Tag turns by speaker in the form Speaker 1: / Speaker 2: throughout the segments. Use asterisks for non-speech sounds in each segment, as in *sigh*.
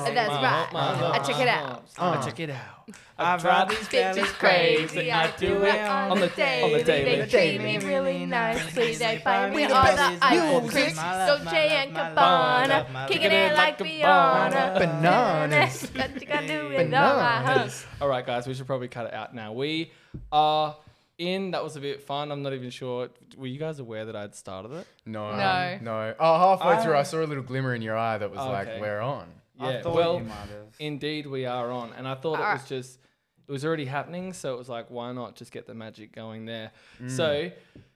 Speaker 1: out. I check it out.
Speaker 2: I check it out. I drive Uh-huh. these
Speaker 1: Bitches
Speaker 2: fellas crazy. I do it on the on the
Speaker 1: They
Speaker 2: daily.
Speaker 1: treat me really nicely. They buy me
Speaker 2: We the
Speaker 1: all the
Speaker 2: best
Speaker 1: ice
Speaker 2: music.
Speaker 1: cream.
Speaker 2: My
Speaker 1: So
Speaker 2: love, my
Speaker 1: Jay
Speaker 2: love,
Speaker 1: and
Speaker 2: my love, my
Speaker 1: Cabana,
Speaker 2: love.
Speaker 1: kicking it like Beyonce.
Speaker 3: Bananas.
Speaker 1: What you gonna do with all my
Speaker 3: Bananas.
Speaker 2: All right, guys, we should probably cut it out now. We are in. That was a bit fun. I'm not even sure. Were you guys aware that I'd started it?
Speaker 3: No.
Speaker 1: No.
Speaker 3: No. Oh, halfway
Speaker 4: I-
Speaker 3: through, I saw a little glimmer in your eye that was
Speaker 2: Oh, Okay.
Speaker 3: like, we're on.
Speaker 4: I thought
Speaker 2: well,
Speaker 4: you might have.
Speaker 2: indeed, we are on, and I thought it
Speaker 1: Alright.
Speaker 2: was just it was already happening, so it was like, why not just get the magic going there? So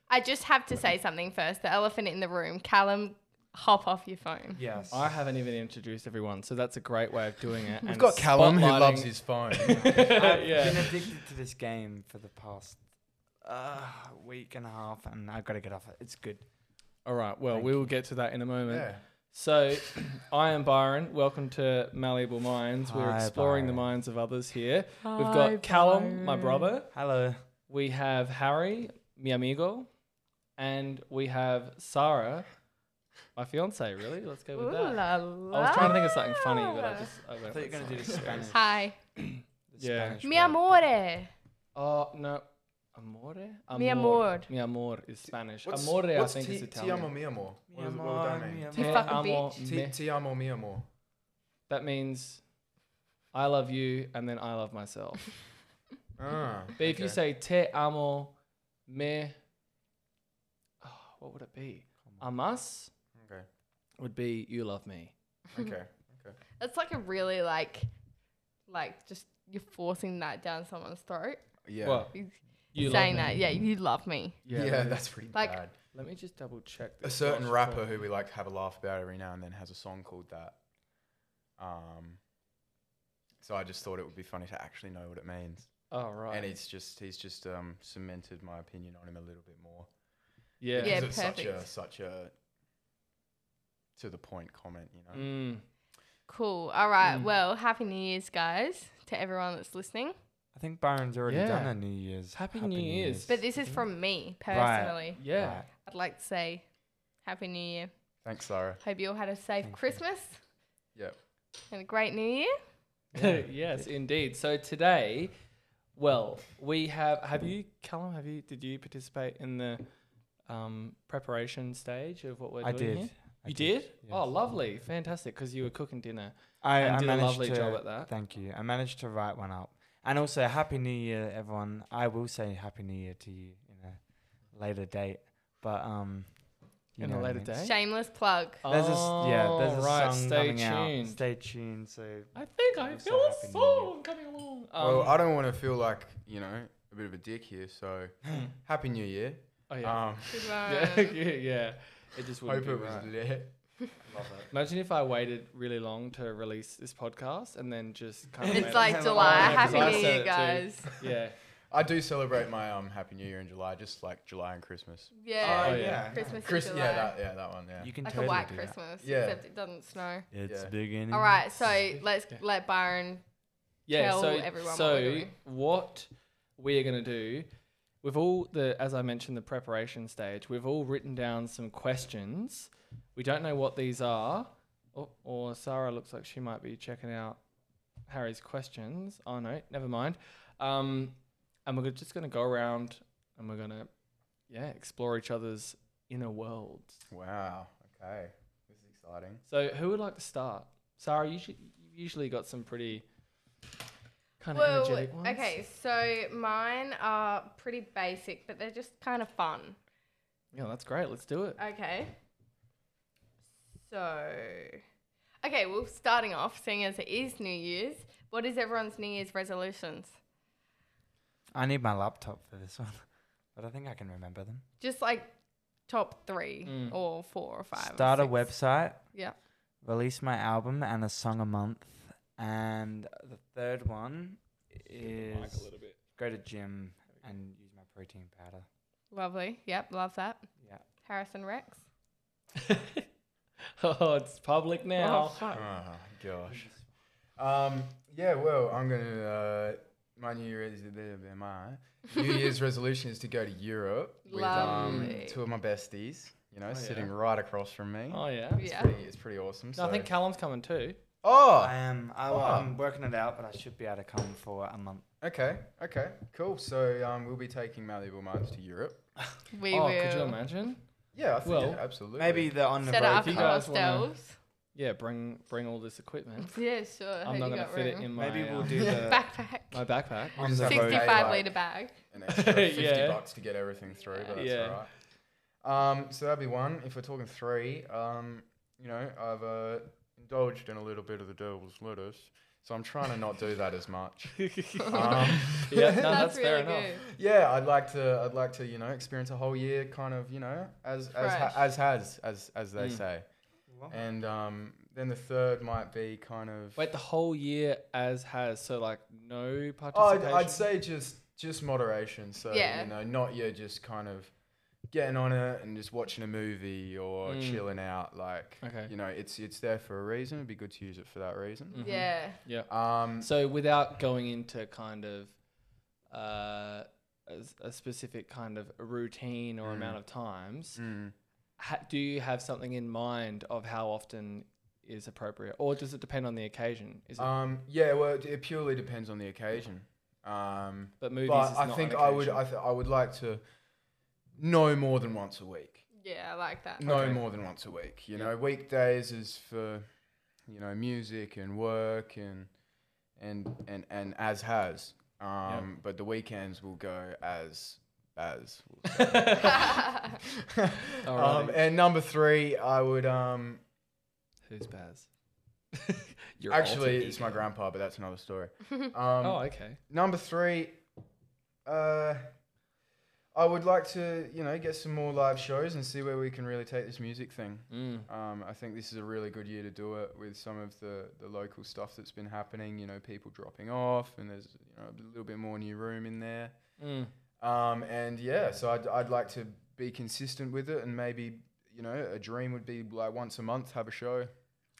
Speaker 1: I just have to say something first. The elephant in the room. Callum, hop off your phone.
Speaker 4: Yes.
Speaker 2: I haven't even introduced everyone, so that's a great way of doing it.
Speaker 3: We've got Callum who loves
Speaker 2: *laughs*
Speaker 3: his phone.
Speaker 4: *laughs* I've
Speaker 2: *laughs* yeah.
Speaker 4: been addicted to this game for the past uh, week and a half, and I've got to get off it. It's good.
Speaker 2: All right. Well,
Speaker 4: Thank
Speaker 2: we will get to that in a moment.
Speaker 3: yeah.
Speaker 2: So, *coughs* I am Byron. Welcome to Malleable Minds. We're
Speaker 4: Hi,
Speaker 2: exploring the
Speaker 4: Byron.
Speaker 2: minds of others here. We've got Callum, my brother.
Speaker 4: Hello.
Speaker 2: We have Harry, mi amigo, and we have Sarah, my fiance. Really? Let's go with
Speaker 1: Ooh
Speaker 2: that.
Speaker 1: la la.
Speaker 2: I was trying to think of something funny, but I just I,
Speaker 4: I
Speaker 2: went
Speaker 4: thought you
Speaker 2: with
Speaker 4: were going to do the
Speaker 2: something. *laughs*
Speaker 4: Spanish.
Speaker 1: Hi.
Speaker 4: the
Speaker 2: Yeah.
Speaker 4: Spanish
Speaker 1: Mi
Speaker 4: word.
Speaker 1: amore.
Speaker 2: Oh no, amore.
Speaker 1: Mi amor.
Speaker 2: Mi amor is Spanish.
Speaker 3: What's-
Speaker 2: amore, I
Speaker 3: what's
Speaker 2: think,
Speaker 3: ti,
Speaker 2: is
Speaker 3: Ti amo
Speaker 2: Italian.
Speaker 3: mi amor.
Speaker 4: Mi
Speaker 3: What, does- what would
Speaker 4: amor,
Speaker 3: that mean?
Speaker 4: mi
Speaker 1: You
Speaker 4: amor.
Speaker 1: fucking
Speaker 2: amo
Speaker 1: bitch.
Speaker 2: me.
Speaker 3: Ti, ti amo mi amor.
Speaker 2: That means I love you, and then I love myself.
Speaker 3: Ah,
Speaker 2: But if you
Speaker 3: okay.
Speaker 2: say te amo, me, oh, what would it be? Amas
Speaker 3: Okay.
Speaker 2: would be you love me.
Speaker 3: Okay.
Speaker 1: That's like a really like, like just you're forcing that down someone's throat.
Speaker 3: Yeah.
Speaker 2: What?
Speaker 1: You-
Speaker 2: You
Speaker 1: saying
Speaker 2: love me.
Speaker 1: that, yeah, you love me.
Speaker 3: yeah,
Speaker 2: that is-
Speaker 3: *laughs* that's pretty
Speaker 1: Like-
Speaker 3: bad.
Speaker 2: Let me just double check.
Speaker 3: A
Speaker 2: this
Speaker 3: certain
Speaker 2: last
Speaker 3: rapper
Speaker 2: one.
Speaker 3: who we like have a laugh about every now and then has a song called that. Um, so I just thought it would be funny to actually know what it means.
Speaker 2: Oh right.
Speaker 3: And it's just he's just um, cemented my opinion on him a little bit more.
Speaker 2: yeah.
Speaker 1: Yeah.
Speaker 3: Because it's such a
Speaker 1: perfect.
Speaker 3: such a to the point comment, you know.
Speaker 2: Mm.
Speaker 1: Cool. All right.
Speaker 2: Mm.
Speaker 1: Well, happy New Year's, guys, to everyone that's listening.
Speaker 4: I think Byron's already done
Speaker 2: Yeah.
Speaker 4: a New Year's.
Speaker 2: Happy New Year's.
Speaker 1: But this is from me
Speaker 4: Right.
Speaker 1: personally.
Speaker 2: Yeah.
Speaker 4: Right.
Speaker 1: I'd like to say happy New Year.
Speaker 3: Thanks, Sarah.
Speaker 1: Hope you all had a safe
Speaker 4: Thank you.
Speaker 1: Christmas
Speaker 3: Yep.
Speaker 1: and a great New Year.
Speaker 4: Yeah.
Speaker 2: *laughs* yes, indeed. So today, well, we have. Have you, Callum? Have you? Did you participate in the um, preparation stage of what we're
Speaker 4: I
Speaker 2: doing
Speaker 4: did.
Speaker 2: here?
Speaker 4: I
Speaker 2: you did? Oh,
Speaker 4: yes.
Speaker 2: lovely, fantastic! Because you were cooking dinner
Speaker 4: I,
Speaker 2: and
Speaker 4: I
Speaker 2: did a
Speaker 4: managed
Speaker 2: lovely
Speaker 4: to,
Speaker 2: job at that.
Speaker 4: Thank you. I managed to write one up. And also, Happy New Year, everyone. I will say Happy New Year to you in a later date. But, um, you
Speaker 2: In a
Speaker 4: know what I
Speaker 2: later
Speaker 4: mean.
Speaker 2: date?
Speaker 1: Shameless plug.
Speaker 4: There's a, s- yeah, there's a
Speaker 2: Oh, right,
Speaker 4: song
Speaker 2: stay
Speaker 4: coming out.
Speaker 2: tuned.
Speaker 4: Stay tuned. So
Speaker 2: I think I
Speaker 4: I'm so
Speaker 2: feel
Speaker 4: happy
Speaker 2: a
Speaker 4: New Oh,
Speaker 2: song coming along. Um,
Speaker 3: well, I don't want to feel like, you know, a bit of a dick
Speaker 2: *laughs*
Speaker 3: here, so happy new year.
Speaker 2: oh
Speaker 4: *laughs*
Speaker 2: yeah. *laughs*
Speaker 3: Um
Speaker 1: Good
Speaker 2: yeah,
Speaker 1: one.
Speaker 2: yeah, yeah. It just wouldn't
Speaker 3: hope
Speaker 2: be
Speaker 3: it was
Speaker 2: right.
Speaker 3: lit.
Speaker 2: Imagine if I waited really long to release this podcast and then
Speaker 4: *laughs*
Speaker 2: just kind of
Speaker 1: *laughs* It's
Speaker 2: made
Speaker 1: like
Speaker 4: Yeah,
Speaker 1: July.
Speaker 2: because
Speaker 1: happy
Speaker 2: I
Speaker 1: New
Speaker 2: said
Speaker 1: Year,
Speaker 2: it too.
Speaker 1: guys.
Speaker 2: it. Yeah.
Speaker 3: I do celebrate my um happy new year in July, just like July and Christmas.
Speaker 1: Yeah.
Speaker 2: Oh, yeah.
Speaker 1: Christmas.
Speaker 3: Chris
Speaker 1: in July.
Speaker 3: yeah, that yeah, that one, yeah.
Speaker 4: you can
Speaker 1: like
Speaker 4: totally
Speaker 1: a white
Speaker 4: do that.
Speaker 1: Christmas,
Speaker 3: Yeah.
Speaker 1: except it doesn't snow.
Speaker 4: It's
Speaker 3: Yeah.
Speaker 4: beginning.
Speaker 1: All right, so let's
Speaker 2: Yeah.
Speaker 1: let Byron.
Speaker 2: yeah,
Speaker 1: tell
Speaker 2: so,
Speaker 1: everyone what
Speaker 2: so
Speaker 1: we're doing.
Speaker 2: what we are going to do with all the as i mentioned the preparation stage we've all written down some questions we don't know what these are oh, or sarah looks like she might be checking out harry's questions oh no never mind um, and we're just going to go around and we're going to yeah explore each other's inner worlds
Speaker 3: Wow. Okay. This is exciting.
Speaker 2: so who would like to start sarah you should, you've usually got some pretty kind of
Speaker 1: Well,
Speaker 2: energetic ones
Speaker 1: okay, so mine are pretty basic, but they're just kind of fun.
Speaker 2: Yeah, that's great. Let's do it.
Speaker 1: Okay. So, okay, well, starting off, seeing as it is New Year's, what is everyone's New Year's resolutions?
Speaker 4: I need my laptop for this *laughs* one, but I think I can remember them.
Speaker 1: Just like top three
Speaker 2: Mm.
Speaker 1: or four or five. or
Speaker 4: Start a
Speaker 1: six.
Speaker 4: website.
Speaker 1: Yeah.
Speaker 4: Release my album and a song a month. And the third one is
Speaker 2: bit.
Speaker 4: go to gym and use my protein powder.
Speaker 1: Lovely. Yep, love that.
Speaker 4: Yeah.
Speaker 1: Harrison Rex.
Speaker 2: *laughs* oh, it's public
Speaker 1: Oh,
Speaker 2: now.
Speaker 1: fuck.
Speaker 3: Oh gosh. Um yeah, well, I'm going to uh my new year's my New Year's resolution is to go to Europe with um,
Speaker 1: Lovely.
Speaker 3: two of my besties, you know,
Speaker 2: Oh,
Speaker 3: sitting
Speaker 2: yeah.
Speaker 3: right across from me.
Speaker 2: Oh yeah.
Speaker 1: Yeah.
Speaker 3: Pretty, it's pretty awesome.
Speaker 2: No, I
Speaker 3: so-
Speaker 2: think Callum's coming too.
Speaker 3: Oh,
Speaker 4: I am. I,
Speaker 3: Oh.
Speaker 4: I'm working it out, but I should be able to come for a month.
Speaker 3: okay, okay, cool. So um, we'll be taking malleable minds to Europe.
Speaker 1: *laughs* We
Speaker 2: oh,
Speaker 1: will
Speaker 2: could you imagine?
Speaker 3: Yeah, I think
Speaker 2: Well,
Speaker 3: yeah, absolutely.
Speaker 4: Maybe the on the
Speaker 1: set
Speaker 4: road.
Speaker 1: up
Speaker 2: you
Speaker 1: our
Speaker 2: guys wanna-
Speaker 1: ourselves.
Speaker 2: Yeah, bring bring all this equipment.
Speaker 1: *laughs* Yeah, sure.
Speaker 2: I'm
Speaker 1: Hope
Speaker 2: not
Speaker 1: you
Speaker 2: going to
Speaker 1: got
Speaker 2: fit it
Speaker 1: room.
Speaker 2: in my
Speaker 4: Maybe we'll
Speaker 2: um,
Speaker 4: do the
Speaker 1: backpack.
Speaker 2: *laughs* my backpack.
Speaker 3: We just have to pay,
Speaker 1: 65
Speaker 3: like,
Speaker 1: liter bag.
Speaker 3: an extra 50
Speaker 2: *laughs* Yeah.
Speaker 3: bucks to get everything through, but that's
Speaker 2: Yeah.
Speaker 3: all right. Um, so that'd be one. If we're talking three, um, you know, I've uh, indulged in a little bit of the devil's lettuce, so I'm trying to not do that as
Speaker 2: *laughs*
Speaker 3: much. Um, *laughs*
Speaker 2: Yeah, no,
Speaker 1: that's,
Speaker 2: that's, fair
Speaker 1: really
Speaker 2: enough.
Speaker 1: good.
Speaker 3: yeah, I'd like to, I'd like to, you know, experience a whole year, kind of, you know, as as ha-
Speaker 1: Fresh.
Speaker 3: as has, as as they
Speaker 2: Mm.
Speaker 3: say. And um, then the third might be kind of.
Speaker 2: Wait, the whole year as has so like no
Speaker 3: Oh, I'd,
Speaker 2: participation.
Speaker 3: I'd say just just moderation. So
Speaker 1: Yeah.
Speaker 3: you know, not you just kind of getting on it and just watching a movie or
Speaker 2: Mm.
Speaker 3: chilling out. Like
Speaker 2: Okay.
Speaker 3: you know, it's it's there for a reason. It'd be good to use it for that reason.
Speaker 2: Mhm.
Speaker 1: Yeah.
Speaker 3: Um,
Speaker 2: So without going into kind of uh, a, s- a specific kind of routine or
Speaker 3: Mm.
Speaker 2: amount of times,
Speaker 3: mm.
Speaker 2: ha- do you have something in mind of how often is appropriate, or does it depend on the occasion? Is it,
Speaker 3: um, yeah. Well, it, it purely depends on the occasion. Um,
Speaker 2: but movies.
Speaker 3: but
Speaker 2: is
Speaker 3: I
Speaker 2: not
Speaker 3: think
Speaker 2: an
Speaker 3: I would I,
Speaker 2: occasion.
Speaker 3: th- I would like to no more than once a week.
Speaker 1: Yeah, I like that. *laughs*
Speaker 3: No
Speaker 2: Okay.
Speaker 3: more than once a week. You
Speaker 2: Yeah.
Speaker 3: know, weekdays is for you know music and work and and and and as has. Um, But the weekends will go as as.
Speaker 2: *laughs*
Speaker 3: *laughs*
Speaker 2: Alrighty.
Speaker 3: Um, and number three, I would um,
Speaker 2: Who's Baz? *laughs* Your alter
Speaker 3: actually it's my
Speaker 2: ego.
Speaker 3: grandpa, but that's
Speaker 2: *laughs*
Speaker 3: another story. Um,
Speaker 2: oh, okay.
Speaker 3: Number three, uh, I would like to you know get some more live shows and see where we can really take this music thing.
Speaker 2: Mm.
Speaker 3: Um, I think this is a really good year to do it with some of the, the local stuff that's been happening. You know, people dropping off, and there's you know a little bit more new room in there.
Speaker 2: Mm.
Speaker 3: Um, and yeah, so I'd I'd like to be consistent with it, and maybe you know a dream would be like once a month have a show.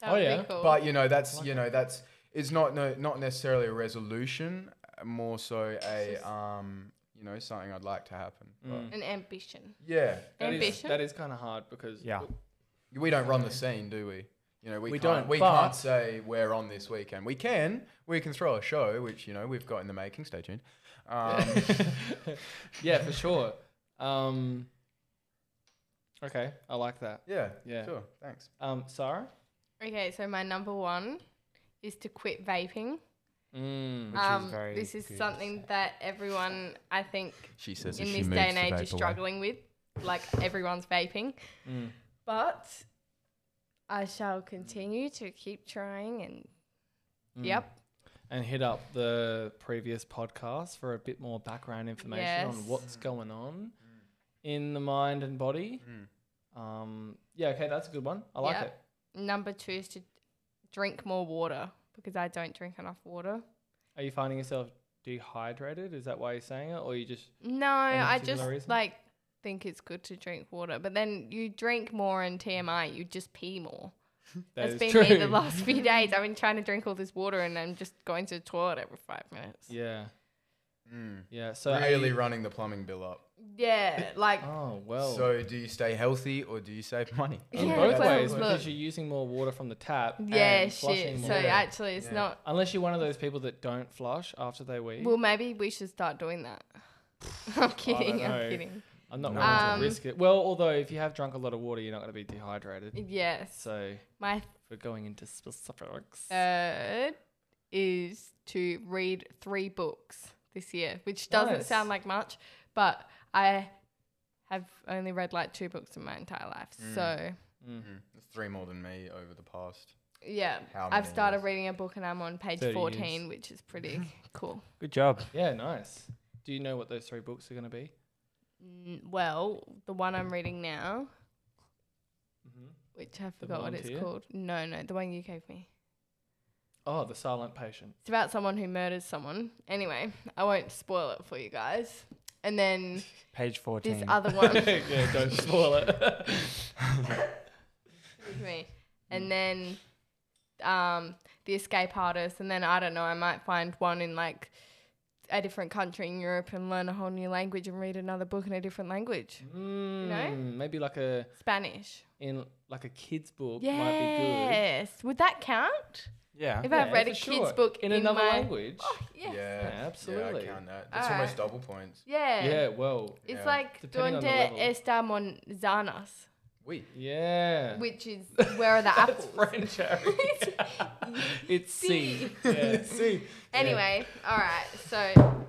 Speaker 1: That
Speaker 2: Oh,
Speaker 1: would
Speaker 2: yeah.
Speaker 1: Be cool.
Speaker 3: But you know that's
Speaker 2: like
Speaker 3: you know that's it's not no, not necessarily a resolution, uh, more so a
Speaker 1: Just-
Speaker 3: um you know something I'd like to happen. But
Speaker 2: Mm.
Speaker 1: An ambition.
Speaker 3: yeah,
Speaker 2: That is
Speaker 1: Ambition?
Speaker 2: that is kind of hard because
Speaker 4: Yeah.
Speaker 3: We don't run the scene, do we? You know, we,
Speaker 2: We
Speaker 3: can't,
Speaker 2: don't,
Speaker 3: We
Speaker 2: but-
Speaker 3: can't say we're on this weekend. We can. We can throw a show, which you know we've got in the making. Stay tuned.
Speaker 2: *laughs*
Speaker 3: Um,
Speaker 2: yeah, for sure. Um, okay, I like that.
Speaker 3: yeah,
Speaker 2: Yeah.
Speaker 3: Sure. Thanks.
Speaker 2: Um, Sarah.
Speaker 1: Okay, so my number one is to quit vaping.
Speaker 2: Mm.
Speaker 4: Which is
Speaker 1: um,
Speaker 4: very
Speaker 1: this is
Speaker 4: good.
Speaker 1: something that everyone, I think,
Speaker 3: She says
Speaker 1: in this day and age is struggling with. Like everyone's vaping.
Speaker 2: Mm.
Speaker 1: But I shall continue to keep trying and,
Speaker 2: Mm.
Speaker 1: yep,
Speaker 2: And hit up the previous podcast for a bit more background information on
Speaker 1: Yes.
Speaker 2: what's
Speaker 3: Mm.
Speaker 2: going on in the mind and body.
Speaker 3: Mm.
Speaker 2: Um, yeah, okay, that's a good one. I like
Speaker 1: Yeah.
Speaker 2: it.
Speaker 1: number two is to drink more water because I don't drink enough water.
Speaker 2: Are you finding yourself dehydrated? Is that why you're saying it, or you just
Speaker 1: No, I just
Speaker 2: particular reason?
Speaker 1: like think it's good to drink water, but then you drink more in TMI, you just pee more.
Speaker 2: that
Speaker 1: That's
Speaker 2: is
Speaker 1: been me the last few days. I've been trying to drink all this water and I'm just going to the toilet every five minutes. Yeah,
Speaker 2: *laughs* yeah,
Speaker 3: Mm.
Speaker 2: yeah. So are
Speaker 3: really
Speaker 2: you-
Speaker 3: running the plumbing bill up.
Speaker 2: *laughs*
Speaker 1: like
Speaker 2: Oh well.
Speaker 3: So do you stay healthy or do you save money?
Speaker 2: in
Speaker 1: Yeah,
Speaker 2: both
Speaker 1: well,
Speaker 2: ways,
Speaker 1: look.
Speaker 2: because you're using more water from the tap.
Speaker 1: yeah,
Speaker 2: and flushing
Speaker 1: shit. So
Speaker 2: more.
Speaker 1: actually, it's
Speaker 3: Yeah.
Speaker 1: not.
Speaker 2: Unless you're one of those people that don't flush after they wee.
Speaker 1: Well, maybe we should start doing that. *laughs* I'm kidding.
Speaker 2: know.
Speaker 1: I'm kidding.
Speaker 2: I'm not
Speaker 4: No.
Speaker 2: willing
Speaker 1: Um,
Speaker 2: to risk it. Well, although if you have drunk a lot of water, you're not going to be dehydrated.
Speaker 1: Yes,
Speaker 2: So
Speaker 1: my
Speaker 2: we're going into specifics.
Speaker 1: Uh, third is to read three books this year, which doesn't
Speaker 2: Nice.
Speaker 1: sound like much, but I have only read like two books in my entire life.
Speaker 3: Mm.
Speaker 1: So
Speaker 2: Mm.
Speaker 3: Mm. That's three more than me over the past.
Speaker 1: yeah,
Speaker 3: How
Speaker 1: I've
Speaker 3: many
Speaker 1: started
Speaker 3: years?
Speaker 1: reading a book and I'm on page
Speaker 2: 30
Speaker 1: 14,
Speaker 2: years.
Speaker 1: which
Speaker 2: *laughs*
Speaker 1: is pretty cool.
Speaker 4: Good job.
Speaker 2: Yeah, nice. Do you know what those three books are going to be?
Speaker 1: Mm, Well, the one I'm reading now,
Speaker 2: Mm-hmm.
Speaker 1: which I forgot what it's
Speaker 2: Volunteer?
Speaker 1: called. No, no, the one you gave me.
Speaker 2: Oh, The Silent Patient.
Speaker 1: It's about someone who murders someone. Anyway, I won't spoil it for you guys. And then
Speaker 4: Page
Speaker 1: this
Speaker 4: fourteen.
Speaker 1: other
Speaker 2: *laughs* *laughs*
Speaker 1: one.
Speaker 2: yeah, don't spoil it.
Speaker 1: with me. And then um, the escape artist. And then I don't know, I might find one in like a different country in Europe and learn a whole new language and read another book in a different language.
Speaker 2: Mm, Maybe like a
Speaker 1: Spanish.
Speaker 2: in like a kids book might be good.
Speaker 1: Yes. Would that count?
Speaker 4: Yeah.
Speaker 1: If I've read a
Speaker 2: for
Speaker 1: kid's book
Speaker 2: in,
Speaker 1: in
Speaker 2: another
Speaker 1: my-
Speaker 2: language.
Speaker 1: Oh, yes. Yeah.
Speaker 3: Yeah,
Speaker 2: absolutely.
Speaker 3: Yeah, I count that. That's
Speaker 1: Alright.
Speaker 3: almost double points.
Speaker 2: yeah, well,
Speaker 1: It's
Speaker 3: Yeah.
Speaker 1: like
Speaker 2: Depending on
Speaker 1: donde
Speaker 2: the level.
Speaker 1: estamos zanas,
Speaker 3: We.
Speaker 2: yeah.
Speaker 1: which is where are the
Speaker 2: *laughs* That's
Speaker 1: apples?
Speaker 2: French,
Speaker 1: *laughs*
Speaker 2: Harry. it's C. Yeah.
Speaker 1: *laughs*
Speaker 2: C.
Speaker 1: Anyway, all right. So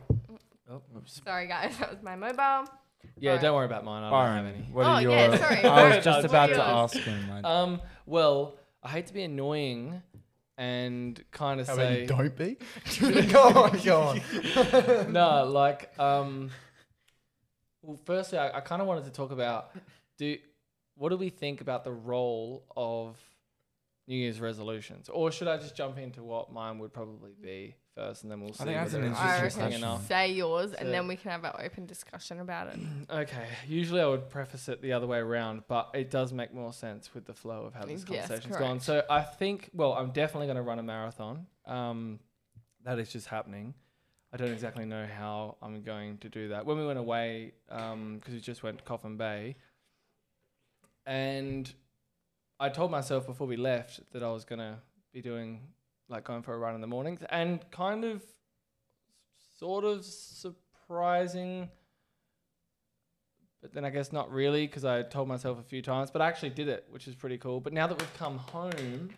Speaker 2: Oh, oops.
Speaker 1: sorry guys, *laughs* that was my mobile.
Speaker 2: Yeah,
Speaker 1: Alright.
Speaker 2: don't worry about mine. I don't have any.
Speaker 4: Byron, what are
Speaker 1: Oh,
Speaker 4: your?
Speaker 1: yeah, sorry.
Speaker 4: I
Speaker 2: Byron
Speaker 4: was just
Speaker 2: does.
Speaker 4: about to
Speaker 1: What are
Speaker 4: ask him. Like,
Speaker 2: Um, well, I hate to be annoying and kind of
Speaker 3: How about
Speaker 2: say
Speaker 3: you
Speaker 2: *laughs*
Speaker 3: don't be? *laughs* go on, go on.
Speaker 2: no, like um, well, firstly, I, I kind of wanted to talk about do what do we think about the role of New Year's resolutions, or should I just jump into what mine would probably be first, and then we'll see.
Speaker 4: I think that's
Speaker 2: whether
Speaker 4: an
Speaker 2: it's
Speaker 1: I
Speaker 4: interesting
Speaker 1: reckon
Speaker 4: question. enough.
Speaker 1: say yours,
Speaker 2: So-
Speaker 1: and then we can have our open discussion about
Speaker 2: *clears throat*
Speaker 1: it.
Speaker 2: Okay. Usually I would preface it the other way around, but it does make more sense with the flow of how this
Speaker 1: Yes,
Speaker 2: conversation's
Speaker 1: correct.
Speaker 2: gone. So I think, well, I'm definitely going to run a marathon. Um, that is just happening. I don't exactly know how I'm going to do that. When we went away, because we just went to Coffin Bay, and I told myself before we left that I was going to be doing, like, going for a run in the mornings, and kind of, sort of surprising but then I guess not really because I told myself a few times, but I actually did it, which is pretty cool. But now that we've come home,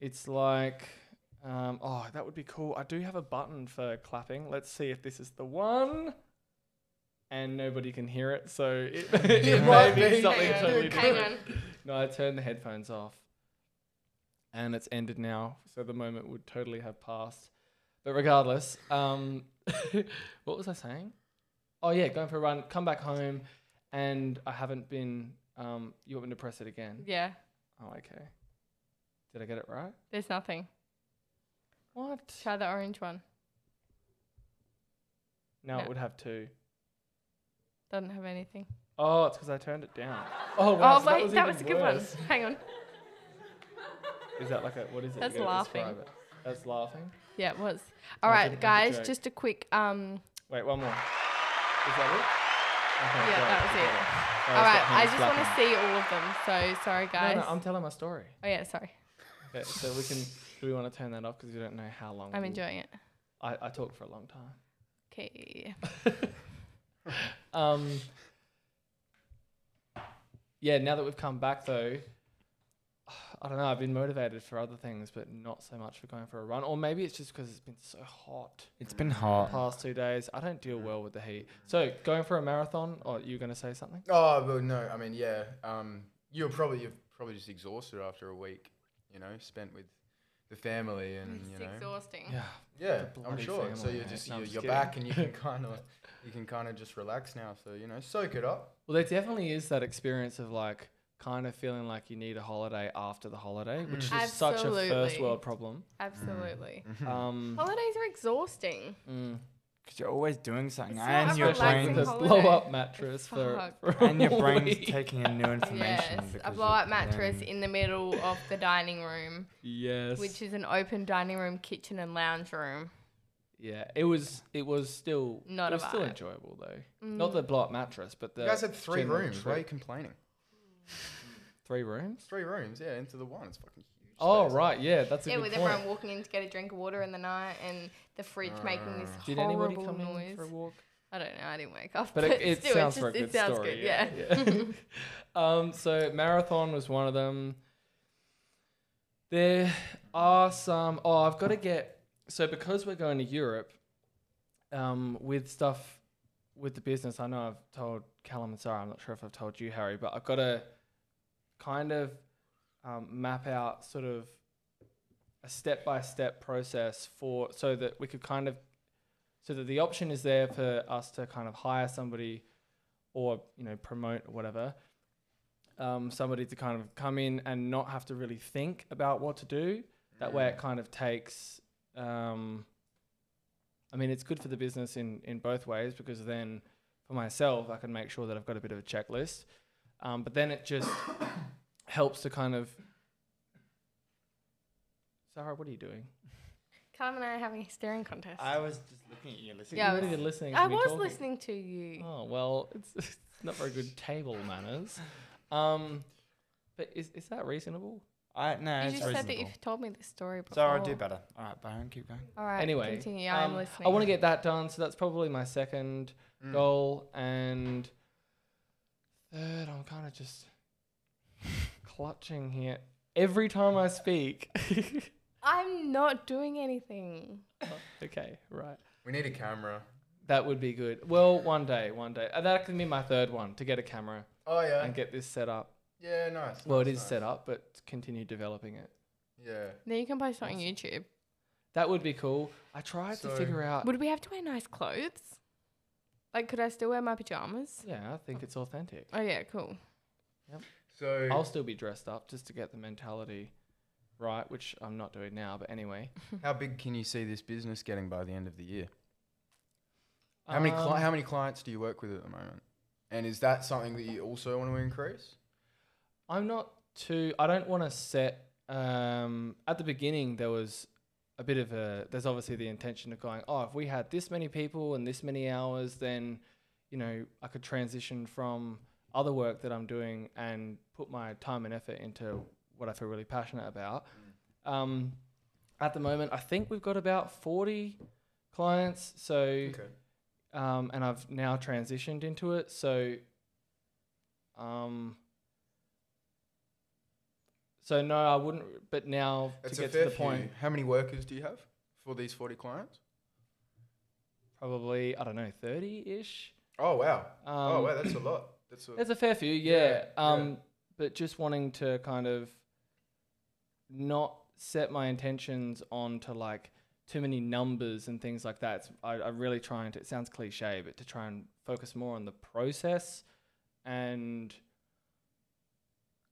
Speaker 2: it's like, um, oh, that would be cool. I do have a button for clapping. Let's see if this is the one. And nobody can hear it, so it, *laughs* it
Speaker 3: Yeah.
Speaker 2: might
Speaker 3: Hang
Speaker 2: be
Speaker 3: on,
Speaker 2: something
Speaker 1: hang
Speaker 2: totally
Speaker 1: on, hang
Speaker 3: *laughs*
Speaker 2: different.
Speaker 1: on.
Speaker 2: No, I turned the headphones off. And it's ended now, so the moment would totally have passed. But regardless, um, *laughs* what was I saying? Oh yeah, going for a run, come back home, and I haven't been. Um, you want me to press it again?
Speaker 1: Yeah,
Speaker 2: Oh, okay. Did I get it right?
Speaker 1: there's nothing.
Speaker 2: What?
Speaker 1: Try the orange one.
Speaker 2: No,
Speaker 1: No.
Speaker 2: it would have two.
Speaker 1: Doesn't have anything.
Speaker 2: Oh, it's because I turned it down. Oh, wow,
Speaker 1: oh
Speaker 2: so
Speaker 1: wait, that was, a
Speaker 2: even
Speaker 1: good
Speaker 2: worse.
Speaker 1: one. Hang on.
Speaker 2: Is that like a what is it?
Speaker 1: That's
Speaker 2: You gotta describe
Speaker 1: laughing.
Speaker 2: it. That's laughing.
Speaker 1: Yeah, it was. All
Speaker 2: I
Speaker 1: right,
Speaker 2: didn't make a
Speaker 1: guys,
Speaker 2: joke.
Speaker 1: just a quick um.
Speaker 2: Wait, one more. Is that it? Okay,
Speaker 1: Yeah,
Speaker 2: great.
Speaker 1: that was
Speaker 2: Sorry,
Speaker 1: it.
Speaker 2: it's got hands flapping.
Speaker 1: All right, I just want to see all of them. So sorry, guys.
Speaker 2: No, no, I'm telling my story.
Speaker 1: oh yeah, sorry.
Speaker 2: Okay, so we can. Do we want to turn that off because we don't know how long?
Speaker 1: I'm
Speaker 2: we-
Speaker 1: enjoying it.
Speaker 2: I, I talked for a long time.
Speaker 1: Okay.
Speaker 2: Um. Yeah, now that we've come back though, I don't know. I've been motivated for other things, but not so much for going for a run. Or maybe it's just because it's been so hot
Speaker 4: it's been hot.
Speaker 2: past two days. I don't deal well with the heat. So going for a marathon. Or you going to say something?
Speaker 3: Oh well, no. I mean, yeah. Um, you're probably you're probably just exhausted after a week, you know, spent with the family and you
Speaker 1: It's
Speaker 3: know.
Speaker 1: exhausting.
Speaker 2: Yeah.
Speaker 3: Yeah,
Speaker 2: The
Speaker 3: I'm
Speaker 2: bloody
Speaker 3: sure. so
Speaker 2: family,
Speaker 3: you're
Speaker 2: mate.
Speaker 3: just
Speaker 2: No, I'm
Speaker 3: you're,
Speaker 2: just
Speaker 3: you're
Speaker 2: kidding.
Speaker 3: back and you can
Speaker 2: *laughs*
Speaker 3: kind of you can kind of just relax now. So you know, soak it up.
Speaker 2: Well, there definitely is that experience of like kind of feeling like you need a holiday after the holiday, which
Speaker 1: Mm.
Speaker 2: is such a first
Speaker 1: Absolutely.
Speaker 2: world problem.
Speaker 1: Absolutely.
Speaker 3: Mm-hmm.
Speaker 2: Um,
Speaker 1: Holidays are exhausting.
Speaker 2: mm,
Speaker 4: Because you're always doing something,
Speaker 1: It's not
Speaker 4: and
Speaker 1: a
Speaker 4: your
Speaker 1: relaxing
Speaker 4: brain
Speaker 2: the
Speaker 1: holiday.
Speaker 2: blow up mattress for, for a
Speaker 4: and your brain's
Speaker 2: week.
Speaker 4: taking in new information.
Speaker 1: Yes, a
Speaker 4: because
Speaker 1: blow
Speaker 4: you're
Speaker 1: up mattress
Speaker 4: learning.
Speaker 1: in the middle of the dining room,
Speaker 2: yes,
Speaker 1: which is an open dining room, kitchen, and lounge room.
Speaker 2: yeah, it was it was still
Speaker 1: Not
Speaker 2: it was
Speaker 1: a
Speaker 2: still
Speaker 1: vibe. Mm.
Speaker 2: enjoyable though. Not the blow up mattress, but the
Speaker 3: you guys had three
Speaker 2: general
Speaker 3: rooms. Why are you
Speaker 2: trip.
Speaker 3: complaining?
Speaker 2: Three rooms.
Speaker 3: Three rooms, yeah, into the one. It's fucking huge.
Speaker 2: Oh
Speaker 3: space.
Speaker 2: right, yeah, that's a
Speaker 1: Yeah,
Speaker 2: good
Speaker 1: with
Speaker 2: point.
Speaker 1: everyone walking in to get a drink of water in the night and the fridge making this
Speaker 2: Did anybody
Speaker 1: horrible
Speaker 2: come in
Speaker 1: noise.
Speaker 2: for a walk?
Speaker 1: I don't know. I didn't wake up.
Speaker 2: But it, it
Speaker 1: still,
Speaker 2: sounds
Speaker 1: it's
Speaker 2: for a
Speaker 1: just-
Speaker 2: good
Speaker 1: it sounds
Speaker 2: story.
Speaker 1: Good, yeah.
Speaker 2: yeah. *laughs* um, so marathon was one of them. There are some. Oh, I've got to get. So because we're going to Europe, um, with stuff with the business, I know I've told Callum and Sarah. I'm not sure if I've told you, Harry, but I've got to kind of um, map out sort of a step by step process for so that we could kind of so that the option is there for us to kind of hire somebody or you know promote or whatever um, somebody to kind of come in and not have to really think about what to do that way it kind of takes um, i mean it's good for the business in in both ways because then for myself i can make sure that i've got a bit of a checklist um, but then it just helps to kind of sarah what are you doing
Speaker 1: Callum and I are having a staring contest.
Speaker 4: I was just looking at you, listening.
Speaker 1: Yeah,
Speaker 2: You're
Speaker 1: I
Speaker 2: not
Speaker 1: was-
Speaker 2: even listening. to
Speaker 1: I
Speaker 2: me
Speaker 1: was
Speaker 2: talking.
Speaker 1: listening to you.
Speaker 2: Oh well, it's, *laughs* it's not very good table manners. Um, but is is that reasonable?
Speaker 4: I no,
Speaker 1: you
Speaker 4: it's
Speaker 1: just said that
Speaker 4: reasonable.
Speaker 1: you've told me this story before.
Speaker 4: Sorry, I'll do better. All right, Byron, keep going.
Speaker 1: All right.
Speaker 2: anyway,
Speaker 1: continue. Yeah, I'm
Speaker 2: um,
Speaker 1: listening.
Speaker 2: I want to get that done, so that's probably my second
Speaker 3: Mm.
Speaker 2: goal, and third, I'm kind of just *laughs* clutching here. Every time I speak. *laughs*
Speaker 1: I'm not doing anything.
Speaker 2: okay, right.
Speaker 3: We need a camera.
Speaker 2: That would be good. Well, one day, one day. Uh, That can be my third one to get a camera
Speaker 3: Oh yeah.
Speaker 2: and get this set up.
Speaker 3: Yeah, nice.
Speaker 2: Well, it
Speaker 3: nice,
Speaker 2: is
Speaker 3: nice.
Speaker 2: set up, but continue developing it.
Speaker 3: Yeah.
Speaker 1: Then you can post it on YouTube.
Speaker 2: That would be cool. I tried to
Speaker 3: So-
Speaker 2: figure out.
Speaker 1: Would we have to wear nice clothes? Like, could I still wear my pajamas?
Speaker 2: Yeah, I think it's authentic.
Speaker 1: Oh yeah, cool.
Speaker 3: So
Speaker 2: I'll still be dressed up just to get the mentality right, which I'm not doing now. But anyway,
Speaker 3: how big can you see this business getting by the end of the year? How many cli-
Speaker 2: Um,
Speaker 3: how many clients do you work with at the moment? And is that something that you also want to increase?
Speaker 2: I'm not too. I don't want to set. Um, at the beginning, there was a bit of a. There's obviously the intention of going. Oh, if we had this many people and this many hours, then you know I could transition from other work that I'm doing and put my time and effort into what I feel really passionate about. Um, at the moment, I think we've got about 40 clients. So um, and I've now transitioned into it. So, um, so no, I wouldn't. But now
Speaker 3: It's
Speaker 2: to
Speaker 3: a
Speaker 2: get
Speaker 3: fair
Speaker 2: to the point,
Speaker 3: few. How many workers do you have for these 40 clients?
Speaker 2: probably I don't know, thirty-ish.
Speaker 3: Oh wow.
Speaker 2: Um,
Speaker 3: oh wow, that's a lot. That's a,
Speaker 2: there's a fair few, yeah.
Speaker 3: Yeah,
Speaker 2: um,
Speaker 3: yeah.
Speaker 2: but just wanting to kind of not set my intentions onto like too many numbers and things like that. It's, I, I'm really trying to. It sounds cliche, but to try and focus more on the process and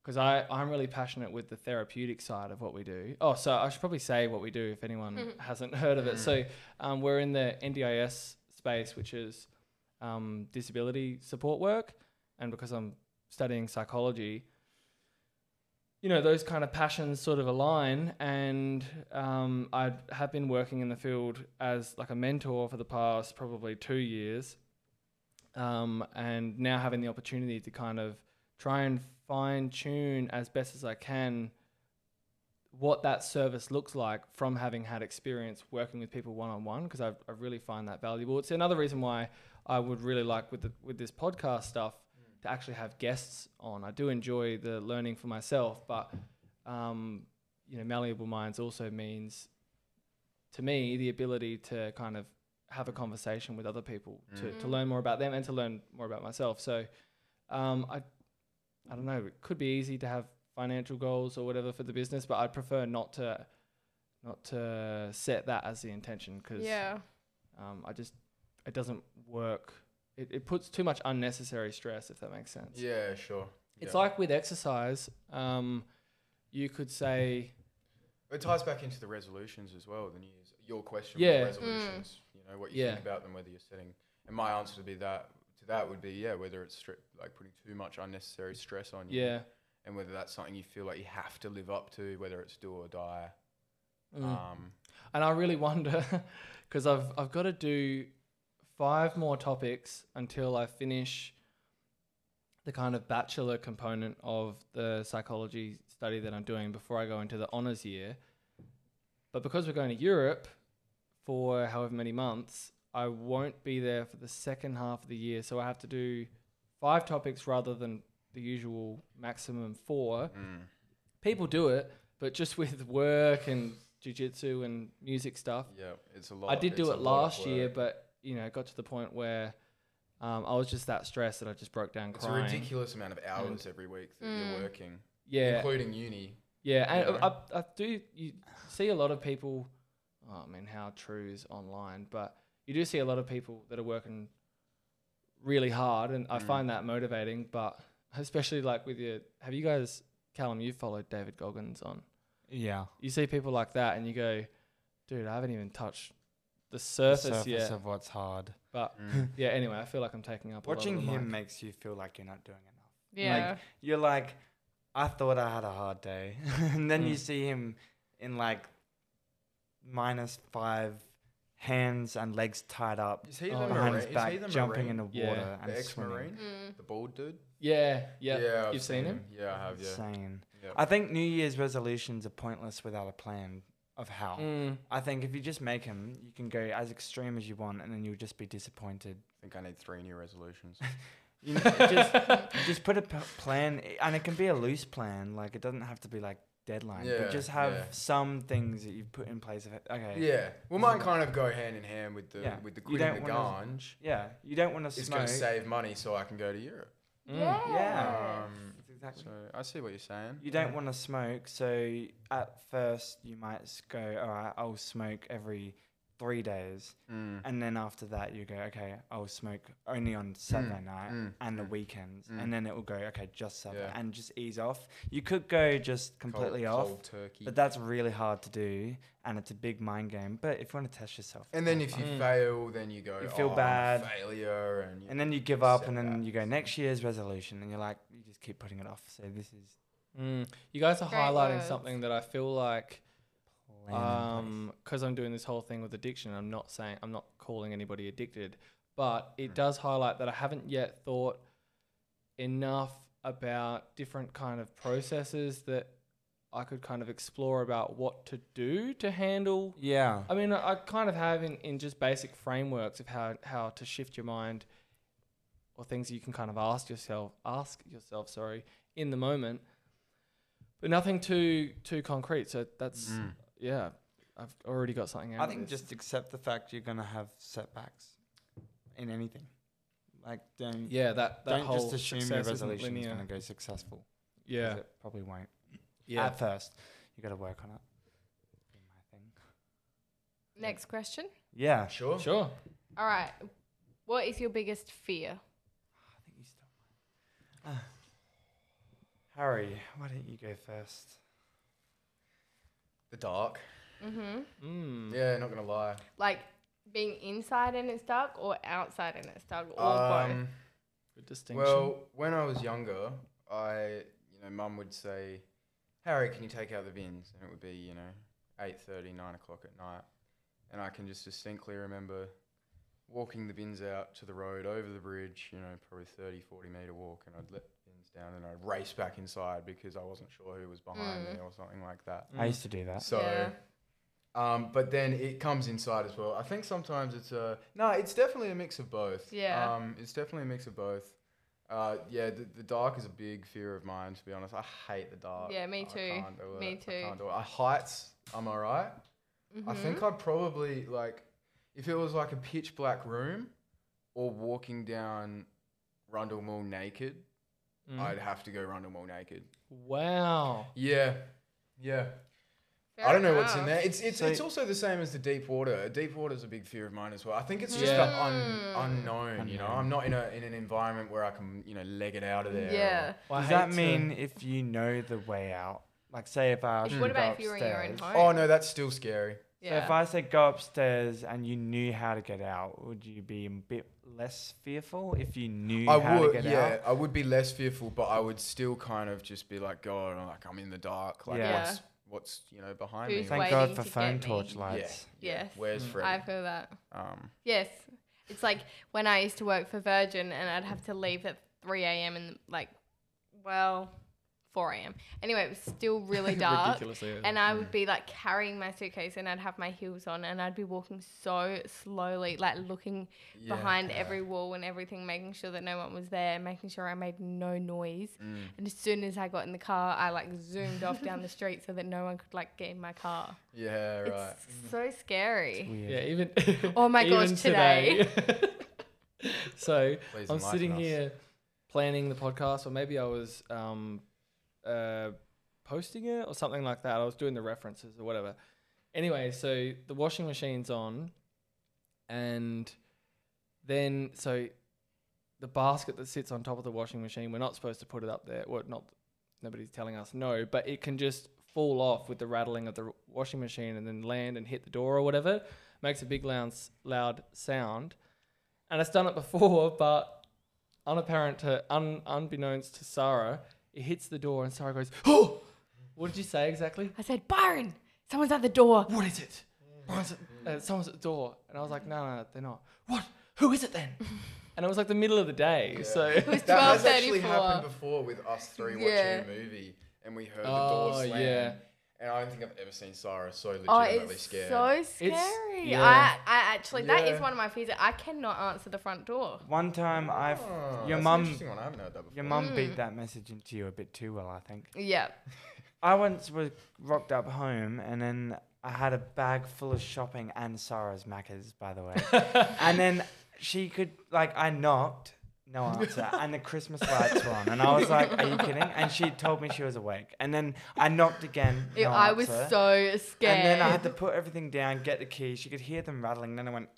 Speaker 2: because I I'm really passionate with the therapeutic side of what we do. Oh, so I should probably say what we do if anyone hasn't *laughs* heard of it. So um, we're in the NDIS space, which is um, disability support work, and because I'm studying psychology, you know, those kind of passions sort of align. And um, I have been working in the field as like a mentor for the past probably two years. Um, and now having the opportunity to kind of try and fine tune as best as I can what that service looks like from having had experience working with people one on one because I, I really find that valuable. It's another reason why I would really like with the, with this podcast stuff to actually have guests on. I do enjoy the learning for myself, but um, you know, malleable minds also means to me the ability to kind of have a conversation with other people to, to
Speaker 1: Mm.
Speaker 2: learn more about them and to learn more about myself. So um, I I don't know. It could be easy to have financial goals or whatever for the business, but I'd prefer not to not to set that as the intention because
Speaker 1: Yeah.
Speaker 2: um, I just it doesn't work. It, it puts too much unnecessary stress if that makes sense.
Speaker 3: yeah, sure.
Speaker 2: It's
Speaker 3: Yeah.
Speaker 2: like with exercise. Um, you could say
Speaker 3: it ties back into the resolutions as well. The new year's your question
Speaker 2: Yeah. Mm.
Speaker 3: was resolutions. You know what you
Speaker 2: Yeah.
Speaker 3: think about them, whether you're setting. And my answer to be that to that would be yeah, whether it's stri- like putting too much unnecessary stress on you,
Speaker 2: yeah,
Speaker 3: and whether that's something you feel like you have to live up to, whether it's do or die.
Speaker 2: mm.
Speaker 3: Um,
Speaker 2: and I really *laughs* wonder because I've I've got to do five more topics until I finish the kind of bachelor component of the psychology study that I'm doing before I go into the honors year. But because we're going to Europe for however many months, I won't be there for the second half of the year, so I have to do five topics rather than the usual maximum four
Speaker 3: mm.
Speaker 2: people do it, but just with work and jujitsu and music stuff.
Speaker 3: Yeah, it's a lot.
Speaker 2: I did
Speaker 3: it's
Speaker 2: do
Speaker 3: a
Speaker 2: it
Speaker 3: lot of
Speaker 2: last year,
Speaker 3: work.
Speaker 2: but you know, it got to the point where um, I was just that stressed that I just broke down
Speaker 3: it's a
Speaker 2: crying.
Speaker 3: ridiculous amount of hours every week that
Speaker 1: Mm.
Speaker 3: you're working,
Speaker 2: yeah,
Speaker 3: including uni.
Speaker 2: yeah, and
Speaker 3: Yeah.
Speaker 2: I, I do. You see a lot of people. Oh, I mean, how true is online, but you do see a lot of people that are working really hard, and I
Speaker 3: Mm.
Speaker 2: find that motivating. But especially like with your, have you guys, Callum? You followed David Goggins on
Speaker 4: Yeah.
Speaker 2: you see people like that and you go, dude, I haven't even touched the
Speaker 4: the
Speaker 2: surface,
Speaker 4: surface
Speaker 2: yet.
Speaker 4: of what's hard.
Speaker 2: but
Speaker 3: Mm.
Speaker 2: *laughs* yeah, anyway, I feel like I'm taking up a
Speaker 4: Watching
Speaker 2: lot of the
Speaker 4: him
Speaker 2: mic.
Speaker 4: makes you feel like you're not doing enough.
Speaker 1: Yeah.
Speaker 4: You're like, *laughs* I thought I had a hard day, and then you
Speaker 2: Mm.
Speaker 4: see him in like minus five, hands and legs tied up,
Speaker 3: Is he the
Speaker 2: Oh,
Speaker 3: marine?
Speaker 4: behind his
Speaker 3: Is he
Speaker 4: back,
Speaker 3: the
Speaker 4: jumping in
Speaker 3: marine?
Speaker 4: the
Speaker 2: Yeah.
Speaker 4: water and
Speaker 3: the
Speaker 4: swimming.
Speaker 3: ex-marine,
Speaker 1: Mm.
Speaker 3: the bald dude?
Speaker 2: Yeah, yeah.
Speaker 3: I've
Speaker 2: You've seen
Speaker 3: Yeah, I have. Yeah.
Speaker 4: Insane.
Speaker 3: Yep.
Speaker 4: I think New Year's resolutions are pointless without a plan of how.
Speaker 2: Mm.
Speaker 4: I think if you just make them, you can go as extreme as you want, and then you'll just be disappointed.
Speaker 3: I think I need three new *laughs* resolutions.
Speaker 4: You know, just, just *laughs* put a p- plan, i- and it can be a loose plan. Like it doesn't have to be like deadline,
Speaker 3: Yeah,
Speaker 4: but just have
Speaker 3: yeah.
Speaker 4: some things that you've put in place. Of, okay.
Speaker 3: yeah. Well, mine kind of go hand in hand with the
Speaker 4: Mm. Yeah.
Speaker 3: with the
Speaker 4: You
Speaker 3: quitting the
Speaker 4: don't wanna
Speaker 3: ganj.
Speaker 4: Yeah. You don't want to
Speaker 3: It's
Speaker 4: smoke.
Speaker 3: going to save money so I can go to Europe.
Speaker 2: Mm.
Speaker 1: Yeah.
Speaker 4: Yeah.
Speaker 3: Um,
Speaker 4: That's exactly.
Speaker 3: so I see what you're saying.
Speaker 4: You don't want to smoke, so at first you might s- go, all right, I'll smoke every three days,
Speaker 3: Mm.
Speaker 4: and then after that you go, okay, I'll smoke only on Saturday night
Speaker 3: mm,
Speaker 4: and the
Speaker 3: mm,
Speaker 4: weekends,
Speaker 3: mm.
Speaker 4: and then it will go, okay, just Saturday,
Speaker 3: Yeah.
Speaker 4: and just ease off. You could go just
Speaker 3: Cold-
Speaker 4: completely off,
Speaker 3: cold turkey.
Speaker 4: but that's really hard to do, and it's a big mind game. But if you want to test yourself,
Speaker 3: and then
Speaker 4: have
Speaker 3: if
Speaker 4: fun.
Speaker 3: you
Speaker 2: Mm.
Speaker 3: fail, then you go.
Speaker 4: You feel
Speaker 3: "Oh, I'm a
Speaker 4: bad."
Speaker 3: Failure and. You
Speaker 4: and then you give up, and then
Speaker 3: setbacks.
Speaker 4: you go next year's resolution, and you're like, you just keep putting it off. So this is
Speaker 2: Mm. You guys are
Speaker 1: Great
Speaker 2: highlighting
Speaker 1: words.
Speaker 2: something that I feel like
Speaker 4: plan in place.
Speaker 2: um because I'm doing this whole thing with addiction. I'm not saying I'm not calling anybody addicted, but it
Speaker 3: Mm.
Speaker 2: does highlight that I haven't yet thought enough about different kind of processes that I could kind of explore about what to do to handle
Speaker 4: yeah.
Speaker 2: I mean, I I kind of have in, in just basic frameworks of how, how to shift your mind or things you can kind of ask yourself, ask yourself, sorry, in the moment, but nothing too, too concrete. So that's,
Speaker 3: Mm.
Speaker 2: yeah, I've already got something out
Speaker 4: I
Speaker 2: of
Speaker 4: think
Speaker 2: this.
Speaker 4: just accept the fact you're gonna have setbacks in anything. Like don't
Speaker 2: yeah, that, that
Speaker 4: don't
Speaker 2: whole
Speaker 4: just assume your
Speaker 2: success isn't
Speaker 4: resolution is
Speaker 2: linear.
Speaker 4: gonna go successful. 'cause
Speaker 2: Yeah.
Speaker 4: it probably won't.
Speaker 2: Yeah.
Speaker 4: At first, you gotta work on it. Be my thing.
Speaker 1: Next question.
Speaker 4: Yeah.
Speaker 3: Sure.
Speaker 2: Sure.
Speaker 1: All right. What is your biggest fear?
Speaker 4: I think you stole mine. Ah. *sighs* Harry, why don't you go first?
Speaker 3: The dark.
Speaker 1: Mm-hmm.
Speaker 2: Mm.
Speaker 3: Yeah, not gonna lie.
Speaker 1: Like being inside and it's dark or outside and it's dark or both?
Speaker 3: Um,
Speaker 2: Good distinction.
Speaker 3: well, when I was younger, I, you know, Mum would say, "Harry, can you take out the bins?" And it would be, you know, 8:30, 9 o'clock at night, and I can just distinctly remember walking the bins out to the road over the bridge, you know, probably 30, 40 meter walk, and I'd let the bins down and I'd race back inside because I wasn't sure who was behind
Speaker 1: Mm.
Speaker 3: me or something like that.
Speaker 4: I
Speaker 2: Mm.
Speaker 4: used to do that.
Speaker 3: So,
Speaker 1: Yeah.
Speaker 3: um, but then it comes inside as well. I think sometimes it's a no. It's definitely a mix of both.
Speaker 1: Yeah.
Speaker 3: Um, it's definitely a mix of both. Uh, yeah, the, the dark is a big fear of mine. To be honest, I hate the dark.
Speaker 1: Yeah, me
Speaker 3: I
Speaker 1: too.
Speaker 3: can't do
Speaker 1: Me
Speaker 3: it.
Speaker 1: too.
Speaker 3: I can't do it. I heights. I'm alright. I
Speaker 1: Mm-hmm.
Speaker 3: think I'd probably like if it was like a pitch black room, or walking down Rundle Mall naked.
Speaker 2: Mm.
Speaker 3: I'd have to go Rundle Mall naked.
Speaker 2: wow.
Speaker 3: Yeah. Yeah.
Speaker 1: Fair
Speaker 3: I don't know what's in
Speaker 1: enough.
Speaker 3: there. It's it's,
Speaker 4: So-
Speaker 3: it's also the same as the deep water. Deep water is a big fear of mine as well. I think it's just
Speaker 2: Yeah.
Speaker 3: the un,
Speaker 1: Mm.
Speaker 3: unknown. You know,
Speaker 4: Unknown.
Speaker 3: I'm not in a in an environment where I can you know leg it out of there. or-
Speaker 1: Yeah.
Speaker 2: Well, I
Speaker 4: Does that
Speaker 2: hate to-
Speaker 4: mean
Speaker 2: *laughs*
Speaker 4: if you know the way out? Like say if I asked
Speaker 1: If-
Speaker 4: you
Speaker 1: What
Speaker 4: to
Speaker 1: about
Speaker 4: go
Speaker 1: if you were in your own
Speaker 4: upstairs,
Speaker 1: home?
Speaker 3: Oh no, that's still scary.
Speaker 1: Yeah.
Speaker 4: So if I said go upstairs and you knew how to get out, would you be a bit less fearful if you knew
Speaker 3: I
Speaker 4: how
Speaker 3: would,
Speaker 4: to get
Speaker 3: yeah,
Speaker 4: out?
Speaker 3: I would be less fearful, but I would still kind of just be like, God, I'm like I'm in the dark. Like,
Speaker 4: Yeah.
Speaker 3: what's what's you know behind
Speaker 1: Who's
Speaker 3: me?
Speaker 4: Thank
Speaker 1: waiting
Speaker 4: God Hmm. for
Speaker 1: to
Speaker 4: phone
Speaker 1: get me.
Speaker 4: torch
Speaker 3: yeah,
Speaker 4: lights.
Speaker 3: yeah.
Speaker 1: Yes.
Speaker 3: Where's
Speaker 2: Mm.
Speaker 3: Freddy?
Speaker 1: I feel that.
Speaker 3: um,
Speaker 1: Yes. It's like when I used to work for Virgin and I'd have to leave at 3 a.m. and like, well, 4 a.m. Anyway, it was still
Speaker 3: *laughs*
Speaker 2: *laughs*
Speaker 1: really dark.
Speaker 2: Ridiculously.
Speaker 1: And I
Speaker 3: Mm.
Speaker 1: would be like carrying my suitcase and I'd have my heels on and I'd be walking so slowly, like looking
Speaker 3: yeah,
Speaker 1: behind
Speaker 3: yeah.
Speaker 1: every wall and everything, making sure that no one was there, making sure I made no noise.
Speaker 3: Mm.
Speaker 1: And as soon as I got in the car, I like zoomed off down the street so that no one could like get in my car.
Speaker 3: Yeah, right.
Speaker 1: It's so scary.
Speaker 4: Weird.
Speaker 2: yeah, even. *laughs*
Speaker 1: Oh my gosh,
Speaker 2: even
Speaker 1: today. *laughs*
Speaker 2: today. so,
Speaker 3: Please
Speaker 2: I'm
Speaker 3: enlighten
Speaker 2: sitting
Speaker 3: us.
Speaker 2: here planning the podcast, or maybe I was um, uh, posting it or something like that. I was doing the references or whatever. Anyway, so the washing machine's on, and then so the basket that sits on top of the washing machine, we're not supposed to put it up there. Well, not nobody's telling us no, but it can just fall off with the rattling of the r- washing machine and then land and hit the door or whatever. Makes a big loud, loud sound. And it's done it before, *laughs* but unapparent to, un, unbeknownst to Sarah, it hits the door and Sarah goes, Oh! *gasps* What did you say exactly?
Speaker 1: I said, Byron, someone's at the door.
Speaker 2: What is it? Someone's at, uh, someone's at the door. And I was like, no, no, no, they're not. What? Who is it
Speaker 1: *laughs*
Speaker 2: then? And it was like the middle of the day.
Speaker 3: Yeah.
Speaker 2: So
Speaker 1: It was
Speaker 3: *laughs* that has actually
Speaker 1: 12:34.
Speaker 3: happened before with us three watching
Speaker 1: Yeah.
Speaker 3: a movie and we heard the door
Speaker 2: Oh,
Speaker 3: slam.
Speaker 2: yeah.
Speaker 3: And I don't think I've ever seen Cyrus so
Speaker 1: Oh,
Speaker 3: legitimately
Speaker 1: it's
Speaker 3: scared.
Speaker 1: so scary.
Speaker 2: yeah.
Speaker 1: I, I actually, that is
Speaker 3: Yeah.
Speaker 1: one of my fears. I cannot answer the front door.
Speaker 4: One time Um, I've
Speaker 3: Oh, that's
Speaker 4: your
Speaker 3: an
Speaker 4: mum
Speaker 3: Interesting one. I haven't heard that before.
Speaker 4: your mum
Speaker 1: Mm.
Speaker 4: beat that message into you a bit too well, I think.
Speaker 1: Yeah.
Speaker 4: I once was rocked up home and then I had a bag full of shopping and Sarah's Macca's, by the way. and then she could like I knocked, no answer, and the Christmas lights were on, and I was like, "Are you kidding?" And she told me she was awake, and then I knocked again.
Speaker 1: Ew,
Speaker 4: No
Speaker 1: I was
Speaker 4: answer.
Speaker 1: so scared.
Speaker 4: And then I had to put everything down, get the keys. She could hear them rattling. Then I went,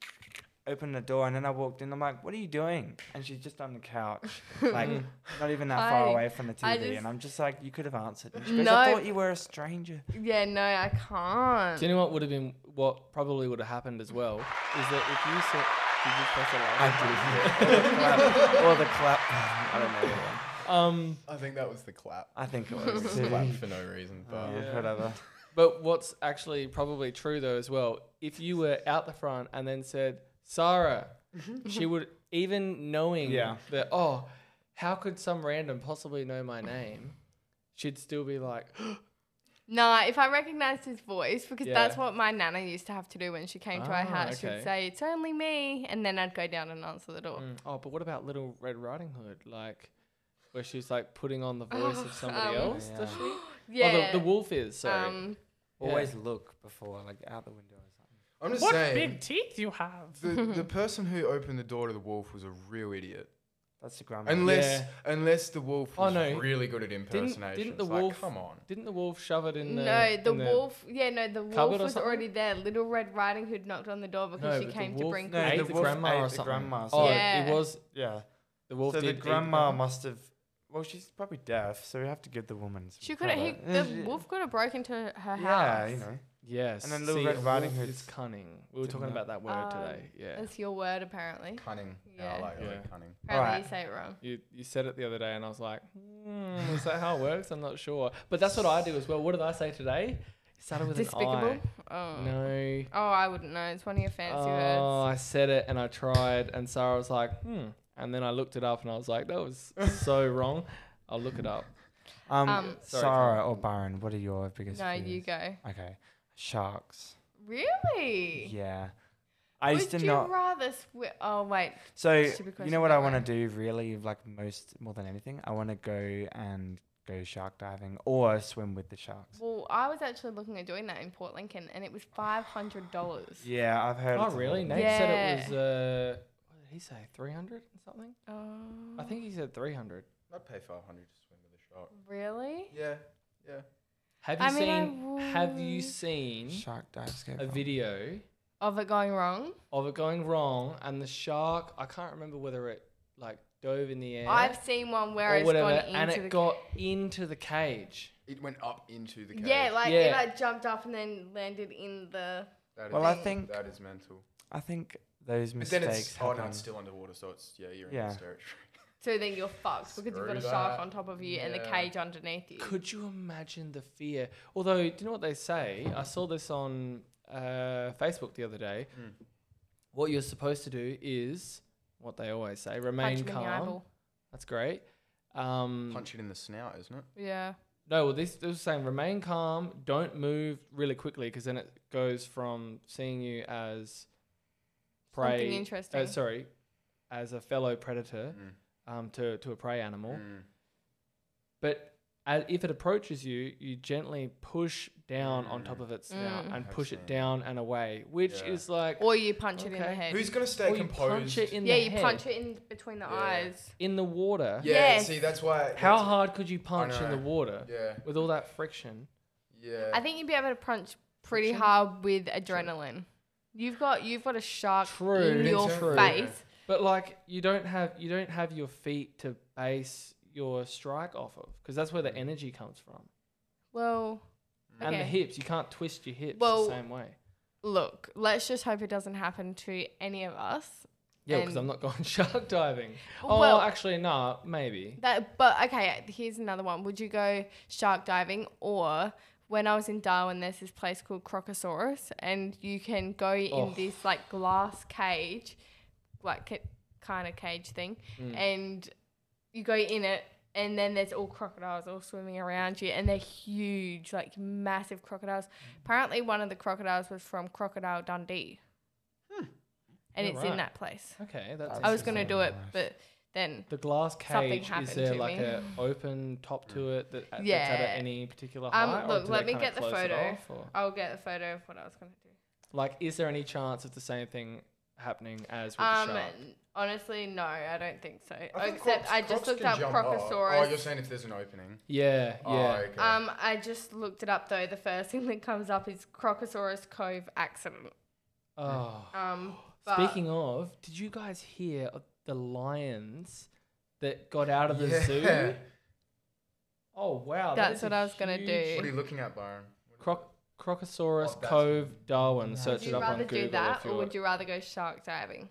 Speaker 4: open the door, and then I walked in. I'm like, "What are you doing?" And she's just on the couch, like
Speaker 2: Mm-hmm.
Speaker 4: not even that far
Speaker 1: I-
Speaker 4: away from the
Speaker 1: I
Speaker 4: TV.
Speaker 1: just-
Speaker 4: and I'm just like, "You could have answered." And she goes, "I
Speaker 1: No.
Speaker 4: thought you were a stranger."
Speaker 1: *laughs* yeah, no, I can't.
Speaker 2: Do you know what would have been what probably would have happened as well is that if you said did you press the
Speaker 4: I
Speaker 2: light?
Speaker 4: did.
Speaker 2: *laughs*
Speaker 4: or the clap. *laughs* Or the clap. I don't know. what one.
Speaker 2: Um,
Speaker 3: I think that was the clap.
Speaker 4: *laughs* I think it
Speaker 1: *laughs*
Speaker 3: It was
Speaker 4: was.
Speaker 3: a clap for no reason. But
Speaker 4: *laughs* Oh,
Speaker 2: Yeah.
Speaker 4: Whatever.
Speaker 2: but what's actually probably true though as well, if you were out the front and then said Sarah,
Speaker 1: Mm-hmm.
Speaker 2: she would even knowing
Speaker 4: Yeah.
Speaker 2: that oh, how could some random possibly know my name? She'd still be like,
Speaker 1: Nah, if I recognised his voice, because that's
Speaker 2: Yeah.
Speaker 1: what my nana used to have to do when she came to our
Speaker 2: Ah,
Speaker 1: house.
Speaker 2: okay.
Speaker 1: She'd say, "It's only me," and then I'd go down and answer the door.
Speaker 2: "Mm, oh, but what about Little Red Riding Hood? Like, where she's like putting on the voice
Speaker 1: Oh,
Speaker 2: of somebody
Speaker 1: um,
Speaker 2: else, does she?
Speaker 1: Yeah.
Speaker 2: Oh, the, the wolf is sorry.
Speaker 1: Um,
Speaker 2: Yeah.
Speaker 4: Always look before, like out the window or something.
Speaker 3: I'm just saying,
Speaker 2: teeth you have!
Speaker 3: the,
Speaker 2: *laughs*
Speaker 3: the person who opened the door to the wolf was a real idiot.
Speaker 4: That's the grandma.
Speaker 3: Unless
Speaker 2: Yeah.
Speaker 3: unless the wolf
Speaker 2: Oh,
Speaker 3: was
Speaker 2: no.
Speaker 3: really good at impersonations.
Speaker 2: the
Speaker 3: Like,
Speaker 2: wolf-
Speaker 3: Come on.
Speaker 2: Didn't the wolf shove it in the?
Speaker 1: no, the
Speaker 2: in
Speaker 1: wolf. Yeah, no, the
Speaker 2: cupboard
Speaker 1: wolf
Speaker 2: or
Speaker 1: was
Speaker 2: something?
Speaker 1: already there. Little Red Riding Hood knocked on the door because
Speaker 2: No,
Speaker 1: she
Speaker 2: but the
Speaker 1: came to
Speaker 2: wolf-
Speaker 1: bring.
Speaker 4: No,
Speaker 2: ate
Speaker 4: the
Speaker 2: the,
Speaker 4: wolf
Speaker 2: grandma
Speaker 4: ate
Speaker 2: or
Speaker 4: the
Speaker 2: something.
Speaker 4: grandma,
Speaker 2: oh,
Speaker 1: Yeah.
Speaker 2: it was
Speaker 4: Yeah.
Speaker 2: the wolf.
Speaker 4: so
Speaker 2: did
Speaker 4: the
Speaker 2: eat
Speaker 4: grandma
Speaker 2: grandma.
Speaker 4: must have. Well, she's probably deaf, so we have to give the woman. Some
Speaker 1: She could have.
Speaker 4: credit.
Speaker 1: The wolf could have broken into her house.
Speaker 4: Yeah, you know.
Speaker 2: yes,
Speaker 4: And then Little
Speaker 2: See,
Speaker 4: Red
Speaker 2: a
Speaker 4: Riding
Speaker 2: wolf
Speaker 4: Hood
Speaker 2: is cunning. We were
Speaker 4: did
Speaker 2: talking
Speaker 4: not-
Speaker 2: about that word
Speaker 1: Um,
Speaker 2: today. Yeah,
Speaker 1: That's your word, apparently.
Speaker 3: Cunning.
Speaker 1: Yeah.
Speaker 3: Yeah. I like, I like
Speaker 2: Yeah.
Speaker 3: cunning.
Speaker 1: Apparently,
Speaker 4: Alright.
Speaker 1: you say it wrong.
Speaker 2: you you said it the other day, and I was like, hmm, is that how it works? I'm not sure, but that's what I do as well. What did I say today? It started with
Speaker 1: Despicable.
Speaker 2: an I.
Speaker 1: Oh.
Speaker 2: No.
Speaker 1: Oh, I wouldn't know. It's one of your fancy
Speaker 2: Oh, I said it and I tried, and Sarah was like, hmm. And then I looked it up and I was like, that was
Speaker 1: *laughs*
Speaker 2: so wrong. I'll look it *laughs* up.
Speaker 4: Um,
Speaker 1: Um,
Speaker 2: Sorry,
Speaker 4: Sarah or Byron, what are your biggest?
Speaker 1: words. No, you
Speaker 4: fears?
Speaker 1: go.
Speaker 4: Okay, sharks.
Speaker 1: Really?
Speaker 4: Yeah. I
Speaker 1: Would
Speaker 4: used to
Speaker 1: you
Speaker 4: not.
Speaker 1: rather swi Oh wait.
Speaker 4: So
Speaker 1: Stupid
Speaker 4: you
Speaker 1: question,
Speaker 4: know what I
Speaker 1: don't
Speaker 4: want to do really, like most more than anything, I want to go and go shark diving or swim with the sharks.
Speaker 1: Well, I was actually looking at doing that in Port Lincoln, and it was five hundred dollars.
Speaker 4: Yeah, I've heard.
Speaker 2: Oh,
Speaker 4: it's a
Speaker 2: really?
Speaker 4: lot.
Speaker 2: Nate said it was, uh, what did he say, 300 and something?
Speaker 1: Oh.
Speaker 2: I think he said 300.
Speaker 3: I'd pay 500 to swim with a shark.
Speaker 1: Really?
Speaker 3: Yeah.
Speaker 2: Have you
Speaker 1: I mean, I
Speaker 2: seen, have you
Speaker 1: would.
Speaker 2: seen
Speaker 4: Shark dives. go
Speaker 2: a
Speaker 4: far.
Speaker 2: video
Speaker 1: Of it going wrong?
Speaker 2: of it going wrong and the shark, I can't remember whether it like dove in the air
Speaker 1: I've seen one where
Speaker 2: or
Speaker 1: it's
Speaker 2: whatever,
Speaker 1: gone into
Speaker 2: and
Speaker 1: the
Speaker 2: it got into the cage.
Speaker 3: It went up into the cage.
Speaker 1: Yeah, like
Speaker 2: Yeah.
Speaker 1: it like jumped up and then landed in the.
Speaker 3: That
Speaker 4: Well, I
Speaker 3: is-
Speaker 4: think-
Speaker 3: that is mental.
Speaker 4: I think those
Speaker 3: But
Speaker 4: mistakes
Speaker 3: then it's oh
Speaker 4: happen.
Speaker 3: no, it's still underwater, so it's yeah, you're
Speaker 4: Yeah.
Speaker 3: in this territory.
Speaker 1: So then you're fucked because you've got
Speaker 3: Screw
Speaker 1: a shark
Speaker 3: that.
Speaker 1: on top of you and the
Speaker 3: Yeah.
Speaker 1: cage underneath you.
Speaker 2: Could you imagine the fear? Although, do you know what they say? I saw this on uh, Facebook the other day.
Speaker 3: Mm.
Speaker 2: What you're supposed to do is what they always say:
Speaker 1: Punch
Speaker 2: remain
Speaker 1: him in the
Speaker 2: calm.
Speaker 1: eyeball.
Speaker 2: That's great. Um,
Speaker 3: Punch it in the snout, isn't it?
Speaker 1: Yeah.
Speaker 2: no, well, this, this was saying remain calm, don't move really quickly, because then it goes from seeing you as
Speaker 1: Something
Speaker 2: prey.
Speaker 1: interesting.
Speaker 2: Uh, sorry, as a fellow predator
Speaker 3: Mm.
Speaker 2: um, to to a prey animal.
Speaker 3: Mm.
Speaker 2: But as, if it approaches you, you gently push down on top of its snout
Speaker 1: Mm.
Speaker 2: and push it
Speaker 3: Excellent.
Speaker 2: down and away, which
Speaker 3: Yeah.
Speaker 2: is like
Speaker 1: Or you punch it in the
Speaker 2: Okay.
Speaker 1: head.
Speaker 3: Who's gonna stay
Speaker 2: or you punch
Speaker 3: composed?
Speaker 2: it in
Speaker 1: yeah,
Speaker 2: the
Speaker 1: you
Speaker 2: head,
Speaker 1: punch it in between the
Speaker 3: Yeah.
Speaker 1: eyes.
Speaker 2: in the water.
Speaker 3: yeah,
Speaker 1: Yes.
Speaker 3: see, that's why.
Speaker 2: How
Speaker 3: that's-
Speaker 2: hard could you punch in the
Speaker 3: know.
Speaker 2: water
Speaker 3: Yeah,
Speaker 2: with all that friction?
Speaker 3: yeah.
Speaker 1: I think you'd be able to punch pretty
Speaker 2: Friction?
Speaker 1: hard with adrenaline. You've got you've got a shark
Speaker 2: True,
Speaker 1: in
Speaker 2: but
Speaker 1: your
Speaker 3: it's a-
Speaker 1: face.
Speaker 2: But like you don't have you don't have your feet to base your strike off of because that's where the
Speaker 3: Mm.
Speaker 2: energy comes from.
Speaker 1: Well,
Speaker 2: And the
Speaker 1: Okay.
Speaker 2: hips, you can't twist your hips
Speaker 1: Well,
Speaker 2: the same way.
Speaker 1: look, let's just hope it doesn't happen to any of us.
Speaker 2: Yeah, because I'm not
Speaker 1: and-
Speaker 2: going *laughs* shark diving. Oh,
Speaker 1: Well-
Speaker 2: actually, nah, maybe.
Speaker 1: That but okay, here's another one. Would you go shark diving or when I was in Darwin, there's this place called Crocosaurus, and you can go
Speaker 2: Oh.
Speaker 1: in this like glass cage, like ca- kind of cage thing,
Speaker 2: Mm.
Speaker 1: and you go in it. And then there's all crocodiles all swimming around you, and they're huge, like massive crocodiles. Apparently, one of the crocodiles was from Crocodile Dundee, and
Speaker 2: Yeah,
Speaker 1: it's
Speaker 2: right.
Speaker 1: in that place.
Speaker 2: Okay, that's.
Speaker 1: I was gonna
Speaker 2: interesting.
Speaker 1: do it,
Speaker 4: Nice.
Speaker 1: but then
Speaker 2: The glass
Speaker 1: Something
Speaker 2: cage
Speaker 1: happened
Speaker 2: is there
Speaker 1: to
Speaker 2: like
Speaker 1: me.
Speaker 2: an open top to it that that's at
Speaker 1: Yeah.
Speaker 2: a- any particular
Speaker 1: Um,
Speaker 2: height? or
Speaker 1: look,
Speaker 2: do
Speaker 1: let
Speaker 2: they
Speaker 1: me
Speaker 2: kinda
Speaker 1: get the
Speaker 2: close it
Speaker 1: photo.
Speaker 2: off, or-
Speaker 1: I'll get a photo of what I was gonna do.
Speaker 2: Like, is there any chance of the same thing happening as with
Speaker 1: Um,
Speaker 2: the shark?
Speaker 1: n- honestly, no, I don't think so.
Speaker 3: think
Speaker 1: Except
Speaker 3: crocs-
Speaker 1: I just
Speaker 3: crocs
Speaker 1: looked
Speaker 3: can
Speaker 1: up
Speaker 3: jump up. Oh, you're
Speaker 1: Crocosaurus.
Speaker 3: saying if there's an opening.
Speaker 2: Yeah, yeah.
Speaker 3: Oh, okay.
Speaker 1: um, I just looked it up though. The first *laughs* thing that comes up is Crocosaurus Cove accident.
Speaker 2: Oh.
Speaker 1: Um, but
Speaker 2: Speaking of, did you guys hear of the lions that got out of the
Speaker 3: Yeah. *laughs*
Speaker 2: zoo? Oh wow, that
Speaker 1: That's
Speaker 2: is a
Speaker 1: what I was gonna
Speaker 2: huge-
Speaker 1: do.
Speaker 3: What are you looking at, Byron? What-
Speaker 2: Croc- Crocosaurus
Speaker 3: Oh, that's-
Speaker 2: Cove Darwin.
Speaker 4: Nice.
Speaker 2: Search
Speaker 1: would
Speaker 2: it
Speaker 1: you
Speaker 2: up on
Speaker 1: rather
Speaker 2: Google
Speaker 1: do that
Speaker 2: if you
Speaker 1: or would you rather go shark diving?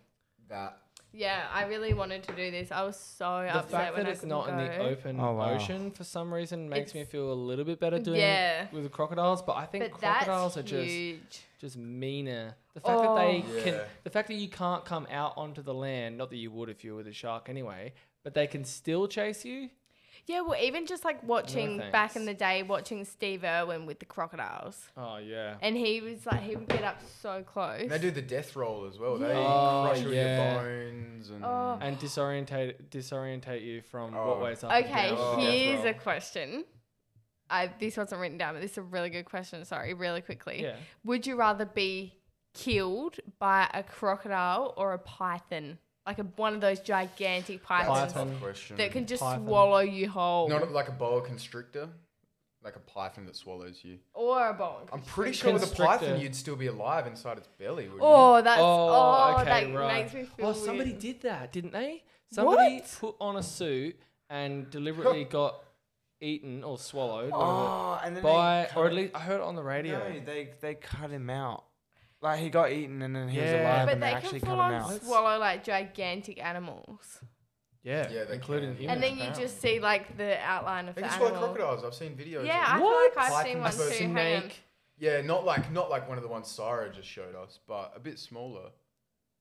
Speaker 3: That.
Speaker 1: Yeah, I really wanted to do this. I was so
Speaker 2: The
Speaker 1: upset
Speaker 2: fact
Speaker 1: when
Speaker 2: that
Speaker 1: I
Speaker 2: it's
Speaker 1: couldn't
Speaker 2: not in the
Speaker 1: go.
Speaker 2: open
Speaker 4: Oh, wow.
Speaker 2: ocean for some reason makes me
Speaker 1: It's-
Speaker 2: feel a little bit better doing
Speaker 1: Yeah.
Speaker 2: it with the crocodiles, but I think
Speaker 1: But
Speaker 2: crocodiles
Speaker 1: that's
Speaker 2: are just
Speaker 1: huge.
Speaker 2: just meaner. The fact that they
Speaker 3: Oh.
Speaker 2: can,
Speaker 3: Yeah.
Speaker 2: the fact that you can't come out onto the land, not that you would if you were with a shark anyway, but they can still chase you.
Speaker 1: Yeah, well, even just like watching back in
Speaker 2: thanks.
Speaker 1: the day, watching Steve Irwin with the crocodiles,
Speaker 2: Oh yeah.
Speaker 1: and he was like, he would get up so close.
Speaker 3: And they do the death roll as well. They
Speaker 2: Oh,
Speaker 3: crush all
Speaker 2: yeah.
Speaker 3: your bones and.
Speaker 1: Oh.
Speaker 2: And disorientate disorientate you from what
Speaker 3: Oh.
Speaker 2: ways up. and
Speaker 1: Okay,
Speaker 2: down.
Speaker 3: Oh.
Speaker 1: here's
Speaker 3: Death row.
Speaker 1: a question. I, this wasn't written down, but this is a really good question. Sorry, really quickly.
Speaker 2: Yeah.
Speaker 1: Would you rather be killed by a crocodile or a python? Like a, one of those gigantic
Speaker 3: That's
Speaker 1: pythons
Speaker 3: a tough
Speaker 2: Python.
Speaker 3: question.
Speaker 1: that can just
Speaker 2: Python.
Speaker 1: swallow you whole.
Speaker 3: Not like a boa constrictor, like a python that swallows you.
Speaker 1: or a bone.
Speaker 3: I'm pretty sure with a python
Speaker 2: Constrictor.
Speaker 3: you'd still be alive inside its belly. Wouldn't you?
Speaker 1: Oh, that's
Speaker 2: Oh,
Speaker 1: oh,
Speaker 2: okay,
Speaker 1: that
Speaker 2: right.
Speaker 1: makes me feel.
Speaker 2: Oh, somebody
Speaker 1: weird.
Speaker 2: did that, didn't they? Somebody
Speaker 1: What?
Speaker 2: put on a suit and deliberately got eaten or swallowed whatever,
Speaker 4: Oh, and then
Speaker 2: by,
Speaker 4: they cut
Speaker 2: or at
Speaker 4: him-
Speaker 2: least I heard it on the radio.
Speaker 4: No, they they cut him out. Like he got eaten and then he was
Speaker 2: Yeah.
Speaker 4: alive,
Speaker 1: But
Speaker 4: and they,
Speaker 1: they
Speaker 4: actually
Speaker 1: can
Speaker 4: cut
Speaker 1: full
Speaker 4: him out. *laughs*
Speaker 1: on swallow like gigantic animals,
Speaker 2: Yeah,
Speaker 3: Yeah, they
Speaker 2: including
Speaker 3: can.
Speaker 2: humans.
Speaker 1: and then you
Speaker 2: apparently.
Speaker 1: just see like the outline of
Speaker 3: They
Speaker 1: the
Speaker 3: can
Speaker 1: animal.
Speaker 3: swallow crocodiles. I've seen videos.
Speaker 1: Yeah, I
Speaker 3: Of
Speaker 1: feel
Speaker 3: them.
Speaker 1: like
Speaker 2: What?
Speaker 1: I've seen
Speaker 3: Python
Speaker 1: one
Speaker 3: is a
Speaker 1: too. Hang on.
Speaker 2: snake.
Speaker 3: yeah, not like not like one of the ones Sarah just showed us, but a bit smaller.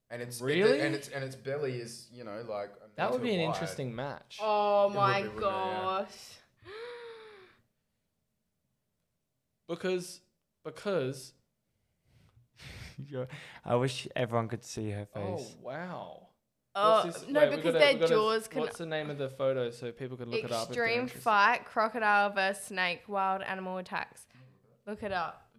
Speaker 3: And it's it-
Speaker 2: Really?
Speaker 3: and its and its belly is you know like a
Speaker 2: that would
Speaker 3: meter
Speaker 2: be an
Speaker 3: wide.
Speaker 2: interesting match.
Speaker 1: Oh
Speaker 3: would
Speaker 1: my
Speaker 3: be, wouldn't it? Yeah.
Speaker 1: gosh. *gasps*
Speaker 2: Because because
Speaker 4: You're- I wish everyone could see her
Speaker 2: oh
Speaker 4: face.
Speaker 2: wow.
Speaker 1: Oh,
Speaker 2: What's this-
Speaker 1: no,
Speaker 2: wait, we
Speaker 1: because
Speaker 2: gotta- we
Speaker 1: their
Speaker 2: gotta-
Speaker 1: jaws can.
Speaker 2: What's the name of the photo so people can look it up? if they're
Speaker 1: Extreme
Speaker 2: interested?
Speaker 1: fight, crocodile versus snake, wild animal attacks. Look it up.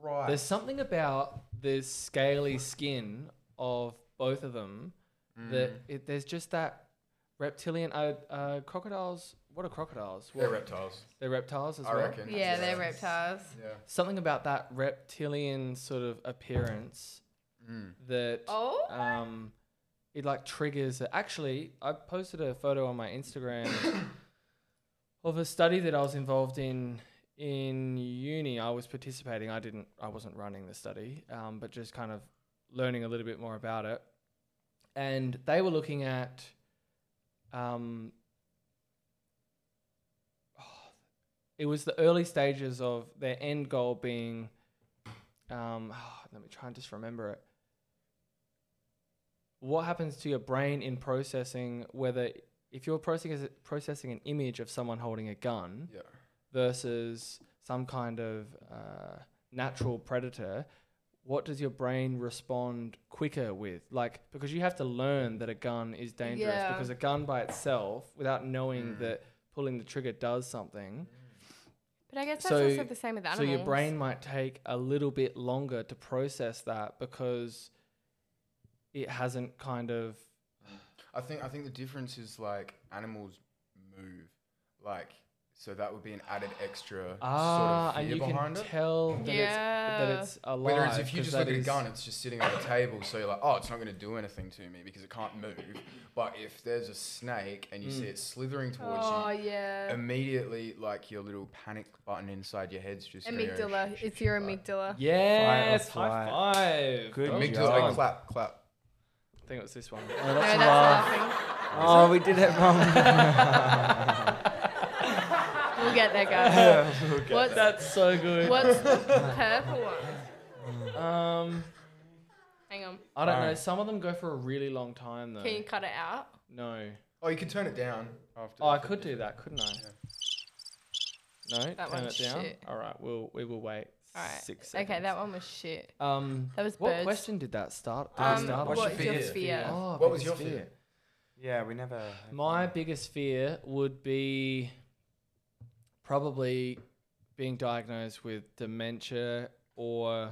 Speaker 3: Right.
Speaker 2: There's something about the scaly skin of both of them that
Speaker 3: Mm.
Speaker 2: it, there's just that reptilian. Uh, uh, crocodiles. What are crocodiles?
Speaker 3: Mm. They're
Speaker 2: Well,
Speaker 3: reptiles.
Speaker 2: they're reptiles as
Speaker 3: I
Speaker 2: well.
Speaker 3: reckon.
Speaker 1: Yeah, they're reptiles.
Speaker 3: Yeah.
Speaker 2: Something about that reptilian sort of appearance
Speaker 3: Mm.
Speaker 2: that
Speaker 1: Oh,
Speaker 2: um, it like triggers. Actually, I posted a photo on my Instagram *coughs* of a study that I was involved in in uni. I was participating. I didn't. I wasn't running the study, um, but just kind of learning a little bit more about it. And they were looking at, um, oh, it was the early stages of their end goal being. Um, *sighs* let me try and just remember it what happens to your brain in processing whether if you're processing processing an image of someone holding a gun
Speaker 3: Yeah.
Speaker 2: versus some kind of uh, natural predator what does your brain respond quicker with like because you have to learn that a gun is dangerous
Speaker 1: Yeah.
Speaker 2: because a gun by itself without knowing
Speaker 3: Mm.
Speaker 2: that pulling the trigger does something
Speaker 1: but I guess that's
Speaker 2: So-
Speaker 1: also the same with animals.
Speaker 2: so your brain might take a little bit longer to process that because it hasn't kind of
Speaker 3: I think I think the difference is like animals move, like so that would be an added extra
Speaker 2: Ah,
Speaker 3: sort of fear
Speaker 2: and you
Speaker 3: behind
Speaker 2: can
Speaker 3: it.
Speaker 2: tell that, it's, that
Speaker 1: Yeah.
Speaker 2: it's alive.
Speaker 3: Whereas if you
Speaker 2: 'cause
Speaker 3: just look
Speaker 2: that
Speaker 3: at a
Speaker 2: is-
Speaker 3: gun, it's just sitting on a table, so you're like, oh, it's not going to do anything to me because it can't move. But if there's a snake and you see
Speaker 2: Mm.
Speaker 3: it slithering towards
Speaker 1: Oh
Speaker 3: you,
Speaker 1: yeah.
Speaker 3: immediately like your little panic button inside your head's just gonna go
Speaker 1: amygdala.
Speaker 3: sh- sh-
Speaker 1: It's your
Speaker 3: sh- like-
Speaker 1: amygdala.
Speaker 2: yes,
Speaker 4: Flight or
Speaker 2: high five.
Speaker 4: Good
Speaker 2: Well
Speaker 4: job.
Speaker 3: Amygdala,
Speaker 2: done.
Speaker 3: like, clap, clap.
Speaker 2: I think it was this one.
Speaker 1: No,
Speaker 2: Oh, that's
Speaker 1: that's
Speaker 2: laugh.
Speaker 4: *laughs*
Speaker 1: laughing.
Speaker 4: Oh, we did it wrong.
Speaker 1: We'll get there,
Speaker 2: *laughs*
Speaker 1: guys.
Speaker 2: *laughs*
Speaker 1: What's,
Speaker 2: That's so good. *laughs*
Speaker 1: what's the purple one?
Speaker 2: Um,
Speaker 1: Hang on.
Speaker 2: I don't know.
Speaker 4: Alright.
Speaker 2: Some of them go for a really long time though.
Speaker 1: Can you cut it out?
Speaker 2: No.
Speaker 3: Oh, you can turn it down after.
Speaker 2: Oh, I could do that, couldn't I? No, turn
Speaker 1: one's
Speaker 2: it down.
Speaker 1: shit.
Speaker 2: All right, we'll we will wait.
Speaker 1: All right.
Speaker 2: Six seconds.
Speaker 1: Okay, that one was shit.
Speaker 2: Um,
Speaker 1: That was
Speaker 2: what
Speaker 1: birds.
Speaker 2: question did that start? Did
Speaker 1: Um,
Speaker 2: it start on?
Speaker 3: What's your
Speaker 1: what's your
Speaker 3: fear?
Speaker 1: fear?
Speaker 2: Oh,
Speaker 3: What was
Speaker 2: biggest
Speaker 3: your fear?
Speaker 4: Yeah, we never.
Speaker 2: My biggest fear would be probably being diagnosed with dementia or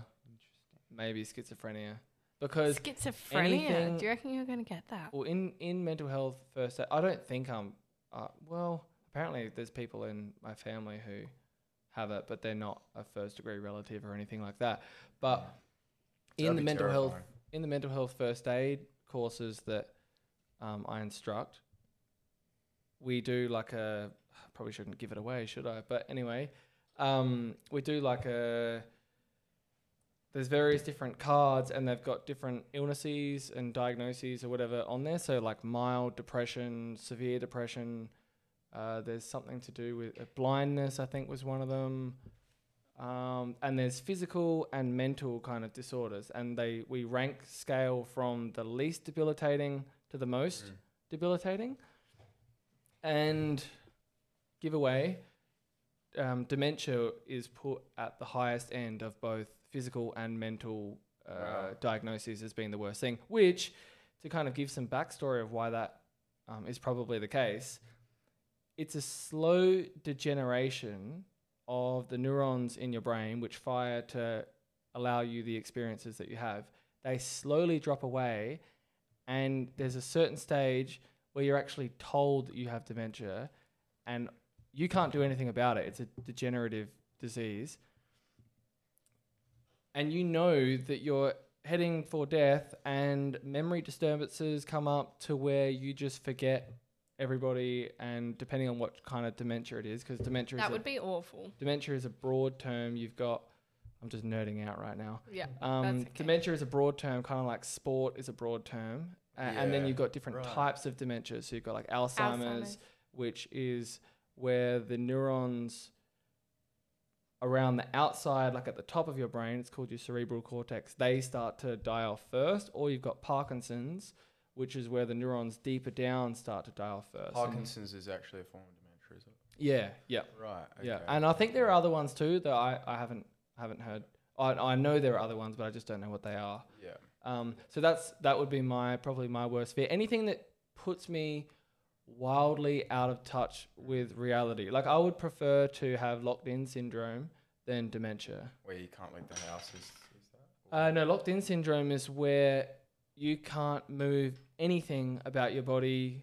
Speaker 2: maybe schizophrenia, because
Speaker 1: Schizophrenia.
Speaker 2: anything-
Speaker 1: Do you reckon you're gonna get that?
Speaker 2: Well, in in mental health first, aid- I don't think I'm. Uh, well, apparently there's people in my family who have it, but they're not a first degree relative or anything like that. But in
Speaker 3: That'd
Speaker 2: the
Speaker 3: be
Speaker 2: mental health
Speaker 3: terrifying.
Speaker 2: in the mental health first aid courses that um, I instruct, we do like a probably shouldn't give it away, should I? But anyway, um, we do like a there's various different cards and they've got different illnesses and diagnoses or whatever on there. So like mild depression, severe depression. Uh, there's something to do with uh, blindness. I think was one of them. Um, and there's physical and mental kind of disorders, and they we rank scale from the least debilitating to the most
Speaker 3: Mm.
Speaker 2: debilitating. And giveaway, um, dementia is put at the highest end of both physical and mental uh,
Speaker 3: Wow.
Speaker 2: diagnoses as being the worst thing. Which, to kind of give some backstory of why that um, is probably the case, it's a slow degeneration of the neurons in your brain which fire to allow you the experiences that you have. They slowly drop away, and there's a certain stage where you're actually told that you have dementia, and you can't do anything about it. It's a degenerative disease. And you know that you're heading for death, and memory disturbances come up to where you just forget everybody. And depending on what kind of dementia it is, because dementia is
Speaker 1: That
Speaker 2: a
Speaker 1: would be awful.
Speaker 2: dementia is a broad term. You've got, I'm just nerding out right now.
Speaker 1: Yeah.
Speaker 2: Um,
Speaker 1: That's okay.
Speaker 2: Dementia is a broad term, kind of like sport is a broad term. A- And then
Speaker 3: Yeah,
Speaker 2: you've got different
Speaker 3: right.
Speaker 2: types of dementia. So you've got like Alzheimer's,
Speaker 1: Alzheimer's.
Speaker 2: which is where the neurons around the outside, like at the top of your brain, it's called your cerebral cortex, they start to die off first. Or you've got Parkinson's, which is where the neurons deeper down start to die off first. And-
Speaker 3: Parkinson's is actually a form of dementia, is it?
Speaker 2: Yeah, yeah.
Speaker 3: Right.
Speaker 2: Yeah,
Speaker 3: okay.
Speaker 2: and I think there are other ones too that I, I haven't haven't heard. I, I know there are other ones, but I just don't know what they are.
Speaker 3: Yeah.
Speaker 2: Um, so that's that would be my probably my worst fear. Anything that puts me wildly out of touch with reality. Like I would prefer to have locked in syndrome than dementia.
Speaker 3: Where you can't leave the house is, is that?
Speaker 2: Uh, no, locked in syndrome is where you can't move anything about your body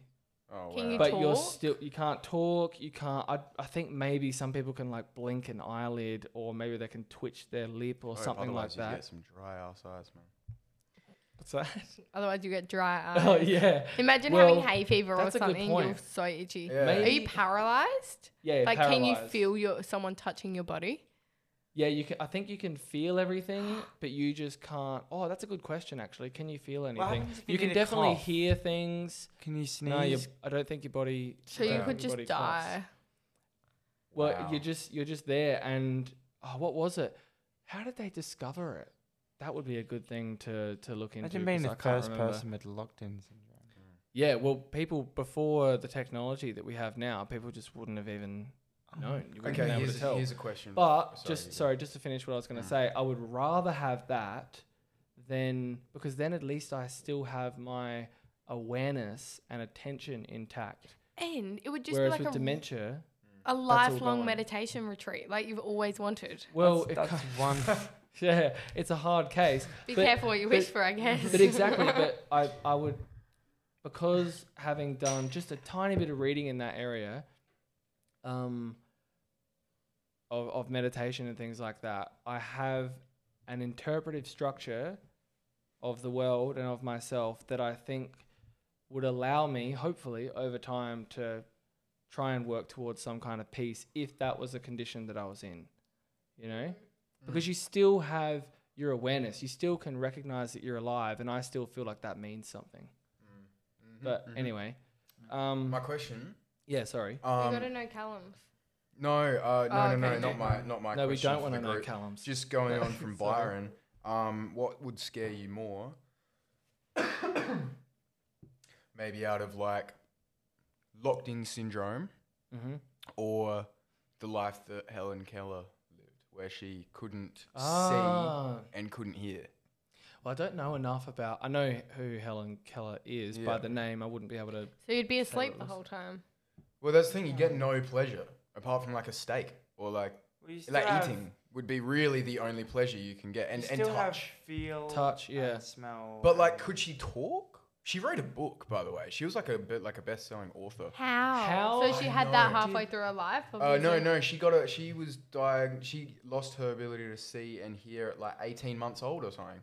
Speaker 3: oh,
Speaker 1: Can you
Speaker 2: but you're
Speaker 1: talk?
Speaker 2: still you can't talk you can't I, I think maybe some people can like blink an eyelid or maybe they can twitch their lip or
Speaker 3: I hope
Speaker 2: something like
Speaker 3: Oh, otherwise You
Speaker 2: *laughs* that
Speaker 3: get some dry ass eyes, man.
Speaker 2: What's that?
Speaker 1: Otherwise, you get dry eyes.
Speaker 2: *laughs* oh yeah
Speaker 1: Imagine
Speaker 2: Well,
Speaker 1: having hay fever or
Speaker 2: that's a good
Speaker 1: something. You're
Speaker 2: point.
Speaker 1: so itchy.
Speaker 3: Yeah.
Speaker 1: Are
Speaker 2: Maybe-
Speaker 1: you paralyzed?
Speaker 2: yeah
Speaker 1: like, can you
Speaker 2: paralysed.
Speaker 1: feel your someone touching your body?
Speaker 2: yeah you can i think you can feel
Speaker 4: *gasps*
Speaker 2: everything but you just can't oh that's a good question actually can you feel anything
Speaker 4: happens if
Speaker 2: you
Speaker 4: you
Speaker 2: can
Speaker 4: get a
Speaker 2: definitely
Speaker 4: cough?
Speaker 2: hear things
Speaker 4: Can you sneeze?
Speaker 2: no your, i don't think your body
Speaker 1: So
Speaker 2: I
Speaker 1: you
Speaker 2: don't
Speaker 1: could
Speaker 2: think your
Speaker 1: just
Speaker 2: body coughs.
Speaker 1: die.
Speaker 2: Well,
Speaker 3: Wow.
Speaker 2: you're just you're just there, and oh, what was it? How did they discover it? That would be a good thing to to look into.
Speaker 4: Imagine being
Speaker 2: 'cause
Speaker 4: the
Speaker 2: I can't
Speaker 4: first
Speaker 2: remember.
Speaker 4: person with locked-in syndrome.
Speaker 2: Yeah, well, people before the technology that we have now, people just wouldn't have even
Speaker 4: Oh,
Speaker 2: known. You wouldn't have
Speaker 3: Okay,
Speaker 2: been able
Speaker 3: here's,
Speaker 2: to tell.
Speaker 3: here's a question.
Speaker 2: But
Speaker 3: Sorry, you
Speaker 2: just
Speaker 3: go.
Speaker 2: sorry, just to finish what I was going to
Speaker 3: Mm.
Speaker 2: say, I would rather have that than because then at least I still have my awareness and attention intact.
Speaker 1: And it would just
Speaker 2: Whereas
Speaker 1: be
Speaker 2: with
Speaker 1: like a,
Speaker 2: dementia,
Speaker 1: a
Speaker 2: all
Speaker 1: lifelong
Speaker 2: gone.
Speaker 1: meditation retreat, like you've always wanted.
Speaker 2: well, it
Speaker 4: that's,
Speaker 2: ki-
Speaker 4: that's one.
Speaker 2: *laughs* yeah, it's a hard case.
Speaker 1: Be
Speaker 2: But-
Speaker 1: careful what you wish
Speaker 2: but-
Speaker 1: for, I guess.
Speaker 2: But exactly,
Speaker 1: *laughs*
Speaker 2: but I, I would because having done just a tiny bit of reading in that area, um, of of meditation and things like that, I have an interpretive structure of the world and of myself that I think would allow me, hopefully, over time to try and work towards some kind of peace if that was a condition that I was in, you know? Because you still have your awareness, you still can recognize that you're alive, and I still feel like that means something.
Speaker 3: Mhm,
Speaker 2: But
Speaker 3: mhm.
Speaker 2: anyway, um,
Speaker 3: Mm-hmm. my question.
Speaker 2: yeah, sorry.
Speaker 1: you
Speaker 3: Um,
Speaker 1: gotta know Callum's.
Speaker 3: No, uh, no,
Speaker 1: Oh,
Speaker 3: no,
Speaker 1: okay,
Speaker 3: no,
Speaker 1: okay.
Speaker 3: not my, not my.
Speaker 2: no, we
Speaker 3: question
Speaker 2: don't
Speaker 3: for
Speaker 2: want
Speaker 3: the
Speaker 2: to know
Speaker 3: group.
Speaker 2: Callum's.
Speaker 3: Just going on
Speaker 2: *laughs*
Speaker 3: from
Speaker 2: Sorry.
Speaker 3: Byron, um, what would scare
Speaker 2: *coughs*
Speaker 3: you more? Maybe out of like locked in syndrome
Speaker 2: hmm
Speaker 3: or the life that Helen Keller lived, where she couldn't
Speaker 2: Ah,
Speaker 3: see and couldn't hear.
Speaker 2: well, I don't know enough about. I know who Helen Keller is by
Speaker 3: Yeah.
Speaker 2: the name. I wouldn't be able to.
Speaker 1: So you'd be
Speaker 2: Say what
Speaker 1: asleep
Speaker 2: it
Speaker 1: the
Speaker 2: was.
Speaker 1: whole time.
Speaker 3: Well, that's the thing. You get no pleasure apart from like a steak or like
Speaker 4: Well, you still
Speaker 3: like
Speaker 4: have-
Speaker 3: eating would be really the only pleasure you can get, and
Speaker 4: you
Speaker 3: and
Speaker 4: still have
Speaker 3: touch.
Speaker 4: feel,
Speaker 2: Touch, yeah.
Speaker 4: and smell.
Speaker 3: But like,
Speaker 4: and-
Speaker 3: could she talk? She wrote a book, by the way. She was like a bit like a best-selling author.
Speaker 1: How?
Speaker 2: How? Oh,
Speaker 1: So she
Speaker 3: I
Speaker 1: had that
Speaker 3: know.
Speaker 1: halfway through her life?
Speaker 3: Uh, no,
Speaker 1: obviously.
Speaker 3: no, she got a. She was diag. She lost her ability to see and hear at like eighteen months old or something.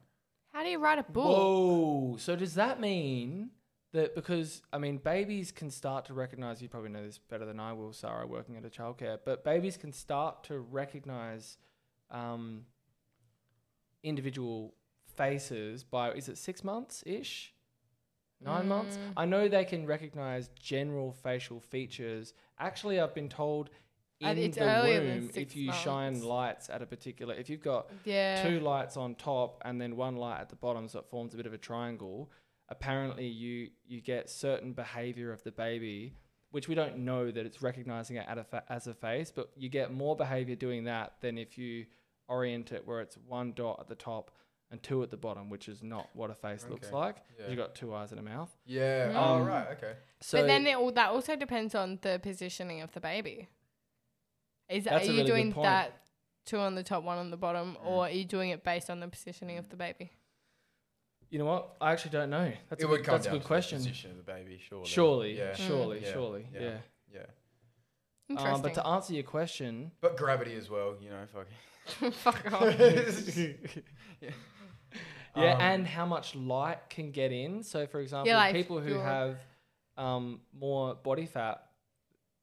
Speaker 1: How do you write a book?
Speaker 2: Whoa! So does that mean that because I mean, babies can start to recognize. You probably know this better than I will, Sarah, working at a childcare. But babies can start to recognize um, individual faces by is it six months ish, nine months?
Speaker 1: Mm.
Speaker 2: I know they can recognize general facial features. Actually, I've been told.
Speaker 1: And
Speaker 2: In
Speaker 1: it's
Speaker 2: the
Speaker 1: earlier than
Speaker 2: womb,
Speaker 1: six
Speaker 2: if you shine
Speaker 1: months.
Speaker 2: lights at a particular, if you've got
Speaker 1: Yeah.
Speaker 2: two lights on top and then one light at the bottom, so it forms a bit of a triangle. Apparently, you you get certain behavior of the baby, which we don't know that it's recognizing it at a fa- as a face, but you get more behavior doing that than if you orient it where it's one dot at the top and two at the bottom, which is not what a face looks
Speaker 3: Okay.
Speaker 2: like. 'cause
Speaker 3: Yeah.
Speaker 2: You've got two eyes and a mouth.
Speaker 4: Hmm.
Speaker 3: Yeah.
Speaker 2: Um,
Speaker 3: oh right. Okay.
Speaker 2: So
Speaker 1: but then it, all, that also depends on the positioning of the baby. Is
Speaker 2: That's
Speaker 1: are
Speaker 2: a
Speaker 1: you
Speaker 2: really good
Speaker 1: doing
Speaker 2: point.
Speaker 1: that two on the top, one on the bottom,
Speaker 3: Mm.
Speaker 1: or are you doing it based on the positioning of the baby?
Speaker 2: you know what? I actually don't know. That's
Speaker 3: it
Speaker 2: a
Speaker 3: would
Speaker 2: good,
Speaker 3: come
Speaker 2: that's a
Speaker 3: down
Speaker 2: good
Speaker 3: to the
Speaker 2: question.
Speaker 3: position of the baby, surely.
Speaker 2: Surely,
Speaker 3: Yeah.
Speaker 1: Mm.
Speaker 2: surely,
Speaker 3: Yeah.
Speaker 2: surely,
Speaker 3: Yeah.
Speaker 2: yeah.
Speaker 3: Yeah.
Speaker 1: Interesting.
Speaker 2: Um, but to answer your question,
Speaker 3: But gravity as well. You
Speaker 2: *laughs*
Speaker 3: know.
Speaker 1: *laughs*
Speaker 3: Fuck.
Speaker 1: Fuck off.
Speaker 3: yeah.
Speaker 2: Yeah,
Speaker 3: Um,
Speaker 2: and how much light can get in. So, for example,
Speaker 1: like
Speaker 2: people who
Speaker 1: your-
Speaker 2: have um, more body fat,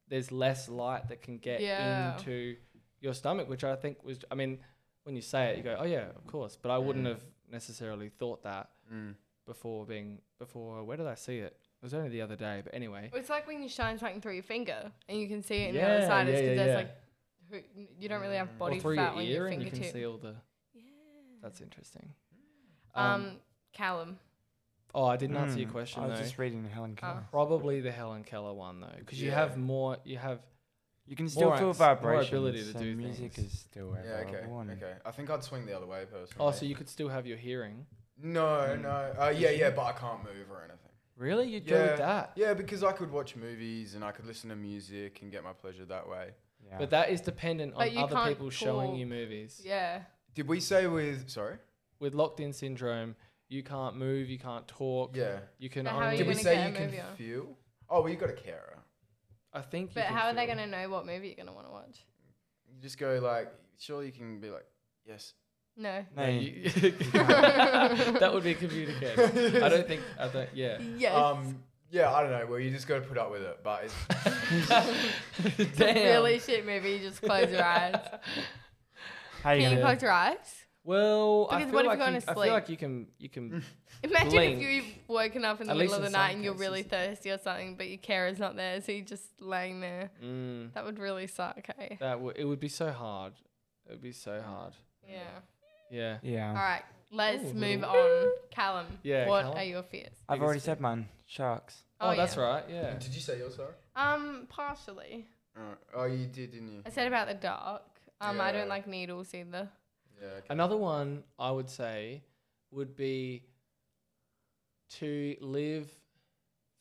Speaker 2: there's less light that can get
Speaker 1: Yeah.
Speaker 2: into your stomach, which I think was, I mean, when you say it, you go, oh, yeah, of course. But I wouldn't
Speaker 3: Mm.
Speaker 2: have necessarily thought that
Speaker 3: *laughs* Mm.
Speaker 2: before being, before, where did I see it? It was only the other day, but anyway.
Speaker 1: It's like when you shine something through your finger and Oh, you can see it in the
Speaker 2: Yeah,
Speaker 1: other side.
Speaker 2: yeah,
Speaker 1: it's 'cause
Speaker 2: yeah,
Speaker 1: there's
Speaker 2: yeah.
Speaker 1: like who, n- you don't really
Speaker 3: Mm.
Speaker 1: have
Speaker 3: Or
Speaker 1: body
Speaker 2: or through
Speaker 1: fat
Speaker 2: your
Speaker 1: on
Speaker 2: ear
Speaker 1: your
Speaker 2: and you can
Speaker 1: fingertip.
Speaker 2: see all the,
Speaker 1: yeah.
Speaker 2: that's interesting.
Speaker 1: um, Callum.
Speaker 2: oh, I didn't answer your
Speaker 4: Mm,
Speaker 2: question,
Speaker 4: I was
Speaker 2: though. Ah.
Speaker 4: just reading Helen Keller.
Speaker 2: Probably the Helen Keller one, though, because you
Speaker 3: Yeah.
Speaker 2: have more, you have,
Speaker 4: You can still
Speaker 2: More
Speaker 4: feel
Speaker 2: ac- more
Speaker 4: vibrations.
Speaker 2: ability to
Speaker 4: so
Speaker 2: do
Speaker 4: music
Speaker 2: things.
Speaker 4: is still
Speaker 3: Yeah.
Speaker 4: available.
Speaker 3: Okay. Okay. I think I'd swing the other way personally.
Speaker 2: oh, so you could still have your hearing.
Speaker 3: No,
Speaker 4: Mm.
Speaker 3: no. Uh, yeah, yeah, but I can't move or anything.
Speaker 2: Really? You'd go
Speaker 3: Yeah.
Speaker 2: with that.
Speaker 3: Yeah, because I could watch movies and I could listen to music and get my pleasure that way.
Speaker 4: Yeah.
Speaker 2: But that is dependent
Speaker 1: But
Speaker 2: on
Speaker 1: you
Speaker 2: other
Speaker 1: can't
Speaker 2: people showing
Speaker 1: talk.
Speaker 2: you movies.
Speaker 1: Yeah.
Speaker 3: Did we say with sorry?
Speaker 2: With locked in syndrome, you can't move, you can't talk.
Speaker 3: Yeah.
Speaker 2: You can
Speaker 1: But how are
Speaker 2: only
Speaker 1: you
Speaker 3: Did we
Speaker 1: gonna
Speaker 3: say
Speaker 1: get
Speaker 3: you
Speaker 1: a
Speaker 3: can
Speaker 1: movie on?
Speaker 3: feel? Oh, well, you got a carer.
Speaker 2: I think you
Speaker 1: But
Speaker 2: can
Speaker 1: how are they
Speaker 2: feel.
Speaker 1: going to know what movie you're going to want to watch?
Speaker 3: You just go like, sure, you can be like, yes.
Speaker 1: No.
Speaker 4: no,
Speaker 2: Yeah,
Speaker 4: you-
Speaker 2: you- *laughs* that would be
Speaker 3: *laughs*
Speaker 2: communicating. I don't think I don't yeah.
Speaker 1: *laughs* Yes.
Speaker 3: Um. Yeah, I don't know. Well, you just got to put up with it, but it's
Speaker 1: It's a
Speaker 2: *laughs* Damn.
Speaker 1: really shit movie. You just close your eyes.
Speaker 4: how you
Speaker 1: Can you
Speaker 4: gonna?
Speaker 1: close your eyes?
Speaker 2: Well, I
Speaker 1: Because
Speaker 2: feel, like
Speaker 1: what if you're
Speaker 2: you,
Speaker 1: going
Speaker 2: I
Speaker 1: to
Speaker 2: feel
Speaker 1: sleep?
Speaker 2: like you can you
Speaker 3: *laughs*
Speaker 2: can
Speaker 1: Imagine
Speaker 2: Blink.
Speaker 1: if you've woken up in the
Speaker 2: At least
Speaker 1: middle of the
Speaker 2: in
Speaker 1: night
Speaker 2: some
Speaker 1: and you're really
Speaker 2: cases.
Speaker 1: thirsty or something, but your carer's not there, so you're just laying there.
Speaker 2: mm,
Speaker 1: That would really suck, hey?
Speaker 2: that would it would be so hard. It would be so hard.
Speaker 1: Yeah.
Speaker 2: Yeah.
Speaker 4: Yeah.
Speaker 1: All right, let's
Speaker 2: Ooh.
Speaker 1: move on. Callum,
Speaker 2: Yeah,
Speaker 1: what
Speaker 2: Callum.
Speaker 1: are your fears?
Speaker 4: I've
Speaker 2: biggest
Speaker 4: already
Speaker 2: thing.
Speaker 4: said mine. Sharks.
Speaker 2: Oh, that's
Speaker 1: yeah.
Speaker 2: right. Yeah.
Speaker 3: Did you say yours, sorry?
Speaker 1: Um, partially.
Speaker 3: Alright. Oh, you did, didn't you?
Speaker 1: I said about the dark. Um, I don't
Speaker 3: Yeah.
Speaker 1: like needles either.
Speaker 3: Yeah. Okay.
Speaker 2: Another one I would say would be to live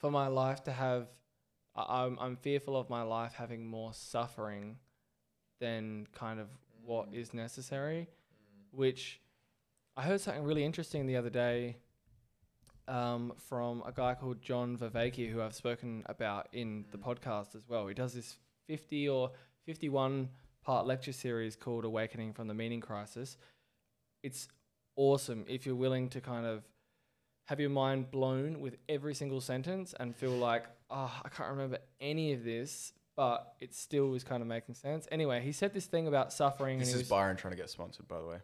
Speaker 2: for my life to have. I- I'm I'm fearful of my life having more suffering than kind of what
Speaker 3: Mm.
Speaker 2: is necessary, which I heard something really interesting the other day um, from a guy called John Vivekey, who I've spoken about in the
Speaker 3: Mm.
Speaker 2: podcast as well. He does this 50 or 51 part lecture series called Awakening from the Meaning Crisis. It's awesome if you're willing to kind of have your mind blown with every single sentence and feel like, oh, I can't remember any of this, but it still is kind of making sense. Anyway, he said this thing about suffering.
Speaker 3: This
Speaker 2: and he
Speaker 3: is
Speaker 2: was,
Speaker 3: Byron trying to get sponsored, by the way.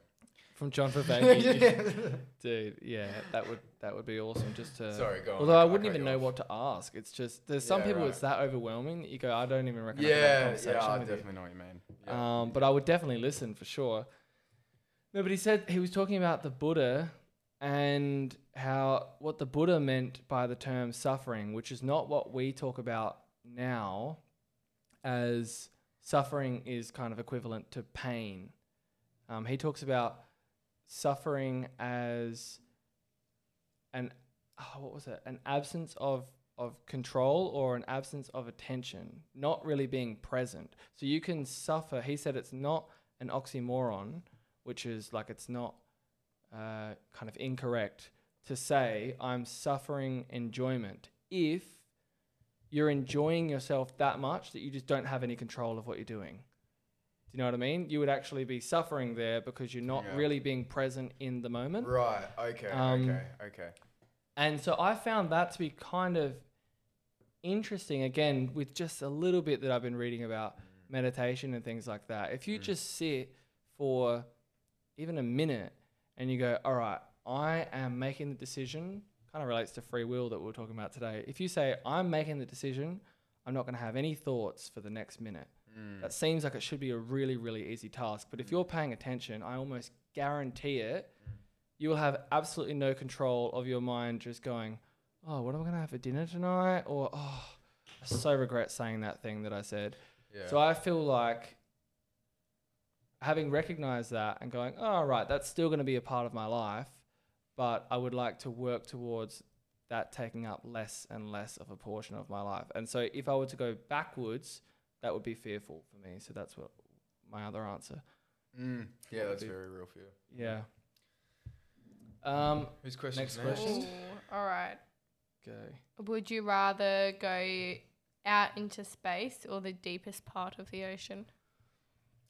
Speaker 2: from
Speaker 3: *laughs*
Speaker 2: John Favangi. Dude, yeah, that would that would be awesome just to
Speaker 3: Sorry, go on.
Speaker 2: Uh, Although I
Speaker 3: cut
Speaker 2: wouldn't
Speaker 3: you
Speaker 2: even know
Speaker 3: off.
Speaker 2: what to ask. It's just there's some
Speaker 3: Yeah,
Speaker 2: people
Speaker 3: right.
Speaker 2: it's that overwhelming that you go, I don't even reckon I can have a
Speaker 3: Yeah,
Speaker 2: conversation
Speaker 3: yeah, I
Speaker 2: with you.
Speaker 3: definitely know what you mean. Yeah.
Speaker 2: Um, but I would definitely listen for sure. No, but he said he was talking about the Buddha and how what the Buddha meant by the term suffering, which is not what we talk about now, as suffering is kind of equivalent to pain. Um, he talks about suffering as an oh, what was it? An absence of of control or an absence of attention, not really being present. So you can suffer. He said it's not an oxymoron, which is like it's not uh, kind of incorrect to say I'm suffering enjoyment if you're enjoying yourself that much that you just don't have any control of what you're doing. Do you know what I mean? You would actually be suffering there because you're not
Speaker 3: Yeah.
Speaker 2: really being present in the moment.
Speaker 3: Right. Okay.
Speaker 2: Um,
Speaker 3: okay. Okay.
Speaker 2: And so I found that to be kind of interesting again with just a little bit that I've been reading about meditation and things like that. If you just sit for even a minute and you go, "All right, I am making the decision," kind of relates to free will that we are talking about today. If you say, "I'm making the decision, I'm not going to have any thoughts for the next minute." That seems like it should be a really, really easy task. But if you're paying attention, I almost guarantee it, you will have absolutely no control of your mind just going, oh, what am I going to have for dinner tonight? Or, oh, I so regret saying that thing that I said.
Speaker 3: Yeah.
Speaker 2: So I feel like having recognized that and going, oh, right, that's still going to be a part of my life, but I would like to work towards that taking up less and less of a portion of my life. And so if I were to go backwards, that would be fearful for me. So that's what my other answer.
Speaker 3: mm. Yeah,
Speaker 2: would
Speaker 3: that's
Speaker 2: be-
Speaker 3: very real for you.
Speaker 2: Yeah. Um,
Speaker 3: Whose question?
Speaker 2: Next question.
Speaker 1: all right.
Speaker 2: go.
Speaker 1: Would you rather go out into space or the deepest part of the ocean?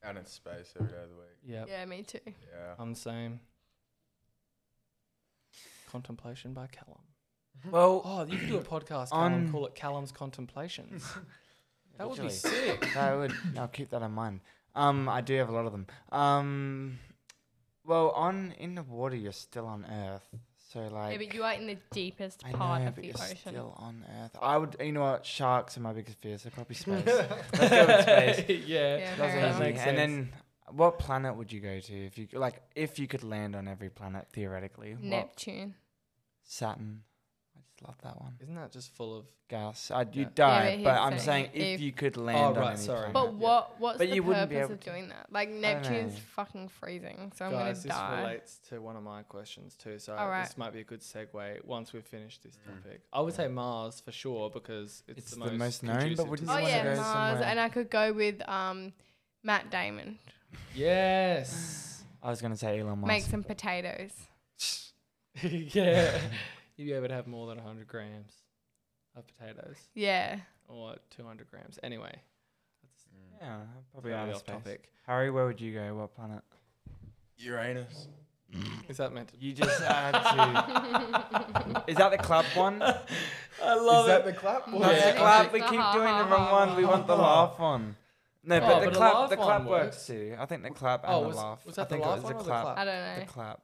Speaker 3: Out in space every day of the week.
Speaker 2: Yep.
Speaker 1: Yeah, me too.
Speaker 2: *laughs*
Speaker 3: Yeah.
Speaker 2: I'm the same. Contemplation by Callum.
Speaker 4: Well,
Speaker 2: Oh, you could
Speaker 4: *clears throat*
Speaker 2: do a podcast, Callum,
Speaker 4: On-
Speaker 2: and call it Callum's
Speaker 4: *laughs*
Speaker 2: Contemplations. That would be *laughs* sick.
Speaker 4: I would. I'll keep that in mind. Um, I do have a lot of them. Um, well, on in the water, you're still on Earth, so like.
Speaker 1: yeah, but you are in the deepest
Speaker 4: I
Speaker 1: part
Speaker 4: know,
Speaker 1: of
Speaker 4: but
Speaker 1: the
Speaker 4: you're
Speaker 1: ocean.
Speaker 4: still on Earth. I would. You know what? Sharks are my biggest fear, so
Speaker 2: *laughs*
Speaker 4: probably
Speaker 2: Um,
Speaker 4: space. Let's go with space.
Speaker 2: yeah.
Speaker 4: That's
Speaker 1: Yeah, fair
Speaker 2: That
Speaker 1: enough.
Speaker 4: easy.
Speaker 2: makes
Speaker 4: And
Speaker 2: sense.
Speaker 4: then, what planet would you go to if you like? If you could land on every planet theoretically, what
Speaker 1: Neptune.
Speaker 4: Saturn. I just love that one.
Speaker 2: Isn't that just full of?
Speaker 4: Gas. I, you
Speaker 2: Yeah. Oh,
Speaker 4: die,
Speaker 1: but
Speaker 4: but,
Speaker 1: he's
Speaker 4: I'm
Speaker 1: saying
Speaker 4: saying if
Speaker 1: if-
Speaker 4: you could land on
Speaker 2: right,
Speaker 4: any
Speaker 2: sorry.
Speaker 4: planet.
Speaker 2: But
Speaker 1: But
Speaker 2: Yeah.
Speaker 1: what? What's
Speaker 4: But
Speaker 1: the
Speaker 4: you wouldn't be
Speaker 1: purpose
Speaker 4: able
Speaker 1: of
Speaker 4: to-
Speaker 1: doing that? Like
Speaker 4: don't know.
Speaker 1: Neptune's fucking freezing, so I'm
Speaker 2: Guys,
Speaker 1: gonna
Speaker 2: this
Speaker 1: die.
Speaker 2: relates to one of my questions too, so
Speaker 1: All right.
Speaker 2: this might be a good segue once we've finished this
Speaker 3: Mm.
Speaker 2: topic. I would say Mars for sure because it's,
Speaker 4: It's the most known, but
Speaker 2: conducive
Speaker 4: wouldn't
Speaker 2: to
Speaker 1: Oh
Speaker 4: you wanna
Speaker 1: yeah,
Speaker 4: go
Speaker 1: Mars,
Speaker 4: somewhere.
Speaker 1: and I could go with um, Matt Damon. Mm.
Speaker 2: Yes.
Speaker 4: I was gonna say Elon Musk.
Speaker 1: Make some potatoes.
Speaker 2: *laughs*
Speaker 1: Mm.
Speaker 2: yeah.
Speaker 4: *laughs*
Speaker 2: You'd be able to have more than 100 grams of potatoes
Speaker 1: Yeah.
Speaker 2: or 200 grams. Anyway, that's
Speaker 3: Mm.
Speaker 4: yeah, probably out
Speaker 2: totally
Speaker 4: of
Speaker 2: off
Speaker 4: space.
Speaker 2: topic.
Speaker 4: Harry, where would you go? What planet?
Speaker 3: Uranus.
Speaker 2: Is that meant to
Speaker 4: You just had to. Is that the club
Speaker 2: *laughs*
Speaker 4: one? Not
Speaker 2: I
Speaker 3: Is that the clap?
Speaker 1: No,
Speaker 4: the
Speaker 1: Yeah.
Speaker 4: club. We keep doing the wrong one. We want the laugh one. No, but
Speaker 2: Oh,
Speaker 4: the
Speaker 2: but the
Speaker 4: clap.
Speaker 2: laugh
Speaker 4: The clap
Speaker 2: one
Speaker 4: works.
Speaker 2: works.
Speaker 4: too. I think the clap and
Speaker 2: Oh,
Speaker 4: the
Speaker 2: was-
Speaker 4: laugh.
Speaker 2: was
Speaker 4: I
Speaker 2: that the
Speaker 4: think it
Speaker 2: laugh
Speaker 4: was
Speaker 2: one
Speaker 4: the
Speaker 2: or the
Speaker 4: clap.
Speaker 1: I don't
Speaker 4: The *laughs*
Speaker 1: know.
Speaker 4: clap.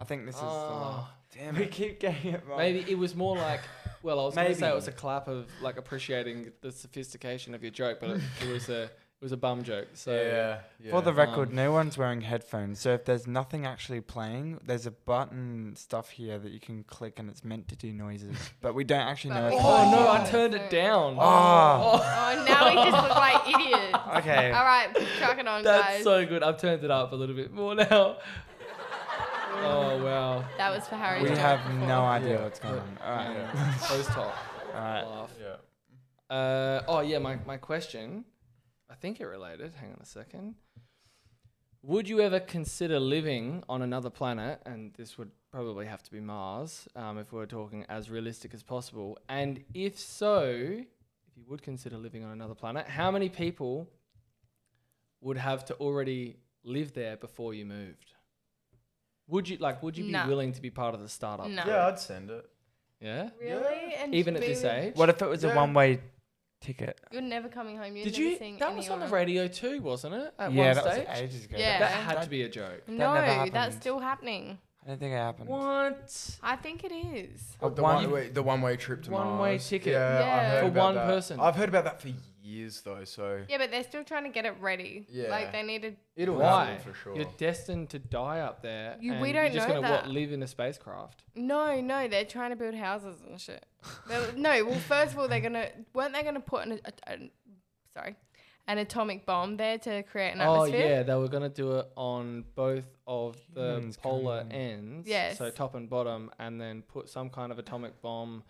Speaker 4: I think this is the
Speaker 2: Oh,
Speaker 4: laugh.
Speaker 3: Damn
Speaker 4: We
Speaker 3: it.
Speaker 4: keep getting it wrong.
Speaker 2: Maybe it was more like, well, I was going to say it
Speaker 4: Maybe.
Speaker 2: was a clap of like appreciating the sophistication of your joke, but it,
Speaker 4: *laughs*
Speaker 2: it was a it was a bum joke. So
Speaker 3: yeah. yeah.
Speaker 4: For the
Speaker 2: Um,
Speaker 4: record, no one's wearing headphones, so if there's nothing actually playing, there's a button stuff here that you can click and it's meant to do noises, but we don't actually know.
Speaker 1: But-
Speaker 4: if
Speaker 2: Oh
Speaker 4: it's
Speaker 2: no, I
Speaker 4: playing.
Speaker 2: turned it down.
Speaker 4: Oh.
Speaker 1: Oh, now we just look like idiots.
Speaker 2: *laughs*
Speaker 4: *laughs* Okay.
Speaker 1: All right, crack it on,
Speaker 2: That's
Speaker 1: guys.
Speaker 2: so good. I've turned it up a little bit more *laughs* now. Oh wow.
Speaker 1: that was for Harry.
Speaker 4: We
Speaker 1: joke
Speaker 4: have
Speaker 1: before.
Speaker 4: no idea
Speaker 3: Yeah.
Speaker 4: what's going on. All right.
Speaker 2: Yeah. Post hop.
Speaker 4: All right.
Speaker 2: Laugh.
Speaker 3: Yeah.
Speaker 2: Uh, oh yeah, my, my question, I think it related. Hang on a second. Would you ever consider living on another planet? And this would probably have to be Mars, um, if we're talking as realistic as possible. And if so, if you would consider living on another planet, how many people would have to already live there before you moved? Would you like? Would you be
Speaker 1: No.
Speaker 2: willing to be part of the startup?
Speaker 1: No.
Speaker 2: group?
Speaker 3: Yeah, I'd send it.
Speaker 2: Yeah.
Speaker 1: Really? And
Speaker 2: Even at
Speaker 1: we
Speaker 2: this
Speaker 1: would-
Speaker 2: age.
Speaker 4: What if it was
Speaker 3: Yeah.
Speaker 4: a one way ticket.
Speaker 1: You're never coming home. You're
Speaker 2: Did
Speaker 1: never
Speaker 2: you?
Speaker 1: seeing
Speaker 2: That was on the
Speaker 1: anyone.
Speaker 2: radio too, wasn't it? At
Speaker 4: yeah,
Speaker 2: one
Speaker 4: that
Speaker 2: stage.
Speaker 4: was ages ago.
Speaker 1: Yeah.
Speaker 2: That had to be a joke.
Speaker 1: no,
Speaker 4: never
Speaker 1: that's
Speaker 4: happened.
Speaker 1: still happening.
Speaker 4: I don't think it happened.
Speaker 2: What?
Speaker 1: I think it is.
Speaker 4: A
Speaker 3: Oh, the
Speaker 4: one-
Speaker 3: one way, the one way trip to Mars.
Speaker 2: One-way ticket.
Speaker 3: Yeah, I
Speaker 1: Yeah.
Speaker 3: heard
Speaker 1: For
Speaker 3: about
Speaker 2: one
Speaker 3: that.
Speaker 2: person.
Speaker 3: I've heard about that for years though, so
Speaker 1: Yeah, but they're still trying to get it ready.
Speaker 3: Yeah.
Speaker 1: Like they need to.
Speaker 3: it'll
Speaker 2: Why?
Speaker 3: happen for sure.
Speaker 2: You're destined to die up there.
Speaker 1: You-
Speaker 2: and
Speaker 1: we don't
Speaker 2: you're just
Speaker 1: know
Speaker 2: gonna
Speaker 1: that.
Speaker 2: What, live in a spacecraft.
Speaker 1: No, no, they're trying to build houses and shit. They're- no, well, first of all, they're gonna weren't they gonna put an, a, a, sorry, an atomic bomb there to create an
Speaker 2: oh
Speaker 1: atmosphere?
Speaker 2: yeah, they were gonna do it on both of the
Speaker 4: Humans
Speaker 2: polar
Speaker 4: coming.
Speaker 2: ends.
Speaker 1: Yes.
Speaker 2: So top and bottom, and then put some kind of atomic bomb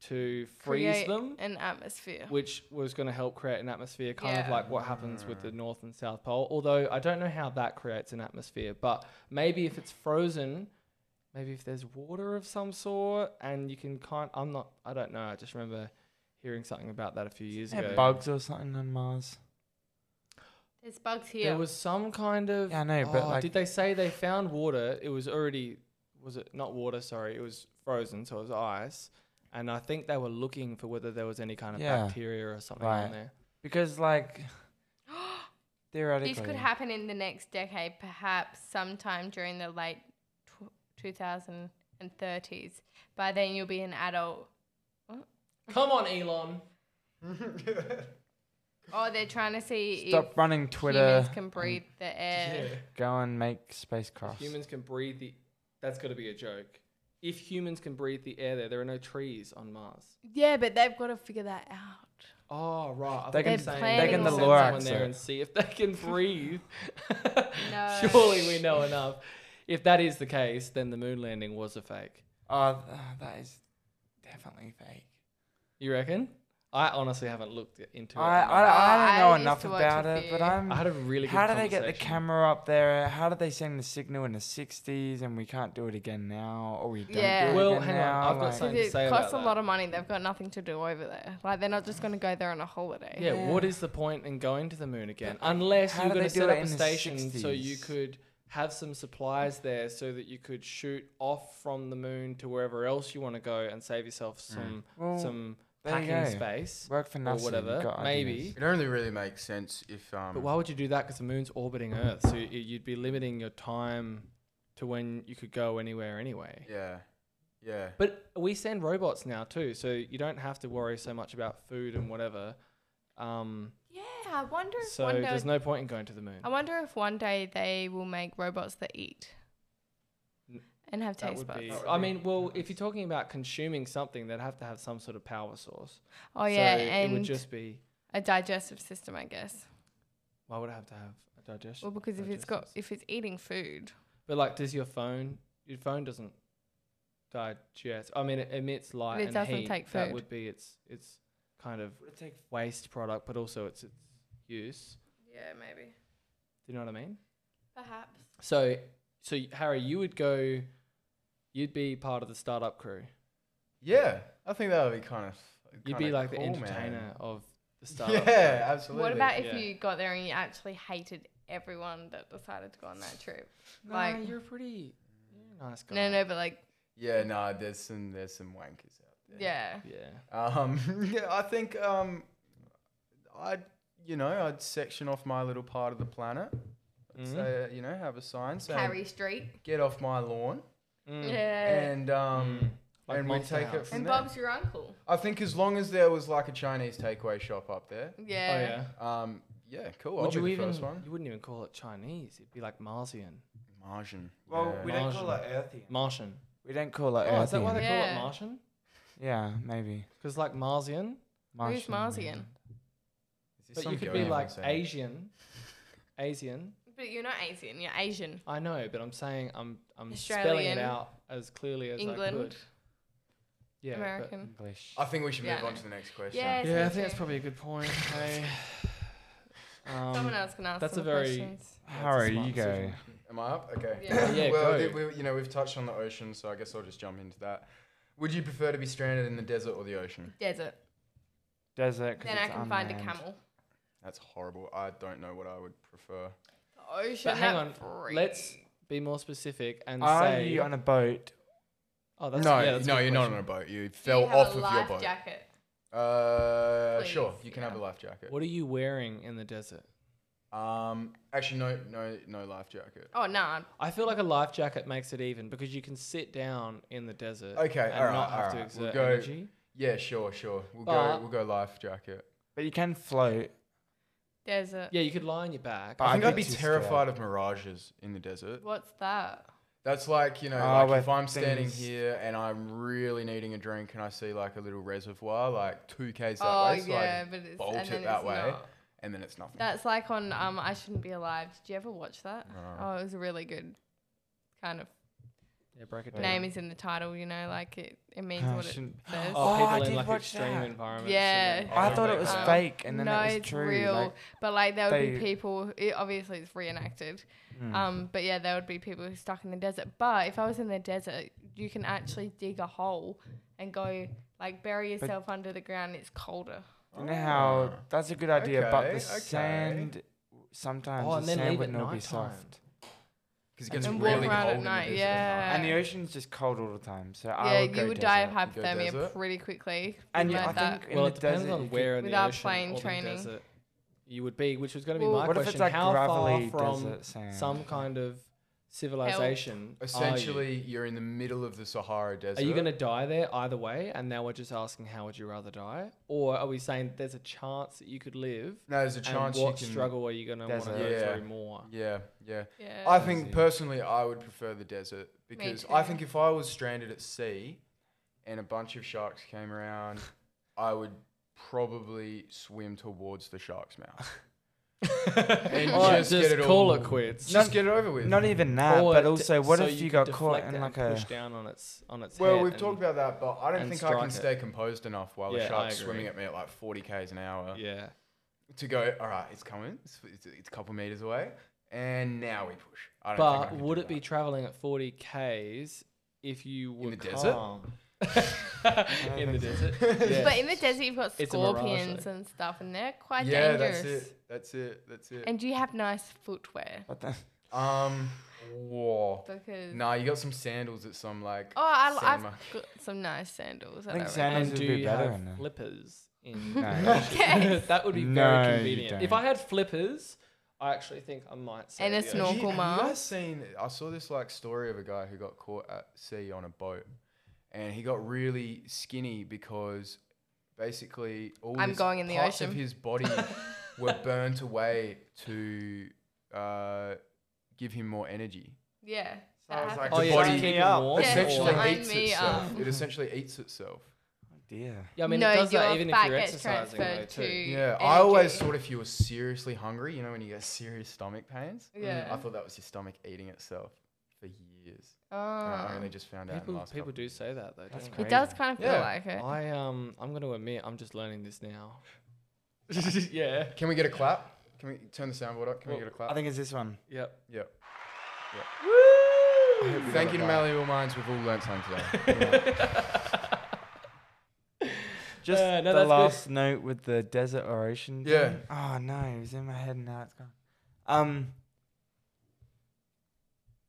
Speaker 2: to freeze
Speaker 1: Create
Speaker 2: them.
Speaker 1: An atmosphere.
Speaker 2: which was going to help create an atmosphere, kind of
Speaker 1: Yeah.
Speaker 2: like what happens with
Speaker 4: Mm.
Speaker 2: the North and South Pole. Although I don't know how that creates an atmosphere, but maybe if it's frozen, maybe if there's water of some sort, and you can kind. I'm not. I don't know. I just remember hearing something about that a few years
Speaker 4: Yeah,
Speaker 2: ago.
Speaker 4: bugs or something on Mars.
Speaker 1: There's bugs here.
Speaker 2: There was some kind of.
Speaker 4: Yeah, I know, but
Speaker 2: Oh,
Speaker 4: like-
Speaker 2: did they say they found water? It was already. Was it not water? Sorry, it was frozen, so it was ice. And I think they were looking for whether there was any kind of
Speaker 4: Yeah.
Speaker 2: bacteria or something
Speaker 4: Right.
Speaker 2: on there. *gasps*
Speaker 4: Because like theoretically,
Speaker 1: this could happen in the next decade, perhaps sometime during the late tw- 2030s. By then, you'll be an adult.
Speaker 2: Come on, Elon.
Speaker 1: Oh, they're trying to see
Speaker 4: Stop
Speaker 1: if
Speaker 4: running Twitter.
Speaker 1: humans can breathe the air.
Speaker 4: Go and make spacecraft.
Speaker 2: Humans can breathe the. That's got to be a joke. If humans can breathe the air there, there are no trees on Mars.
Speaker 1: Yeah, but they've got to figure that out.
Speaker 2: *laughs* Oh right, I
Speaker 4: They
Speaker 2: thought you were
Speaker 1: can-
Speaker 2: saying
Speaker 1: They're planning
Speaker 2: send
Speaker 1: on-
Speaker 2: someone
Speaker 4: Lorax
Speaker 2: there
Speaker 4: it.
Speaker 2: and see if they *laughs* can breathe.
Speaker 1: No.
Speaker 2: Surely we know enough. If that is the case, then the moon landing was a fake.
Speaker 4: Oh, th- *sighs* that is definitely fake.
Speaker 2: You reckon? I honestly haven't looked into it.
Speaker 4: I, I,
Speaker 2: enough.
Speaker 4: I
Speaker 1: Oh, I
Speaker 4: don't know
Speaker 1: used
Speaker 4: enough
Speaker 1: to watch
Speaker 4: about
Speaker 1: a
Speaker 4: it, but
Speaker 1: few.
Speaker 4: I'm.
Speaker 2: I had a really good.
Speaker 4: how do they get the
Speaker 2: conversation.
Speaker 4: camera up there? How did they send the signal in the '60s and we can't do it again now, or we don't
Speaker 1: Yeah.
Speaker 4: do it
Speaker 2: Well,
Speaker 4: again
Speaker 2: hang on,
Speaker 4: now?
Speaker 2: I've got
Speaker 4: like-
Speaker 2: something to
Speaker 1: Because
Speaker 2: say
Speaker 1: it costs
Speaker 2: about
Speaker 1: a lot of money. They've got nothing to do over there. Like they're not just going to go there on a holiday.
Speaker 2: Yeah,
Speaker 4: Yeah.
Speaker 2: what is the point in going to the moon again? Unless
Speaker 4: how
Speaker 2: you're
Speaker 4: do
Speaker 2: going
Speaker 4: they
Speaker 2: to
Speaker 4: do
Speaker 2: set
Speaker 4: it
Speaker 2: up a
Speaker 4: in the
Speaker 2: station so you
Speaker 4: 60s?
Speaker 2: could have some supplies there so that you could shoot off from the moon to wherever else you want to go and save yourself some
Speaker 4: Hmm. Well,
Speaker 2: some
Speaker 4: there you
Speaker 2: packing
Speaker 4: go.
Speaker 2: space
Speaker 4: Work for NASA.
Speaker 2: or
Speaker 4: you've
Speaker 2: whatever.
Speaker 4: got
Speaker 2: Maybe.
Speaker 4: ideas.
Speaker 3: It only really makes sense if um.
Speaker 2: But why would you do that? Because the moon's orbiting Earth, so y- you'd be limiting your time to when you could go anywhere anyway.
Speaker 3: Yeah, yeah.
Speaker 2: But we send robots now too, so you don't have to worry so much about food and whatever. Um,
Speaker 1: Yeah, I wonder if
Speaker 2: so
Speaker 1: one day.
Speaker 2: there's no point in going to the moon.
Speaker 1: I wonder if one day they will make robots that eat
Speaker 2: N-
Speaker 1: and have
Speaker 2: That
Speaker 1: taste
Speaker 2: would
Speaker 1: buds.
Speaker 2: be. I mean, well, if you're talking about consuming something, they'd have to have some sort of power source.
Speaker 1: Oh yeah,
Speaker 2: so it would
Speaker 1: and
Speaker 2: just be.
Speaker 1: a digestive system, I guess.
Speaker 2: Why would I have to have a digestion?
Speaker 1: Well, because if it's got
Speaker 2: Digestive
Speaker 1: if it's eating food,
Speaker 2: But like, does your phone? Your phone doesn't digest. I mean, it emits light
Speaker 1: it
Speaker 2: and
Speaker 1: doesn't
Speaker 2: heat.
Speaker 1: take
Speaker 2: That
Speaker 1: food.
Speaker 2: would be its its kind of
Speaker 4: Would it take
Speaker 2: waste product, but also its its use.
Speaker 1: yeah, maybe,
Speaker 2: Do you know what I mean?
Speaker 1: perhaps.
Speaker 2: So, so y- Harry, you would go. You'd be part of the startup crew.
Speaker 3: Yeah, I think that would be kind of.
Speaker 2: You'd be like the entertainer of *laughs* the startup.
Speaker 3: Yeah, absolutely.
Speaker 1: What about
Speaker 2: yeah.
Speaker 1: if you got there and you actually hated everyone that decided to go on that trip?
Speaker 2: No,
Speaker 1: Like-
Speaker 2: you're a pretty you're a nice guy.
Speaker 1: No, no, but like,
Speaker 3: Yeah, no, there's some there's some wankers out there.
Speaker 1: yeah,
Speaker 2: Yeah.
Speaker 3: Um, *laughs* yeah, I think um, I'd you know I'd section off my little part of the planet. I'd
Speaker 2: Mhm.
Speaker 3: Say you know have a sign saying
Speaker 1: Harry Street,
Speaker 3: get off my lawn,
Speaker 2: Mm.
Speaker 1: yeah,
Speaker 3: and um,
Speaker 2: Mm-hmm. Like
Speaker 3: and we
Speaker 2: Monster
Speaker 3: take it
Speaker 2: House.
Speaker 3: from
Speaker 1: and
Speaker 3: there.
Speaker 1: Bob's your uncle.
Speaker 3: I think as long as there was like a Chinese takeaway shop up there,
Speaker 2: Oh
Speaker 1: Yeah.
Speaker 2: yeah.
Speaker 3: um, yeah, cool.
Speaker 2: Would
Speaker 3: I'll
Speaker 2: you
Speaker 3: be
Speaker 2: even?
Speaker 3: the first one.
Speaker 2: You wouldn't even call it Chinese. It'd be like Martian.
Speaker 3: Margin.
Speaker 4: Well,
Speaker 3: yeah.
Speaker 4: we don't call it Earthian.
Speaker 2: Martian.
Speaker 4: We don't call it
Speaker 2: Oh, is that why they
Speaker 4: Earthian.
Speaker 2: call it
Speaker 1: Yeah.
Speaker 2: Martian?
Speaker 4: Yeah, maybe.
Speaker 2: Because like Martian,
Speaker 1: Who's Martian?
Speaker 4: maybe.
Speaker 3: Is this
Speaker 2: but
Speaker 3: some
Speaker 2: you could
Speaker 3: guy
Speaker 2: be
Speaker 3: who
Speaker 2: like
Speaker 3: said-
Speaker 2: Asian. Asian.
Speaker 1: But you're not Asian, you're Asian.
Speaker 2: I know, but I'm saying I'm I'm spelling it
Speaker 1: Australian.
Speaker 2: out as clearly as I could.
Speaker 1: England,
Speaker 2: Yeah. but-
Speaker 1: American.
Speaker 4: English.
Speaker 3: I think we should move
Speaker 1: Yeah.
Speaker 3: on to the next question.
Speaker 1: Yeah,
Speaker 2: Yeah, I
Speaker 1: me
Speaker 2: think that's
Speaker 1: too.
Speaker 2: probably a good point. hey. Um,
Speaker 1: Someone else can ask
Speaker 2: that's
Speaker 1: them
Speaker 2: a very-
Speaker 1: questions.
Speaker 2: that's a
Speaker 4: Harry,
Speaker 2: smart
Speaker 4: you go.
Speaker 2: decision.
Speaker 3: Am I up? Okay.
Speaker 1: Yeah.
Speaker 2: Yeah,
Speaker 3: well,
Speaker 2: go.
Speaker 3: th- we, you know, we've touched on the ocean, so I guess I'll just jump into that. Would you prefer to be stranded in the desert or the ocean?
Speaker 1: Desert.
Speaker 4: Desert. 'cause
Speaker 1: Then I
Speaker 4: it's
Speaker 1: can find a
Speaker 4: unmanned.
Speaker 1: camel.
Speaker 3: That's horrible. I don't know what I would prefer.
Speaker 1: The ocean.
Speaker 2: But hang
Speaker 1: that
Speaker 2: on,
Speaker 1: freak.
Speaker 2: let's be more specific and
Speaker 4: Are
Speaker 2: say.
Speaker 4: you on a boat?
Speaker 2: oh, that's
Speaker 3: no,
Speaker 2: yeah, that's a
Speaker 3: no,
Speaker 2: good
Speaker 3: you're not
Speaker 2: question.
Speaker 3: on a boat. You
Speaker 1: Do you
Speaker 3: fell
Speaker 1: have
Speaker 3: off
Speaker 1: a
Speaker 3: of your
Speaker 1: life
Speaker 3: boat.
Speaker 1: jacket?
Speaker 3: Uh, sure.
Speaker 1: Please,
Speaker 3: You can
Speaker 1: yeah.
Speaker 3: have a life jacket.
Speaker 2: What are you wearing in the desert?
Speaker 3: Um, actually, no, no, no life jacket.
Speaker 1: Oh, nah.
Speaker 2: I feel like a life jacket makes it even because you can sit down in the desert.
Speaker 3: Okay,
Speaker 2: and
Speaker 3: alright,
Speaker 2: not have to
Speaker 3: alright,
Speaker 2: exert
Speaker 3: we'll go-
Speaker 2: energy.
Speaker 3: Yeah, sure, sure. We'll
Speaker 2: But-
Speaker 1: Uh,
Speaker 3: go. We'll go life jacket.
Speaker 4: But you can float.
Speaker 1: There's a.
Speaker 2: Yeah, you could lie on your back.
Speaker 4: But
Speaker 3: I think
Speaker 4: I'd
Speaker 3: I'd
Speaker 4: be
Speaker 3: be
Speaker 4: too
Speaker 3: terrified of mirages in the desert.
Speaker 1: What's that?
Speaker 3: That's like you know,
Speaker 4: Oh, where
Speaker 3: like if I'm standing
Speaker 4: things-
Speaker 3: here and I'm really needing a drink and I see like a little reservoir like two k's that
Speaker 1: oh,
Speaker 3: way, so
Speaker 1: yeah,
Speaker 3: I
Speaker 1: but it's.
Speaker 3: bolt
Speaker 1: and
Speaker 3: it
Speaker 1: then
Speaker 3: that
Speaker 1: it's
Speaker 3: way.
Speaker 1: not.
Speaker 3: and then it's nothing.
Speaker 1: That's like on um, I Shouldn't Be Alive. Did you ever watch that?
Speaker 3: No.
Speaker 1: Oh, it was a really good kind of
Speaker 2: yeah, break it
Speaker 4: Yeah.
Speaker 2: down.
Speaker 1: name is in the title, you know, like it, it means
Speaker 4: Oh,
Speaker 1: what it
Speaker 4: shouldn't-
Speaker 1: says.
Speaker 2: Oh,
Speaker 4: Oh,
Speaker 2: people
Speaker 4: I
Speaker 2: in
Speaker 4: did
Speaker 2: like
Speaker 4: watch
Speaker 2: extreme
Speaker 4: that.
Speaker 2: environments.
Speaker 1: Yeah.
Speaker 2: and then-
Speaker 4: I thought it was
Speaker 2: uh,
Speaker 1: Wow.
Speaker 4: fake, and then
Speaker 1: no,
Speaker 4: it was
Speaker 1: it's
Speaker 4: true.
Speaker 1: real.
Speaker 4: like-
Speaker 1: but like there would
Speaker 4: they-
Speaker 1: be people. It, obviously, it's reenacted.
Speaker 2: Hmm.
Speaker 4: Mm.
Speaker 1: Um, but yeah, there would be people who stuck in the desert. But if I was in the desert, you can actually dig a hole and go like bury yourself under the ground. It's colder.
Speaker 4: You know how
Speaker 3: Ah.
Speaker 4: that's a good idea, but the
Speaker 3: Okay, okay.
Speaker 4: sand sometimes
Speaker 2: Oh,
Speaker 4: the
Speaker 2: and then
Speaker 4: sand
Speaker 2: leave
Speaker 4: wouldn't
Speaker 2: at
Speaker 4: all be
Speaker 2: nighttime.
Speaker 4: soft,
Speaker 3: Because it gets
Speaker 1: And walk
Speaker 3: really
Speaker 1: around at
Speaker 3: cold in the
Speaker 1: night,
Speaker 3: desert
Speaker 1: yeah.
Speaker 4: and the ocean's just cold all the time. So
Speaker 1: yeah,
Speaker 4: I would
Speaker 1: you
Speaker 4: go
Speaker 1: would die of
Speaker 4: desert.
Speaker 3: You'd go
Speaker 1: hypothermia
Speaker 3: desert?
Speaker 1: pretty quickly.
Speaker 4: And
Speaker 1: from
Speaker 4: yeah, I
Speaker 1: like that.
Speaker 4: think in
Speaker 2: Well,
Speaker 4: the
Speaker 2: it depends
Speaker 4: desert,
Speaker 2: on
Speaker 4: you
Speaker 2: where in the
Speaker 1: Without
Speaker 2: ocean
Speaker 1: plane
Speaker 2: or the
Speaker 1: training.
Speaker 2: desert you would be, which was going to be
Speaker 1: Well,
Speaker 2: my
Speaker 4: could, what if
Speaker 2: question.
Speaker 4: it's like
Speaker 2: How
Speaker 4: gravelly
Speaker 2: far from
Speaker 4: desert sand?
Speaker 2: some kind of civilization are you?
Speaker 3: Essentially, you're in the middle of the Sahara Desert.
Speaker 2: Are you going to die there either way? And now we're just asking, how would you rather die? Or are we saying there's a chance that you could live?
Speaker 3: No, there's a
Speaker 2: And
Speaker 3: chance you
Speaker 2: what
Speaker 3: can.
Speaker 2: struggle are you going to want to
Speaker 4: Desert.
Speaker 2: go
Speaker 3: Yeah.
Speaker 2: through more?
Speaker 3: Yeah, yeah.
Speaker 1: yeah.
Speaker 3: I
Speaker 4: Easy.
Speaker 3: think personally, I would prefer the desert because I
Speaker 1: too.
Speaker 3: think if I was stranded at sea, and a bunch of sharks came around, I would probably swim towards the shark's mouth.
Speaker 2: *laughs*
Speaker 3: And
Speaker 2: Or
Speaker 3: just
Speaker 2: just,
Speaker 3: get it
Speaker 2: call *laughs*
Speaker 3: all-
Speaker 2: it quits.
Speaker 3: Just get it over with.
Speaker 4: Not even that,
Speaker 2: Or
Speaker 4: but
Speaker 2: t-
Speaker 4: also, what
Speaker 2: so
Speaker 4: if you,
Speaker 2: could
Speaker 4: got caught
Speaker 2: deflect it
Speaker 4: in
Speaker 2: and
Speaker 4: like a
Speaker 2: push down on its on its
Speaker 3: Well,
Speaker 2: head
Speaker 3: we've
Speaker 2: and-
Speaker 3: talked about that, but I don't
Speaker 2: and
Speaker 3: think I
Speaker 2: strike
Speaker 3: can
Speaker 2: it.
Speaker 3: stay composed enough while
Speaker 2: Yeah, I
Speaker 3: a shark's
Speaker 2: agree.
Speaker 3: swimming at me at like 40 k's an hour
Speaker 2: Yeah.
Speaker 3: to go. All right, it's coming. It's, it's, it's a couple meters away, and now we push. I don't think I
Speaker 2: But
Speaker 3: could
Speaker 2: would
Speaker 3: do
Speaker 2: it be
Speaker 3: that.
Speaker 2: traveling at 40 k's if you were
Speaker 3: the
Speaker 2: *laughs*
Speaker 3: desert?
Speaker 2: calm?
Speaker 4: *laughs*
Speaker 2: in the
Speaker 4: think
Speaker 2: desert. Yeah.
Speaker 1: But
Speaker 4: *laughs*
Speaker 1: in the desert, you've got
Speaker 2: It's a mirage,
Speaker 1: scorpions
Speaker 2: though.
Speaker 1: and stuff, and they're quite
Speaker 3: yeah,
Speaker 1: dangerous.
Speaker 3: that's it. That's it. That's it.
Speaker 1: And you have nice footwear
Speaker 4: what the- *laughs*
Speaker 3: um, whoa.
Speaker 1: because.
Speaker 3: Nah, you got some sandals at some like.
Speaker 1: Oh, I, I've
Speaker 3: Sandma.
Speaker 1: got some nice sandals.
Speaker 4: I
Speaker 1: I
Speaker 4: think
Speaker 1: don't
Speaker 4: sand-
Speaker 1: really-
Speaker 4: Sometimes
Speaker 2: and
Speaker 4: it'd
Speaker 2: do
Speaker 4: be
Speaker 2: you
Speaker 4: better
Speaker 2: have
Speaker 4: in there.
Speaker 2: flippers
Speaker 4: *laughs*
Speaker 2: in
Speaker 4: No.
Speaker 1: Okay.
Speaker 2: *laughs* that would be
Speaker 4: No,
Speaker 2: very
Speaker 4: you
Speaker 2: convenient. If
Speaker 4: don't.
Speaker 2: I had flippers, I actually think I might say
Speaker 1: And a
Speaker 2: yes.
Speaker 1: snorkel.
Speaker 3: Have you, have
Speaker 1: mask.
Speaker 3: you guys seen? I saw this like story of a guy who got caught at sea on a boat, and he got really skinny because basically all
Speaker 1: I'm
Speaker 3: his
Speaker 1: going in the
Speaker 3: parts of
Speaker 1: ocean.
Speaker 3: his
Speaker 1: *laughs*
Speaker 3: body were burnt away to uh, give him more energy.
Speaker 1: yeah.
Speaker 4: So I was
Speaker 1: that
Speaker 4: like,
Speaker 2: Oh
Speaker 1: happens.
Speaker 2: yeah,
Speaker 3: Body-
Speaker 2: to keep it
Speaker 4: Yeah,
Speaker 2: warm.
Speaker 3: essentially
Speaker 1: Sign
Speaker 3: eats
Speaker 1: me
Speaker 3: itself.
Speaker 1: up.
Speaker 3: It essentially eats itself.
Speaker 4: oh dear.
Speaker 2: Yeah, I mean
Speaker 1: No,
Speaker 2: it does that
Speaker 1: your
Speaker 2: even if
Speaker 1: fat
Speaker 2: you're
Speaker 1: gets
Speaker 2: exercising though,
Speaker 1: transferred
Speaker 2: too.
Speaker 1: to-
Speaker 3: Yeah, I always
Speaker 1: energy.
Speaker 3: thought if you were seriously hungry, you know, when you get *laughs* serious stomach pains, I
Speaker 1: Yeah.
Speaker 3: thought that was your stomach eating itself for years. And I
Speaker 1: Oh.
Speaker 3: only just found out. in the
Speaker 2: People
Speaker 3: last
Speaker 2: people
Speaker 3: couple
Speaker 2: do
Speaker 3: of
Speaker 2: say that though.
Speaker 4: That's
Speaker 2: don't
Speaker 1: It
Speaker 4: crazy.
Speaker 1: does kind of feel
Speaker 3: Yeah.
Speaker 1: like
Speaker 2: they?
Speaker 1: it.
Speaker 2: I um I'm gonna admit I'm just learning this *laughs* now. yeah.
Speaker 3: Can we get a clap? Can we turn the soundboard up? Can
Speaker 2: Well,
Speaker 3: we get a
Speaker 4: I
Speaker 3: clap?
Speaker 4: think it's this one.
Speaker 2: Yep.
Speaker 3: Yep.
Speaker 4: I hope we
Speaker 3: Thank
Speaker 4: got
Speaker 3: you
Speaker 4: it
Speaker 3: to
Speaker 4: right.
Speaker 3: Malleable Minds. We've all learned something today.
Speaker 2: *laughs*
Speaker 3: Yeah.
Speaker 4: Just
Speaker 2: Uh, no,
Speaker 4: the
Speaker 2: that's good.
Speaker 4: last note with the desert or ocean. thing.
Speaker 3: Yeah.
Speaker 4: Oh no, it was in my head and now it's gone. Um.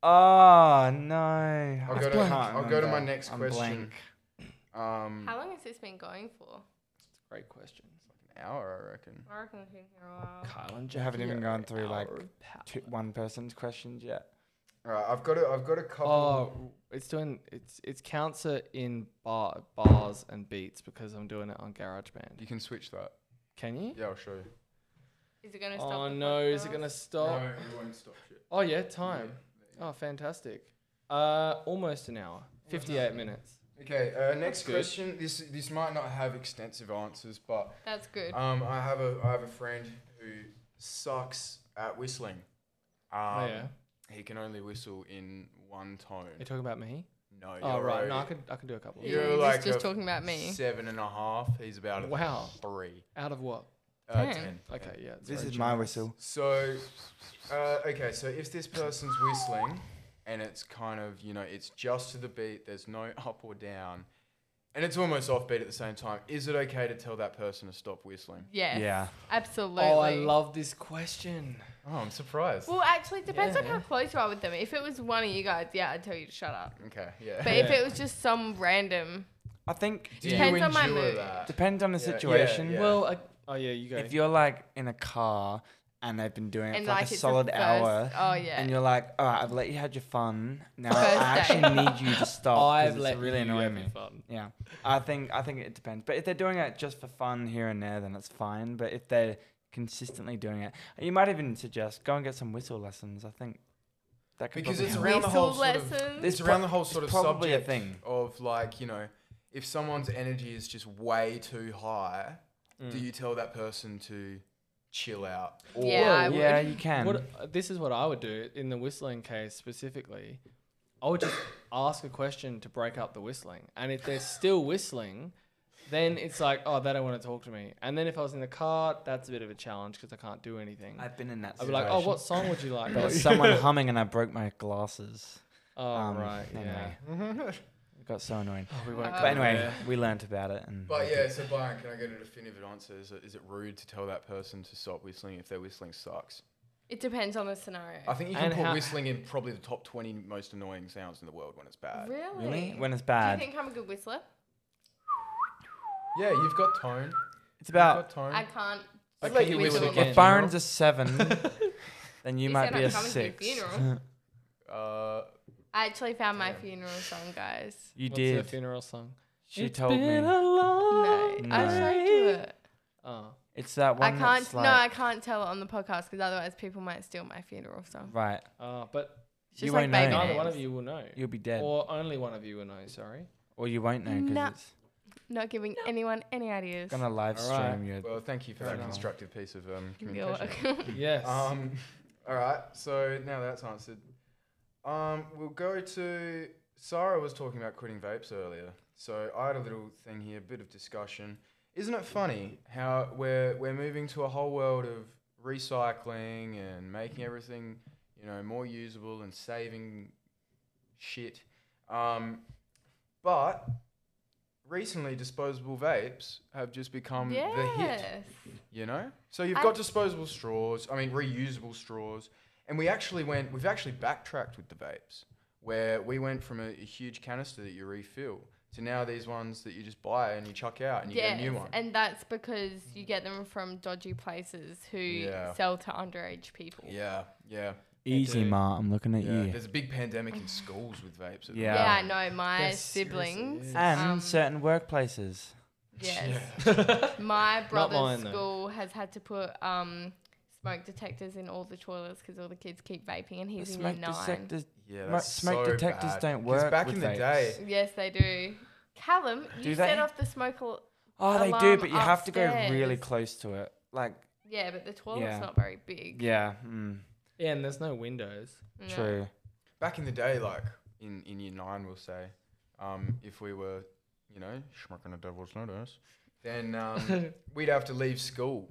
Speaker 4: Oh no.
Speaker 3: I'll
Speaker 4: I
Speaker 3: go to-
Speaker 4: can't
Speaker 3: I'll go to my
Speaker 4: remember.
Speaker 3: next
Speaker 4: I'm
Speaker 3: question.
Speaker 4: Blank.
Speaker 1: *laughs*
Speaker 3: um,
Speaker 1: How long has this been going for?
Speaker 2: Great questions.
Speaker 3: an hour, I reckon.
Speaker 1: I reckon it's been here a while.
Speaker 2: Oh, Kyle and
Speaker 4: You haven't
Speaker 2: Jackie
Speaker 4: even
Speaker 2: are
Speaker 4: gone through, like,
Speaker 2: our
Speaker 4: Two,
Speaker 2: pals.
Speaker 4: one person's questions yet.
Speaker 3: All right, I've got a, I've got a couple.
Speaker 2: Oh, it's doing it's it's counter in bar bars and beats because I'm doing it on GarageBand.
Speaker 3: You can switch that.
Speaker 2: Can you?
Speaker 3: Yeah, I'll show you.
Speaker 1: Is it going to stop?
Speaker 2: Oh
Speaker 1: the
Speaker 2: no, is it
Speaker 1: podcast?
Speaker 2: gonna stop?
Speaker 3: you won't stop shit.
Speaker 2: Oh yeah, time. Oh fantastic. Uh, almost an hour, fifty-eight minutes.
Speaker 3: Okay, uh, next
Speaker 2: That's good.
Speaker 3: question. This this might not have extensive answers, but
Speaker 1: That's good.
Speaker 3: um, I have a I have a friend who sucks at whistling. Um,
Speaker 2: oh yeah.
Speaker 3: He can only whistle in one tone.
Speaker 2: You're talking about me?
Speaker 3: No.
Speaker 2: Oh
Speaker 3: you're
Speaker 2: right. No,
Speaker 3: a-
Speaker 2: I could I could do a couple.
Speaker 3: you're
Speaker 1: He's
Speaker 3: like
Speaker 1: just
Speaker 3: a
Speaker 1: talking about me.
Speaker 3: Seven and a half. He's about a
Speaker 2: Wow.
Speaker 3: three.
Speaker 2: Out of what?
Speaker 3: Uh,
Speaker 1: Damn.
Speaker 3: ten.
Speaker 2: Okay, yeah. it's
Speaker 4: This
Speaker 2: very
Speaker 4: is my
Speaker 2: generous.
Speaker 4: whistle.
Speaker 3: So, uh, okay. So if this person's whistling, and it's kind of you know it's just to the beat. There's no *laughs* up or down, and it's almost offbeat at the same time. Is it okay to tell that person to stop whistling?
Speaker 1: Yes.
Speaker 4: Yeah.
Speaker 1: Absolutely.
Speaker 2: Oh, I love this question.
Speaker 3: Oh, I'm surprised.
Speaker 1: Well, actually, it depends on
Speaker 2: Yeah.
Speaker 1: how close you are with them. If it was one of you guys, yeah, I'd tell you to shut up.
Speaker 3: *laughs* Okay. Yeah.
Speaker 1: But if
Speaker 2: Yeah.
Speaker 1: it was just some random,
Speaker 4: I think
Speaker 3: Do
Speaker 1: Depends
Speaker 3: you
Speaker 1: on my
Speaker 3: endure
Speaker 1: mood.
Speaker 3: that?
Speaker 4: depends on the
Speaker 3: Yeah, yeah,
Speaker 4: situation.
Speaker 3: yeah.
Speaker 2: Well, I, oh yeah, you go.
Speaker 4: If you're like in a car and they've been doing it
Speaker 1: and
Speaker 4: for like, a
Speaker 1: it's the
Speaker 4: solid
Speaker 1: first-
Speaker 4: hour,
Speaker 1: Oh yeah.
Speaker 4: and you're like, all right, I've let you had your fun. Now I
Speaker 1: First
Speaker 4: actually
Speaker 1: date.
Speaker 4: need you to stop. 'cause
Speaker 2: I've
Speaker 4: it's
Speaker 2: Oh, let
Speaker 4: Oh, really
Speaker 2: you
Speaker 4: annoying
Speaker 2: have
Speaker 4: me.
Speaker 2: your fun.
Speaker 4: Yeah, I think I think it depends. But if they're doing it just for fun here and there, then it's fine. But if they're consistently doing it, you might even suggest go and get some whistle lessons. I think that could
Speaker 3: Because
Speaker 4: probably
Speaker 3: it's
Speaker 4: help.
Speaker 3: around the whole
Speaker 1: Whistle
Speaker 3: sort of-
Speaker 1: lessons.
Speaker 4: This
Speaker 3: It's around
Speaker 4: pro-
Speaker 3: the whole sort of
Speaker 4: it's probably a
Speaker 3: subject
Speaker 4: thing.
Speaker 3: of like you know, if someone's energy is just way too high, do
Speaker 4: Mm.
Speaker 3: you tell that person to
Speaker 4: *laughs*
Speaker 3: chill out? Or
Speaker 1: Yeah, I would.
Speaker 4: yeah, you can.
Speaker 2: What, uh, this is what I would do in the whistling case specifically. I would just *coughs* ask a question to break up the whistling, and if they're still whistling, then it's like, oh, they don't want to talk to me. And then if I was in the car, that's a bit of a challenge because I can't do anything.
Speaker 4: I've been in that.
Speaker 2: I'd be like, oh, what song would you like?
Speaker 4: There
Speaker 2: *laughs*
Speaker 4: *laughs* was someone humming and I broke my glasses.
Speaker 2: oh,
Speaker 4: um,
Speaker 2: right, yeah.
Speaker 4: anyway. It got so annoying.
Speaker 2: Oh, we won't.
Speaker 1: Uh,
Speaker 2: go
Speaker 4: But anyway,
Speaker 2: there.
Speaker 4: we learnt about it. And
Speaker 3: But yeah, so Byron, can I get a definitive answer? Is it, is it rude to tell that person to stop whistling if their whistling sucks?
Speaker 1: It depends on the scenario.
Speaker 3: I think you can
Speaker 2: And
Speaker 3: put
Speaker 2: how-
Speaker 3: whistling in probably the top 20 most annoying sounds in the world when it's bad.
Speaker 1: Really?
Speaker 4: really, when it's
Speaker 1: Do you
Speaker 4: bad,
Speaker 1: think I'm a good whistler?
Speaker 3: Yeah, you've got tone.
Speaker 4: it's about
Speaker 3: you've got tone.
Speaker 1: I can't.
Speaker 2: I'd
Speaker 1: like
Speaker 2: let you
Speaker 1: whistle
Speaker 2: whistle
Speaker 1: on
Speaker 2: again.
Speaker 1: the-
Speaker 4: if Byron's a seven,
Speaker 3: *laughs*
Speaker 4: then you,
Speaker 1: You
Speaker 4: might
Speaker 1: said
Speaker 4: be
Speaker 1: I'm
Speaker 4: a
Speaker 1: coming to your
Speaker 4: six.
Speaker 1: funeral.
Speaker 3: uh,
Speaker 1: I actually found my
Speaker 3: Damn.
Speaker 1: funeral song, guys.
Speaker 4: you
Speaker 2: What's their
Speaker 4: did.
Speaker 2: funeral song?
Speaker 4: She
Speaker 2: It's
Speaker 4: told
Speaker 2: been
Speaker 4: me.
Speaker 2: a long
Speaker 1: No, I
Speaker 4: No.
Speaker 1: showed you it.
Speaker 2: Oh.
Speaker 4: It's that
Speaker 1: I
Speaker 4: one.
Speaker 1: can't.
Speaker 4: That's like,
Speaker 1: no, I can't tell it on the podcast because otherwise people might steal my funeral song.
Speaker 4: Right.
Speaker 2: Oh, but
Speaker 1: It's
Speaker 4: You
Speaker 1: just like
Speaker 4: won't know.
Speaker 1: baby
Speaker 4: Maybe
Speaker 2: neither
Speaker 1: names.
Speaker 2: one of you will know,
Speaker 4: You'll be dead. Or,
Speaker 2: or only one of you will know. Sorry.
Speaker 4: you won't know because
Speaker 1: No.
Speaker 4: it's
Speaker 1: Not giving anyone any ideas.
Speaker 4: going to live stream
Speaker 2: Alright.
Speaker 4: you.
Speaker 3: well, thank you for
Speaker 2: Fair
Speaker 3: that
Speaker 2: enough.
Speaker 3: constructive piece of um,
Speaker 1: *laughs* You're
Speaker 3: communication.
Speaker 1: welcome.
Speaker 2: Yes.
Speaker 3: Um, all right. So now that's answered. Um, we'll go to Sarah was talking about quitting vapes earlier. So I had a little thing here, a bit of discussion. Isn't it funny how we're we're moving to a whole world of recycling and making everything, you know, more usable and saving shit. Um, but recently disposable vapes have just become the hit
Speaker 1: yes.
Speaker 3: you know so you've
Speaker 1: I-
Speaker 3: got disposable straws i mean reusable straws and we actually went we've actually backtracked with the vapes where we went from a, a huge canister that you refill to now these ones that you just buy and you chuck out and you
Speaker 1: Yes.
Speaker 3: get a new one
Speaker 1: And that's because you get them from dodgy places who
Speaker 3: Yeah.
Speaker 1: sell to underage people.
Speaker 3: yeah yeah
Speaker 4: Easy,
Speaker 2: do.
Speaker 4: Ma. I'm looking at
Speaker 3: yeah
Speaker 4: you.
Speaker 3: there's a big pandemic in schools with vapes at the
Speaker 4: Yeah.
Speaker 1: Yeah,
Speaker 3: moment.
Speaker 1: I know. My
Speaker 2: There seriously
Speaker 1: siblings.
Speaker 2: is.
Speaker 4: And
Speaker 1: um,
Speaker 4: certain workplaces.
Speaker 2: *laughs*
Speaker 1: Yes. My brother's
Speaker 2: mine, though.
Speaker 1: school has had to put um, smoke detectors in all the toilets because all the kids keep vaping, and
Speaker 4: The
Speaker 1: he's in year
Speaker 4: smoke
Speaker 1: nine.
Speaker 4: detectors.
Speaker 3: yeah
Speaker 4: Mo-
Speaker 3: that's
Speaker 4: smoke
Speaker 3: so
Speaker 4: detectors
Speaker 3: bad.
Speaker 4: don't
Speaker 3: 'Cause
Speaker 4: work
Speaker 3: back
Speaker 4: with
Speaker 3: in the
Speaker 4: vapes.
Speaker 3: day
Speaker 1: Yes, they do. Callum,
Speaker 4: Do
Speaker 1: you
Speaker 4: they?
Speaker 1: set off the smoke. Al-
Speaker 4: Oh, they do,
Speaker 1: Alarm
Speaker 4: but you have to go really
Speaker 1: upstairs.
Speaker 4: close to it. Like,
Speaker 1: yeah, but the toilet's
Speaker 4: Yeah.
Speaker 1: not very big.
Speaker 4: yeah, mm,
Speaker 2: yeah, and there's no windows.
Speaker 1: No.
Speaker 4: true.
Speaker 3: back in the day like in in year nine we'll say um if we were you know smoking a devil's notice then um
Speaker 4: *laughs*
Speaker 3: we'd have to leave school.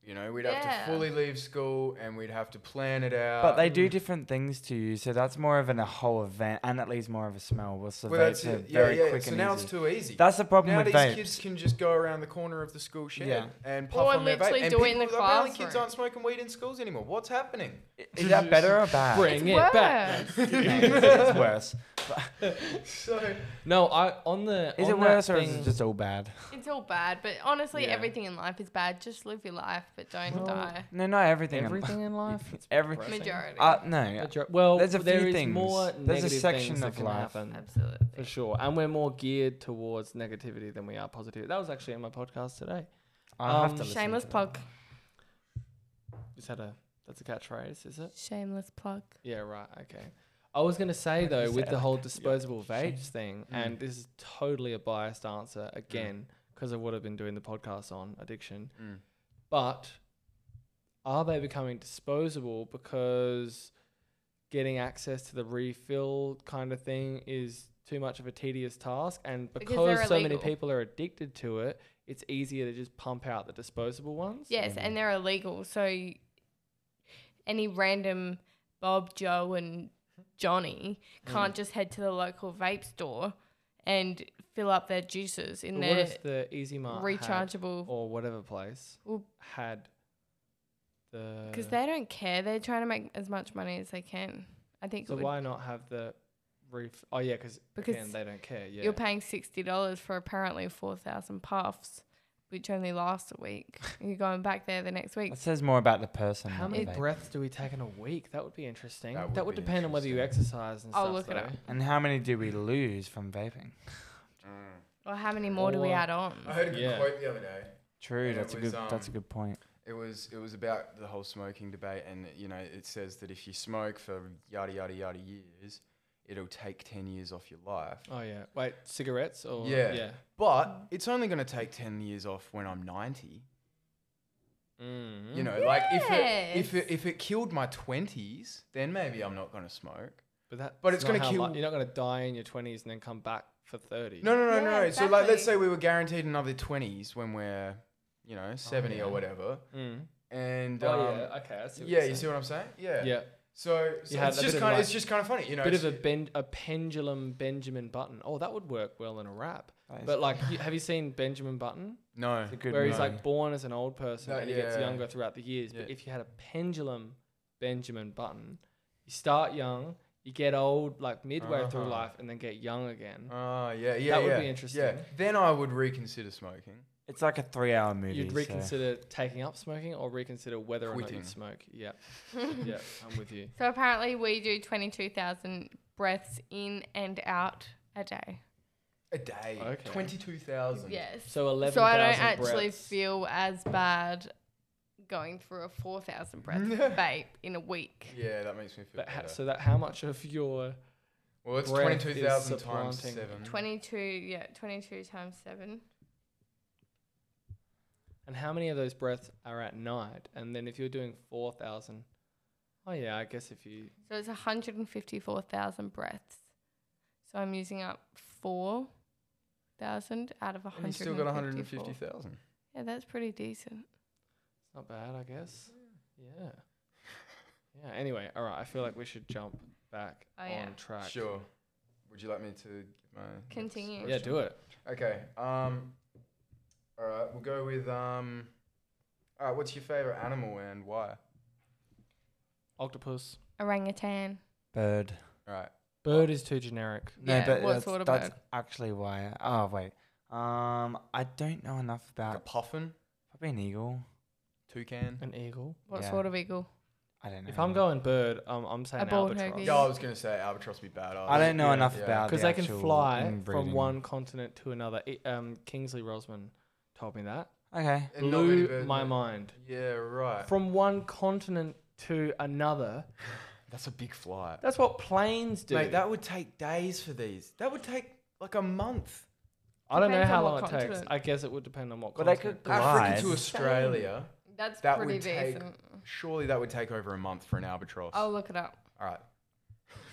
Speaker 3: You know, we'd have
Speaker 1: Yeah.
Speaker 3: to fully leave school and we'd have to plan it out.
Speaker 4: But they do different things to you, so that's more of an, a whole event, and it leaves more of a smell. Well, so
Speaker 3: well,
Speaker 4: vapes
Speaker 3: that's
Speaker 4: are
Speaker 3: it. Yeah,
Speaker 4: very
Speaker 3: yeah.
Speaker 4: quick
Speaker 3: so
Speaker 4: and
Speaker 3: now
Speaker 4: easy.
Speaker 3: it's too easy.
Speaker 4: that's the problem
Speaker 3: now
Speaker 4: with
Speaker 3: these
Speaker 4: vapes.
Speaker 3: kids can just go around the corner of the school shed
Speaker 4: Yeah.
Speaker 3: and puff
Speaker 1: Or
Speaker 3: on their vape.
Speaker 1: literally
Speaker 3: And
Speaker 1: do it in the
Speaker 3: people- apparently kids
Speaker 1: classroom.
Speaker 3: aren't smoking weed in schools anymore. What's happening?
Speaker 4: *laughs* Is that better or bad?
Speaker 2: Bring it back.
Speaker 1: Worse.
Speaker 4: No, *laughs*
Speaker 2: *laughs*
Speaker 4: it's, it's worse.
Speaker 3: So
Speaker 2: No, I on the
Speaker 4: Is it
Speaker 2: on that
Speaker 4: worse or is
Speaker 2: thing-
Speaker 4: it just all bad?
Speaker 1: It's all bad, but honestly,
Speaker 2: Yeah.
Speaker 1: everything in life is bad. Just live your life, but don't
Speaker 2: Well,
Speaker 1: die.
Speaker 4: No, not everything.
Speaker 2: everything in life? It's
Speaker 4: Every-
Speaker 2: depressing.
Speaker 1: Majority.
Speaker 4: Uh, no.
Speaker 2: Major- well,
Speaker 4: There's a
Speaker 2: there
Speaker 4: few
Speaker 2: is
Speaker 4: things.
Speaker 2: more
Speaker 4: There's a
Speaker 2: negative
Speaker 4: section
Speaker 2: things that
Speaker 4: of
Speaker 2: can
Speaker 4: life.
Speaker 2: happen for
Speaker 1: Absolutely.
Speaker 2: sure, and we're more geared towards negativity than we are positive. That was actually in my podcast today.
Speaker 4: I'll have
Speaker 2: Um,
Speaker 4: to listen
Speaker 1: Shameless
Speaker 4: to that.
Speaker 1: plug.
Speaker 2: Is that a that's a catchphrase? Is it?
Speaker 1: Shameless plug.
Speaker 2: Yeah, right. Okay. I was going to say
Speaker 4: Why did you
Speaker 2: though,
Speaker 4: say
Speaker 2: with
Speaker 4: it
Speaker 2: the
Speaker 4: like
Speaker 2: whole
Speaker 4: that? Yeah, Mm.
Speaker 2: disposable
Speaker 4: shame.
Speaker 2: vapes thing, and this is totally a biased
Speaker 4: Mm.
Speaker 2: answer again because of what I've been doing the podcast on addiction.
Speaker 3: Mm.
Speaker 2: But are they becoming disposable because getting access to the refill kind of thing is too much of a tedious task, and
Speaker 1: Because
Speaker 2: because,
Speaker 1: they're
Speaker 2: so many
Speaker 1: illegal.
Speaker 2: people are addicted to it, it's easier to just pump out the disposable ones.
Speaker 1: Yes, and they're illegal. So y- any random Bob, Joe, and Johnny
Speaker 2: Hmm. Mm.
Speaker 1: can't just head to the local vape store and fill up their juices in
Speaker 2: But what
Speaker 1: their
Speaker 2: if the Easy Mart had-
Speaker 1: rechargeable.
Speaker 2: or whatever place
Speaker 1: Well-
Speaker 2: had the
Speaker 1: Because they don't care. They're trying to make as much money as they can. I think.
Speaker 2: so
Speaker 1: it would,
Speaker 2: why not have the roof. Oh yeah, because
Speaker 1: Because
Speaker 2: again they don't care. Yeah.
Speaker 1: You're paying sixty dollars for apparently four thousand puffs, which only lasts
Speaker 2: *laughs*
Speaker 1: a week. and you're going back there the next week.
Speaker 4: It says more about the person.
Speaker 2: How
Speaker 4: than
Speaker 2: many
Speaker 4: the vape.
Speaker 2: breaths do we take in a week? That would be interesting. That
Speaker 3: That
Speaker 2: would,
Speaker 3: would be
Speaker 2: depend on whether you exercise and
Speaker 1: I'll
Speaker 2: stuff.
Speaker 1: look it
Speaker 2: though.
Speaker 1: up.
Speaker 4: and how many do we lose from vaping?
Speaker 3: Mm.
Speaker 1: Or how many more do we
Speaker 2: Or- *laughs*
Speaker 1: add on?
Speaker 3: I heard a good
Speaker 2: Yeah.
Speaker 3: quote the other day.
Speaker 4: True,
Speaker 3: And it
Speaker 4: that's a
Speaker 3: was,
Speaker 4: good. that's a
Speaker 3: um,
Speaker 4: good point.
Speaker 3: It was it was about the whole smoking debate, and you know it says that if you smoke for yada yada yada years, it'll take ten years off your life.
Speaker 2: Oh yeah. Wait, cigarettes or
Speaker 3: Yeah.
Speaker 2: yeah.
Speaker 3: But it's only going to take ten years off when I'm ninety.
Speaker 2: Mm.
Speaker 3: You know, like if it, if
Speaker 1: Yes.
Speaker 3: it, if it killed my twenties, then maybe I'm not going to smoke.
Speaker 2: but that.
Speaker 3: but it's gonna kill-
Speaker 2: you're not gonna die in your twenties and then come back for thirty.
Speaker 3: No, no, no, no.
Speaker 1: Yeah,
Speaker 3: So like, let's
Speaker 1: exactly.
Speaker 3: say we were guaranteed another twenties when we're, you know, seventy
Speaker 2: Oh, yeah.
Speaker 3: or whatever,
Speaker 2: Mm.
Speaker 3: and
Speaker 2: Oh
Speaker 3: um,
Speaker 2: yeah. Okay. I see what
Speaker 3: yeah,
Speaker 2: you're
Speaker 3: you see
Speaker 2: saying.
Speaker 3: what I'm saying? Yeah.
Speaker 2: Yeah.
Speaker 3: So, so
Speaker 2: had
Speaker 3: it's
Speaker 2: a bit of
Speaker 3: just kind of
Speaker 2: like-
Speaker 3: it's just kind of funny, you know.
Speaker 2: bit of
Speaker 3: it's-
Speaker 2: a bend, a pendulum Benjamin Button. Oh, that would work well in a rap.
Speaker 4: That is-
Speaker 2: But like, you, have you seen Benjamin Button?
Speaker 3: no.
Speaker 4: It's a good
Speaker 2: Where he's
Speaker 4: movie.
Speaker 2: like born as an old person
Speaker 3: That-
Speaker 2: and he gets
Speaker 3: yeah.
Speaker 2: younger throughout the years. But
Speaker 3: Yeah.
Speaker 2: if you had a pendulum Benjamin Button, you start young, you get old like midway through
Speaker 3: Uh-huh.
Speaker 2: life, and then get young again.
Speaker 3: Ah, yeah, yeah,
Speaker 2: Mm-hmm. That would
Speaker 3: yeah,
Speaker 2: be interesting.
Speaker 3: Yeah. Then I would reconsider smoking.
Speaker 4: it's like a three-hour movie.
Speaker 2: You'd
Speaker 4: so-
Speaker 2: reconsider taking up smoking or reconsider whether or not
Speaker 3: Quitting.
Speaker 2: you'd smoke.
Speaker 3: *laughs*
Speaker 2: Yeah, yeah, I'm with you.
Speaker 1: *laughs* So apparently we do twenty two thousand breaths in and out a day.
Speaker 3: A day.
Speaker 2: Okay.
Speaker 3: Twenty-two thousand.
Speaker 1: Yes.
Speaker 2: So eleven.
Speaker 1: so I don't actually
Speaker 2: breaths.
Speaker 1: feel as bad going through a four thousand
Speaker 3: *laughs*
Speaker 1: breath vape in a week.
Speaker 3: Yeah, that makes me feel
Speaker 2: But ha-
Speaker 3: better.
Speaker 2: so that how much of your
Speaker 3: well, it's
Speaker 2: breath is
Speaker 3: twenty-two thousand times
Speaker 2: supplanting-
Speaker 3: seven.
Speaker 1: Twenty two, yeah, twenty two times seven.
Speaker 2: and how many of those breaths are at night? And then if you're doing four thousand, oh yeah, I guess if you
Speaker 1: So it's 154,000 breaths. So I'm using up 4,000 out of
Speaker 3: And you
Speaker 1: 154.
Speaker 3: still got one hundred and fifty thousand.
Speaker 1: Yeah, that's pretty decent.
Speaker 2: It's not bad, I guess. Yeah. Yeah. Anyway, all right. I feel like we should jump back
Speaker 1: Oh,
Speaker 2: on
Speaker 1: yeah.
Speaker 2: track.
Speaker 3: Sure. Would you like me to give my next
Speaker 1: Continue.
Speaker 2: Yeah,
Speaker 3: question?
Speaker 2: do it.
Speaker 3: Okay. Um. All right. We'll go with um. All right. What's your favorite animal and why?
Speaker 2: Octopus.
Speaker 1: Orangutan.
Speaker 4: Bird.
Speaker 3: All right.
Speaker 2: Bird is too generic.
Speaker 4: No,
Speaker 1: Yeah,
Speaker 4: but
Speaker 1: what
Speaker 4: that's,
Speaker 1: sort of
Speaker 4: that's
Speaker 1: bird?
Speaker 4: actually why. Oh wait, um, I don't know enough
Speaker 3: A
Speaker 4: about
Speaker 3: puffin,
Speaker 4: probably an eagle.
Speaker 3: toucan.
Speaker 2: An eagle.
Speaker 1: What
Speaker 4: Yeah.
Speaker 1: sort of eagle?
Speaker 4: I don't know.
Speaker 2: If I'm going bird, um, I'm saying
Speaker 1: bald
Speaker 2: albatross.
Speaker 1: hoagie.
Speaker 3: Yeah, I was gonna say albatross be bad.
Speaker 4: I don't know
Speaker 2: Yeah,
Speaker 4: enough
Speaker 3: yeah.
Speaker 4: about
Speaker 2: Because
Speaker 4: the
Speaker 2: they can
Speaker 4: actual
Speaker 2: fly from
Speaker 4: inbreeding.
Speaker 2: one continent to another. I- um, Kingsley Rosman told me that.
Speaker 4: Okay,
Speaker 3: And not many
Speaker 2: Blew
Speaker 3: birds
Speaker 2: my
Speaker 3: know.
Speaker 2: mind.
Speaker 3: Yeah. Right.
Speaker 2: From one continent to another.
Speaker 3: That's a big flight.
Speaker 2: That's what planes do.
Speaker 3: Mate, that would take days for these. That would take like a month.
Speaker 2: I don't know
Speaker 1: Depends on
Speaker 2: how
Speaker 1: what
Speaker 2: long it takes.
Speaker 1: continent.
Speaker 2: I guess it would depend on what
Speaker 4: But they
Speaker 2: continent.
Speaker 4: could
Speaker 3: Africa to
Speaker 4: glide.
Speaker 3: Australia.
Speaker 1: That's
Speaker 3: That
Speaker 1: pretty
Speaker 3: would take-
Speaker 1: decent.
Speaker 3: Surely that would take over a month for an albatross.
Speaker 1: I'll look it
Speaker 3: *laughs*
Speaker 1: up.
Speaker 3: All right.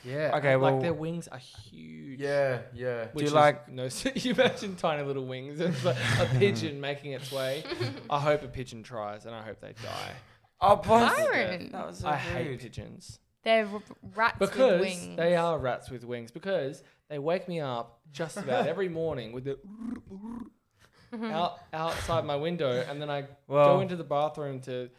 Speaker 2: Yeah.
Speaker 4: Okay,
Speaker 2: like
Speaker 4: well-
Speaker 2: their wings are huge.
Speaker 3: Yeah. Yeah.
Speaker 2: Which
Speaker 4: you
Speaker 2: is *laughs*
Speaker 4: like-
Speaker 2: no? So you imagine tiny little wings. It's like a
Speaker 4: *laughs*
Speaker 2: pigeon making its way. I hope a pigeon tries, and I hope they die.
Speaker 4: Oh, boss.
Speaker 1: Byron.
Speaker 4: That was so
Speaker 2: I hate
Speaker 4: rude.
Speaker 2: pigeons
Speaker 1: They're r- rats with
Speaker 2: because
Speaker 1: wings.
Speaker 2: they
Speaker 1: *laughs*
Speaker 2: are rats with wings. Because they wake me up just about every morning with the
Speaker 1: Hmm.
Speaker 2: out outside my window, and then I go
Speaker 4: Well-
Speaker 2: into the bathroom to.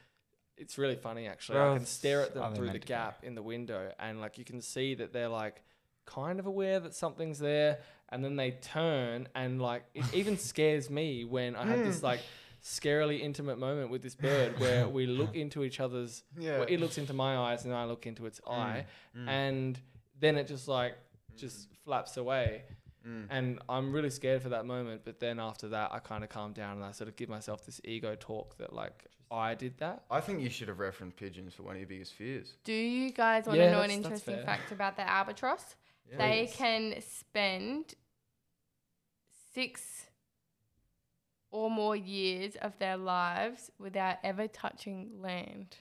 Speaker 2: It's really funny actually. I
Speaker 4: Well,
Speaker 2: can stare at them
Speaker 4: are they
Speaker 2: through the
Speaker 4: meant to be?
Speaker 2: gap in the window, and like you can see that they're like kind of aware that something's there, and then they turn and like it
Speaker 4: *laughs*
Speaker 2: even scares me when I have this like scarily intimate moment with this
Speaker 4: *laughs*
Speaker 2: bird where we look into each other's
Speaker 3: Yeah.
Speaker 2: well, it looks into my eyes and I look into
Speaker 4: Mm,
Speaker 2: its eye, and then it just like just flaps away.
Speaker 4: Mm.
Speaker 2: And I'm really scared for that moment, but then after that, I kind of calm down and I sort of give myself this ego talk that like I did that.
Speaker 3: I think you should have referenced pigeons for one of your biggest fears.
Speaker 1: Do you guys want
Speaker 2: Yeah,
Speaker 1: to know an
Speaker 2: that's- that's
Speaker 1: interesting
Speaker 2: fair.
Speaker 1: fact about the albatross?
Speaker 3: Yeah.
Speaker 1: They
Speaker 2: Please.
Speaker 1: can spend six or more years of their lives without ever touching land.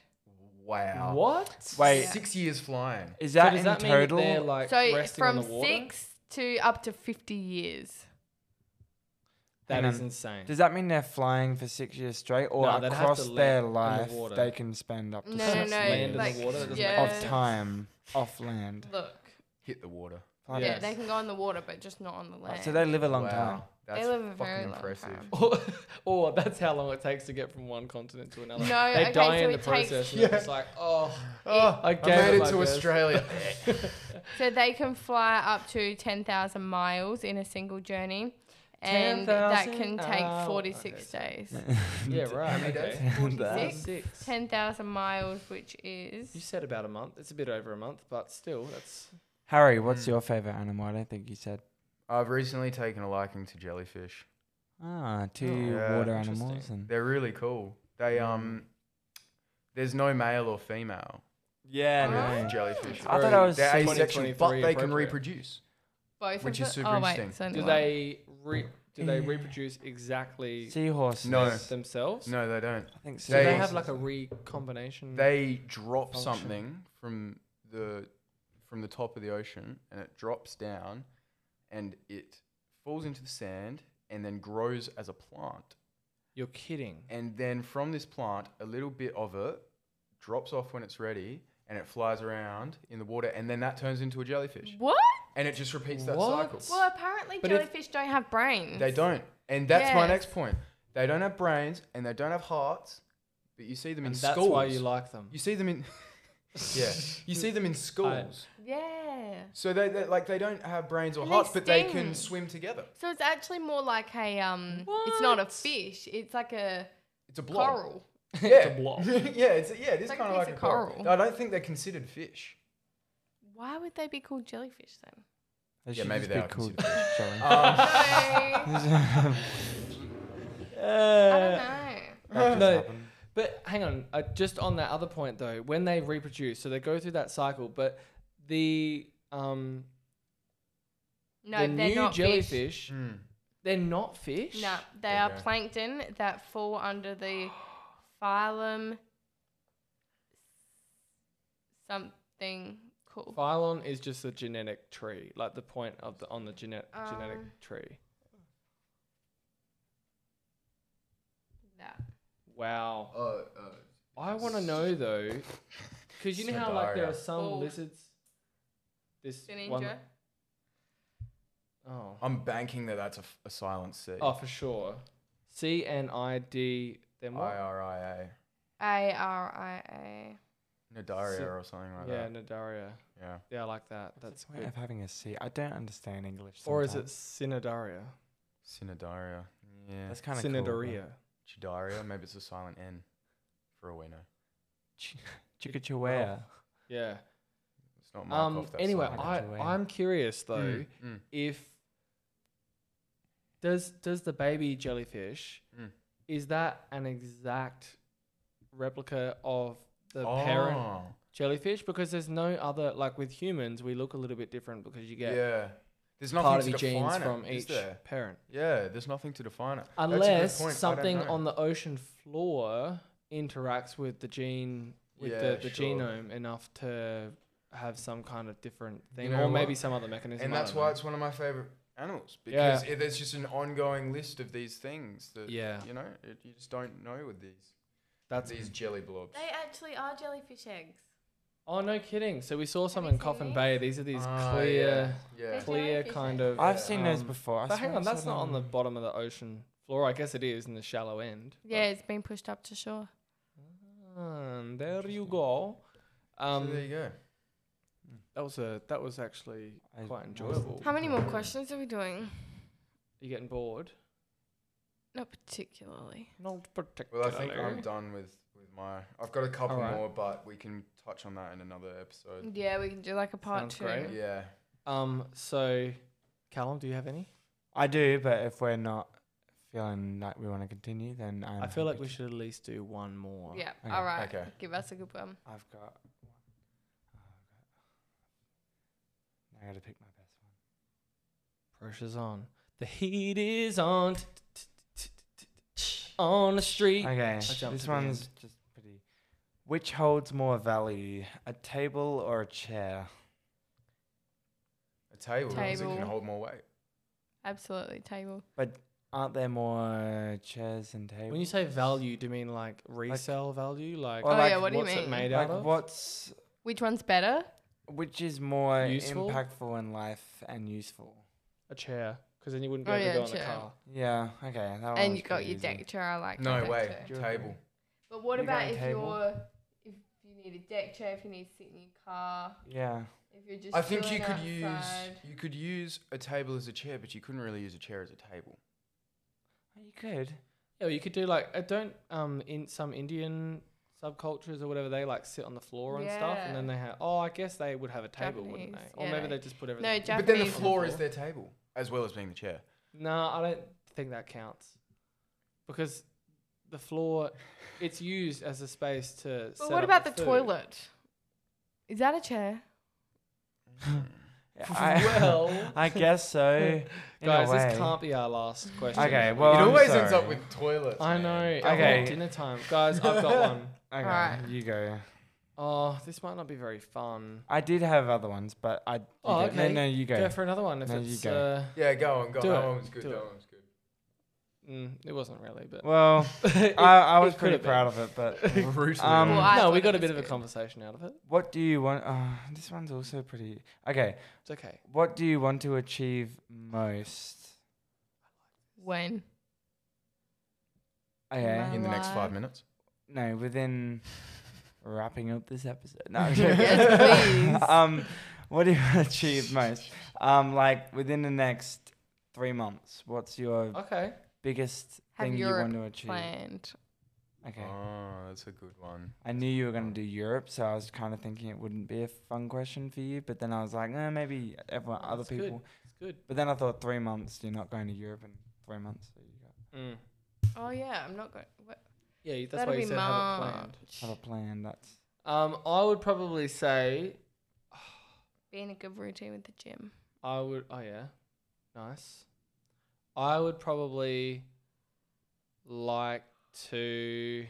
Speaker 3: Wow.
Speaker 2: What?
Speaker 4: Wait,
Speaker 3: Six years flying.
Speaker 4: is
Speaker 2: So
Speaker 4: that
Speaker 2: does
Speaker 4: in
Speaker 2: that mean that
Speaker 4: total?
Speaker 2: they're like
Speaker 1: so
Speaker 2: resting on
Speaker 1: from
Speaker 2: the water?
Speaker 1: six to up to 50 years.
Speaker 2: That
Speaker 4: Hang
Speaker 2: is
Speaker 4: on.
Speaker 2: insane.
Speaker 4: Does that mean they're flying for six years straight, or
Speaker 2: No, they'd have to
Speaker 4: across
Speaker 2: land
Speaker 4: their life
Speaker 2: underwater.
Speaker 4: they can spend up to
Speaker 1: No, no,
Speaker 4: six
Speaker 1: no.
Speaker 2: land in
Speaker 4: years
Speaker 2: the
Speaker 1: like,
Speaker 2: water, that doesn't make
Speaker 1: yeah.
Speaker 4: of time off land?
Speaker 1: Look.
Speaker 3: Hit the water.
Speaker 4: Fly
Speaker 1: Yeah,
Speaker 2: Yes. Oh,
Speaker 4: back.
Speaker 1: they can go on the water, but just not on the land.
Speaker 4: Oh, So they live a long
Speaker 3: wow.
Speaker 4: time.
Speaker 3: That's
Speaker 1: live a
Speaker 3: fucking
Speaker 1: very long
Speaker 3: impressive.
Speaker 2: *laughs*
Speaker 1: time.
Speaker 2: or, or that's how long it takes to get from one continent to
Speaker 1: *laughs*
Speaker 2: another.
Speaker 1: No,
Speaker 2: they
Speaker 1: okay,
Speaker 2: die
Speaker 1: so
Speaker 2: in the
Speaker 1: *laughs* it takes-
Speaker 2: process, and it's like, oh, I gave
Speaker 3: made
Speaker 2: my
Speaker 3: it to
Speaker 2: best.
Speaker 3: *laughs* Australia.
Speaker 1: So they can fly up to 10,000 miles in a single journey. And that
Speaker 2: 10,000
Speaker 1: can take
Speaker 2: hours.
Speaker 4: *laughs*
Speaker 1: 46 days.
Speaker 2: *laughs*
Speaker 3: *laughs*
Speaker 2: yeah, right.
Speaker 3: many
Speaker 2: okay.
Speaker 3: days?
Speaker 4: uh,
Speaker 1: Six?
Speaker 2: Six. Six.
Speaker 1: 10,000 miles, which
Speaker 2: You
Speaker 1: is.
Speaker 2: said about a month. It's a bit over a month, but still, that's
Speaker 4: Harry, what's
Speaker 3: Mm.
Speaker 4: your favorite animal? I don't think you said.
Speaker 3: I've recently taken a liking to jellyfish.
Speaker 4: Ah, two
Speaker 3: yeah,
Speaker 4: water
Speaker 2: interesting.
Speaker 4: animals and
Speaker 3: They're really cool. They um, there's no male or female.
Speaker 4: yeah,
Speaker 1: no.
Speaker 3: with Jellyfish.
Speaker 4: I thought I was
Speaker 3: They're
Speaker 4: saying-
Speaker 3: asexual, but they can
Speaker 2: 2023
Speaker 3: reproduce.
Speaker 1: Both
Speaker 3: Which
Speaker 1: of
Speaker 3: is
Speaker 1: the-
Speaker 3: super
Speaker 1: oh, wait,
Speaker 3: interesting.
Speaker 1: it's only
Speaker 2: Do
Speaker 1: one.
Speaker 2: they re- do they
Speaker 4: Yeah.
Speaker 2: reproduce exactly
Speaker 4: seahorse.
Speaker 3: No.
Speaker 2: themselves?
Speaker 3: No, they don't.
Speaker 4: I think
Speaker 2: Do they,
Speaker 3: They-
Speaker 2: have like a recombination?
Speaker 4: Hmm.
Speaker 3: They drop
Speaker 2: Function.
Speaker 3: something from the from the top of the ocean, and it drops down, and it falls into the sand, and then grows as a plant.
Speaker 2: You're kidding.
Speaker 3: And then from this plant, a little bit of it drops off when it's ready, and it flies around in the water, and then that turns into a jellyfish,
Speaker 1: What?
Speaker 3: and it just repeats that
Speaker 2: What?
Speaker 3: cycle.
Speaker 1: Well, apparently
Speaker 2: But if-
Speaker 1: jellyfish don't have brains.
Speaker 3: They don't. And that's my
Speaker 1: Yes.
Speaker 3: next point. They don't have brains and they don't have hearts, but you see them in
Speaker 2: And
Speaker 3: schools.
Speaker 2: that's why you like them.
Speaker 3: You see them in *laughs* Yeah. You see
Speaker 2: *laughs*
Speaker 3: them in schools.
Speaker 1: Yeah.
Speaker 3: so they, they like they don't have brains or
Speaker 1: And they
Speaker 3: hearts, but they
Speaker 1: sting.
Speaker 3: can swim together.
Speaker 1: So it's actually more like a um. It's not a
Speaker 2: What?
Speaker 1: fish. It's like a
Speaker 3: It's a
Speaker 1: *laughs*
Speaker 3: blob.
Speaker 1: coral.
Speaker 3: Yeah.
Speaker 2: It's a blob.
Speaker 3: *laughs* yeah, it's yeah, it is
Speaker 1: like a
Speaker 3: kind
Speaker 1: piece
Speaker 3: of like a
Speaker 1: of
Speaker 3: coral.
Speaker 1: coral.
Speaker 3: I don't think they're
Speaker 2: *laughs*
Speaker 3: considered fish.
Speaker 1: Why would they be called jellyfish then?
Speaker 3: *laughs*
Speaker 4: They
Speaker 3: Yeah,
Speaker 4: should
Speaker 3: maybe
Speaker 4: just
Speaker 3: they
Speaker 4: be
Speaker 3: are
Speaker 4: called *laughs*
Speaker 3: considered
Speaker 4: jelly.
Speaker 3: Um,
Speaker 1: No, I
Speaker 4: That just
Speaker 1: don't know.
Speaker 2: No.
Speaker 4: happened.
Speaker 2: But hang on, uh, just on that other point though, when they reproduce, so they go through that cycle, but the um
Speaker 1: No,
Speaker 2: the
Speaker 1: they're
Speaker 2: new
Speaker 1: not
Speaker 2: jellyfish,
Speaker 1: jellyfish.
Speaker 2: Hmm.
Speaker 3: mm.
Speaker 2: they're not fish.
Speaker 1: No, they
Speaker 3: There
Speaker 1: are
Speaker 3: you go.
Speaker 1: plankton that fall under the phylum something cool.
Speaker 2: Phylon is just a genetic tree, like the point of the on the gene-
Speaker 1: Um,
Speaker 2: genetic tree.
Speaker 1: That.
Speaker 2: Wow.
Speaker 3: uh, uh,
Speaker 2: I want to know though, because you know how like there are
Speaker 3: Smedaria.
Speaker 2: some
Speaker 1: Oh.
Speaker 2: lizards. This one.
Speaker 1: Sininja.
Speaker 2: Oh.
Speaker 3: I'm banking that that's a, f- a silent C.
Speaker 2: Oh, for sure. C N I D. Then what?
Speaker 3: IRIA.
Speaker 1: A R I A.
Speaker 3: Nadaria
Speaker 2: Si-
Speaker 3: or something like
Speaker 2: yeah,
Speaker 3: that.
Speaker 2: Nadaria.
Speaker 3: Yeah.
Speaker 2: Yeah, I like that. That's
Speaker 4: Wait,
Speaker 2: good.
Speaker 4: of having a C. I don't understand English.
Speaker 2: Or is it
Speaker 4: sometimes.
Speaker 2: Sinidaria?
Speaker 3: Sinidaria. Yeah.
Speaker 4: That's kind of
Speaker 2: Sinidaria.
Speaker 3: Chidaria. Maybe it's a silent N for all we know.
Speaker 4: Chikachawea.
Speaker 2: Yeah.
Speaker 3: It's not Markov.
Speaker 2: Um.
Speaker 3: that's
Speaker 2: Anyway,
Speaker 3: silent.
Speaker 2: I
Speaker 4: Sinidaria.
Speaker 2: I'm curious though
Speaker 3: Mm, mm.
Speaker 2: if does does the baby jellyfish
Speaker 3: Mm.
Speaker 2: is that an exact replica of the parent
Speaker 3: Oh,
Speaker 2: jellyfish because there's no other like with humans we look a little bit different because you
Speaker 3: Yeah.
Speaker 2: get
Speaker 3: There's nothing
Speaker 2: part of
Speaker 3: to
Speaker 2: the
Speaker 3: define
Speaker 2: genes
Speaker 3: it,
Speaker 2: from
Speaker 3: is
Speaker 2: each
Speaker 3: there?
Speaker 2: parent
Speaker 3: Yeah, there's nothing to define it. That's a good
Speaker 2: unless
Speaker 3: point, I don't
Speaker 2: something
Speaker 3: know.
Speaker 2: on the ocean floor interacts with the gene with
Speaker 3: Yeah,
Speaker 2: the, the
Speaker 3: sure.
Speaker 2: genome enough to have some kind of different thing
Speaker 3: know
Speaker 2: or maybe
Speaker 3: what?
Speaker 2: some other mechanism
Speaker 3: and
Speaker 2: I
Speaker 3: that's
Speaker 2: don't know.
Speaker 3: why it's one of my favorite animals
Speaker 2: Yeah.
Speaker 3: because it, there's just an ongoing list of these things that
Speaker 2: Yeah.
Speaker 3: you know it, you just don't know with these
Speaker 2: that's
Speaker 3: these jelly blobs.
Speaker 1: They actually are jellyfish eggs.
Speaker 2: oh no kidding so we saw some
Speaker 1: you
Speaker 2: in
Speaker 1: seen
Speaker 2: coffin
Speaker 1: these?
Speaker 2: bay these are these
Speaker 3: Ah,
Speaker 2: clear
Speaker 3: Yeah.
Speaker 1: They're
Speaker 3: yeah.
Speaker 2: clear
Speaker 1: jellyfish
Speaker 2: kind
Speaker 1: eggs.
Speaker 2: of
Speaker 4: I've seen those
Speaker 2: um,
Speaker 4: before. I
Speaker 2: but
Speaker 4: swear
Speaker 2: hang
Speaker 4: I
Speaker 2: on
Speaker 4: saw
Speaker 2: that's not on the
Speaker 4: them.
Speaker 2: bottom of the ocean floor i guess it is in the shallow end but-
Speaker 1: Yeah, it's been pushed up to shore.
Speaker 2: And there you go. Um,
Speaker 3: Hmm, so there you go.
Speaker 2: that was a that was actually
Speaker 4: I
Speaker 2: quite
Speaker 4: wasn't-
Speaker 2: enjoyable.
Speaker 1: How many more
Speaker 3: Yeah.
Speaker 1: questions are we doing?
Speaker 2: You getting bored?
Speaker 1: Not particularly.
Speaker 2: Not
Speaker 3: Well, I
Speaker 2: particularly.
Speaker 3: think I'm done with with my. I've got a couple
Speaker 2: Alright.
Speaker 3: more, but we can touch on that in another episode.
Speaker 1: Yeah, we can do like a part
Speaker 2: Sounds
Speaker 1: two.
Speaker 2: great.
Speaker 3: Yeah.
Speaker 2: Um, so, Callum, do you have any?
Speaker 4: I do, but if we're not feeling like we want to continue, then I'm
Speaker 2: I feel like
Speaker 4: happy
Speaker 2: we
Speaker 4: to-
Speaker 2: should at least do one more.
Speaker 1: Yeah.
Speaker 4: Okay.
Speaker 1: All right.
Speaker 3: Okay.
Speaker 1: Give us a good one.
Speaker 4: I've got. I've got- I gotta pick my best one.
Speaker 2: Pressure's on. The heat is on. On the street.
Speaker 4: Okay,
Speaker 2: jumped to
Speaker 4: this
Speaker 2: the end.
Speaker 4: one's just pretty. Which holds more value, a table or a chair?
Speaker 3: A table, because it
Speaker 1: Table.
Speaker 3: can hold more weight.
Speaker 1: Absolutely. Table.
Speaker 4: Aren't there more chairs than tables?
Speaker 2: When you say value, do you mean like resale value? Like,
Speaker 4: Or Oh, like yeah,
Speaker 1: what do you
Speaker 2: what's it
Speaker 1: mean?
Speaker 2: made
Speaker 4: like
Speaker 2: out of?
Speaker 4: what's
Speaker 1: Which one's better?
Speaker 4: which is more
Speaker 2: Useful?
Speaker 4: impactful in life and useful?
Speaker 2: A chair, because then you wouldn't be
Speaker 1: Oh,
Speaker 2: able
Speaker 1: yeah,
Speaker 2: to go on
Speaker 1: chair.
Speaker 2: a car.
Speaker 4: Yeah. Okay. That one
Speaker 1: and
Speaker 4: was
Speaker 1: you got
Speaker 4: Oh, pretty
Speaker 1: your
Speaker 4: easy.
Speaker 1: deck chair. I like
Speaker 3: No
Speaker 1: my
Speaker 3: way.
Speaker 1: deck chair.
Speaker 4: Sure.
Speaker 3: Table.
Speaker 1: But what
Speaker 4: You
Speaker 1: about
Speaker 4: going
Speaker 1: if
Speaker 4: table?
Speaker 1: you're if you need a deck chair, if you need to sit in your car,
Speaker 4: Yeah.
Speaker 1: If you're just
Speaker 3: I think you
Speaker 1: chilling
Speaker 3: could
Speaker 1: outside.
Speaker 3: use you could use a table as a chair, but you couldn't really use a chair as a table.
Speaker 4: Oh,
Speaker 2: *laughs*
Speaker 4: You could.
Speaker 2: Yeah, or you could do like uh, don't um in some Indian subcultures or whatever they like sit on the floor and stuff, and then
Speaker 1: Yeah.
Speaker 2: they have oh I guess they would have a table, wouldn't
Speaker 1: Japanese,
Speaker 2: they? Or
Speaker 1: yeah,
Speaker 2: maybe
Speaker 1: no.
Speaker 2: they just put everything.
Speaker 1: Jap-
Speaker 3: But then the
Speaker 1: Japanese-
Speaker 3: floor is
Speaker 2: Floor.
Speaker 3: their table as well as being the chair.
Speaker 2: no, I don't think that counts because the floor it's used as a space to.
Speaker 1: But
Speaker 2: set up
Speaker 1: what about the
Speaker 2: food.
Speaker 1: toilet? Is that a chair?
Speaker 2: *laughs*
Speaker 4: Yeah, I, *laughs*
Speaker 2: Well.
Speaker 4: I
Speaker 2: *laughs*
Speaker 4: guess so. in a
Speaker 2: Guys, this
Speaker 4: way.
Speaker 2: can't be our last question.
Speaker 4: Okay, well,
Speaker 3: it
Speaker 4: I'm
Speaker 3: always ends
Speaker 4: sorry.
Speaker 3: up with toilets.
Speaker 2: I
Speaker 3: man.
Speaker 2: know.
Speaker 3: Come
Speaker 4: Okay.
Speaker 2: Okay, dinner time, guys. I've got
Speaker 4: *laughs*
Speaker 2: one.
Speaker 4: Okay,
Speaker 1: Alright.
Speaker 4: you go.
Speaker 2: Oh, this might not be very fun.
Speaker 4: I did have other ones, but I. you
Speaker 2: Oh,
Speaker 4: go.
Speaker 2: okay.
Speaker 4: No, no, you go.
Speaker 2: Go, for another one if
Speaker 4: No, you
Speaker 2: it's.
Speaker 4: go.
Speaker 2: Uh,
Speaker 3: on. Yeah, go on, go on.
Speaker 2: Do
Speaker 3: That
Speaker 2: it,
Speaker 3: one was good.
Speaker 2: do
Speaker 3: That
Speaker 2: it.
Speaker 3: one was good.
Speaker 2: mm, it wasn't really, *laughs* but
Speaker 4: Well,
Speaker 2: It-
Speaker 4: I, I
Speaker 2: it
Speaker 4: was pretty
Speaker 2: could've been.
Speaker 4: proud of it, but
Speaker 3: Brutally
Speaker 4: Um,
Speaker 1: Well,
Speaker 3: honest.
Speaker 2: *laughs*
Speaker 1: I
Speaker 2: no,
Speaker 1: thought
Speaker 2: we
Speaker 1: it
Speaker 2: got a
Speaker 1: was
Speaker 2: bit of a
Speaker 1: good.
Speaker 2: conversation out of it.
Speaker 4: what do you want? Oh, this one's also pretty. Okay,
Speaker 2: It's okay.
Speaker 4: what do you want to achieve most?
Speaker 1: When?
Speaker 4: Okay,
Speaker 1: Wow.
Speaker 3: in the next
Speaker 1: Alive.
Speaker 3: five minutes.
Speaker 4: no, within wrapping up this episode. No,
Speaker 1: *laughs*
Speaker 4: I'm joking.
Speaker 1: Yes,
Speaker 4: *laughs*
Speaker 1: please.
Speaker 4: um, what do you want to achieve most? Um, like within the next three months, what's your
Speaker 2: Okay.
Speaker 4: biggest
Speaker 1: Have
Speaker 4: thing
Speaker 1: Europe
Speaker 4: you want to achieve?
Speaker 1: Planned.
Speaker 4: Okay.
Speaker 3: Oh, that's a good one.
Speaker 4: I knew you were going to do Europe, so I was kind of thinking it wouldn't be a fun question for you. But then I was like, nah, maybe everyone,
Speaker 2: Oh,
Speaker 4: other
Speaker 2: that's good.
Speaker 4: people.
Speaker 2: It's good.
Speaker 4: But then I thought three months. You're not going to Europe in three months. So you got
Speaker 2: Mm.
Speaker 1: Oh yeah, I'm not going. What?
Speaker 2: Yeah, you- that's
Speaker 1: That'll
Speaker 2: why you
Speaker 1: be
Speaker 2: said have it
Speaker 1: March.
Speaker 2: planned.
Speaker 4: have a plan. That's
Speaker 2: Um, I would probably say
Speaker 1: Being a good routine with the gym.
Speaker 2: I would. Oh yeah, nice. I would probably like to.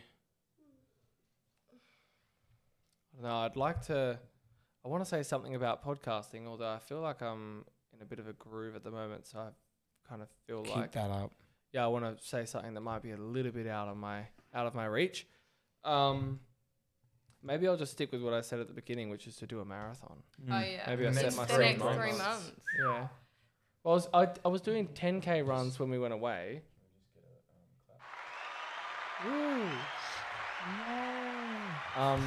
Speaker 2: I don't know. I'd like to. I want to say something about podcasting, although I feel like I'm in a bit of a groove at the moment, so I kind of feel
Speaker 4: keep
Speaker 2: like
Speaker 4: that up.
Speaker 2: yeah, I want to say something that might be a little bit out of my out of my reach. Um, maybe I'll just stick with what I said at the beginning, which is to do a marathon.
Speaker 1: Oh
Speaker 4: Mm.
Speaker 1: yeah.
Speaker 2: Maybe
Speaker 3: I set
Speaker 1: Next-
Speaker 3: my
Speaker 1: the
Speaker 3: three
Speaker 1: next
Speaker 3: months.
Speaker 1: three months.
Speaker 2: Yeah. Well, I was, I, I was doing 10k runs when we went away. Woo. Um,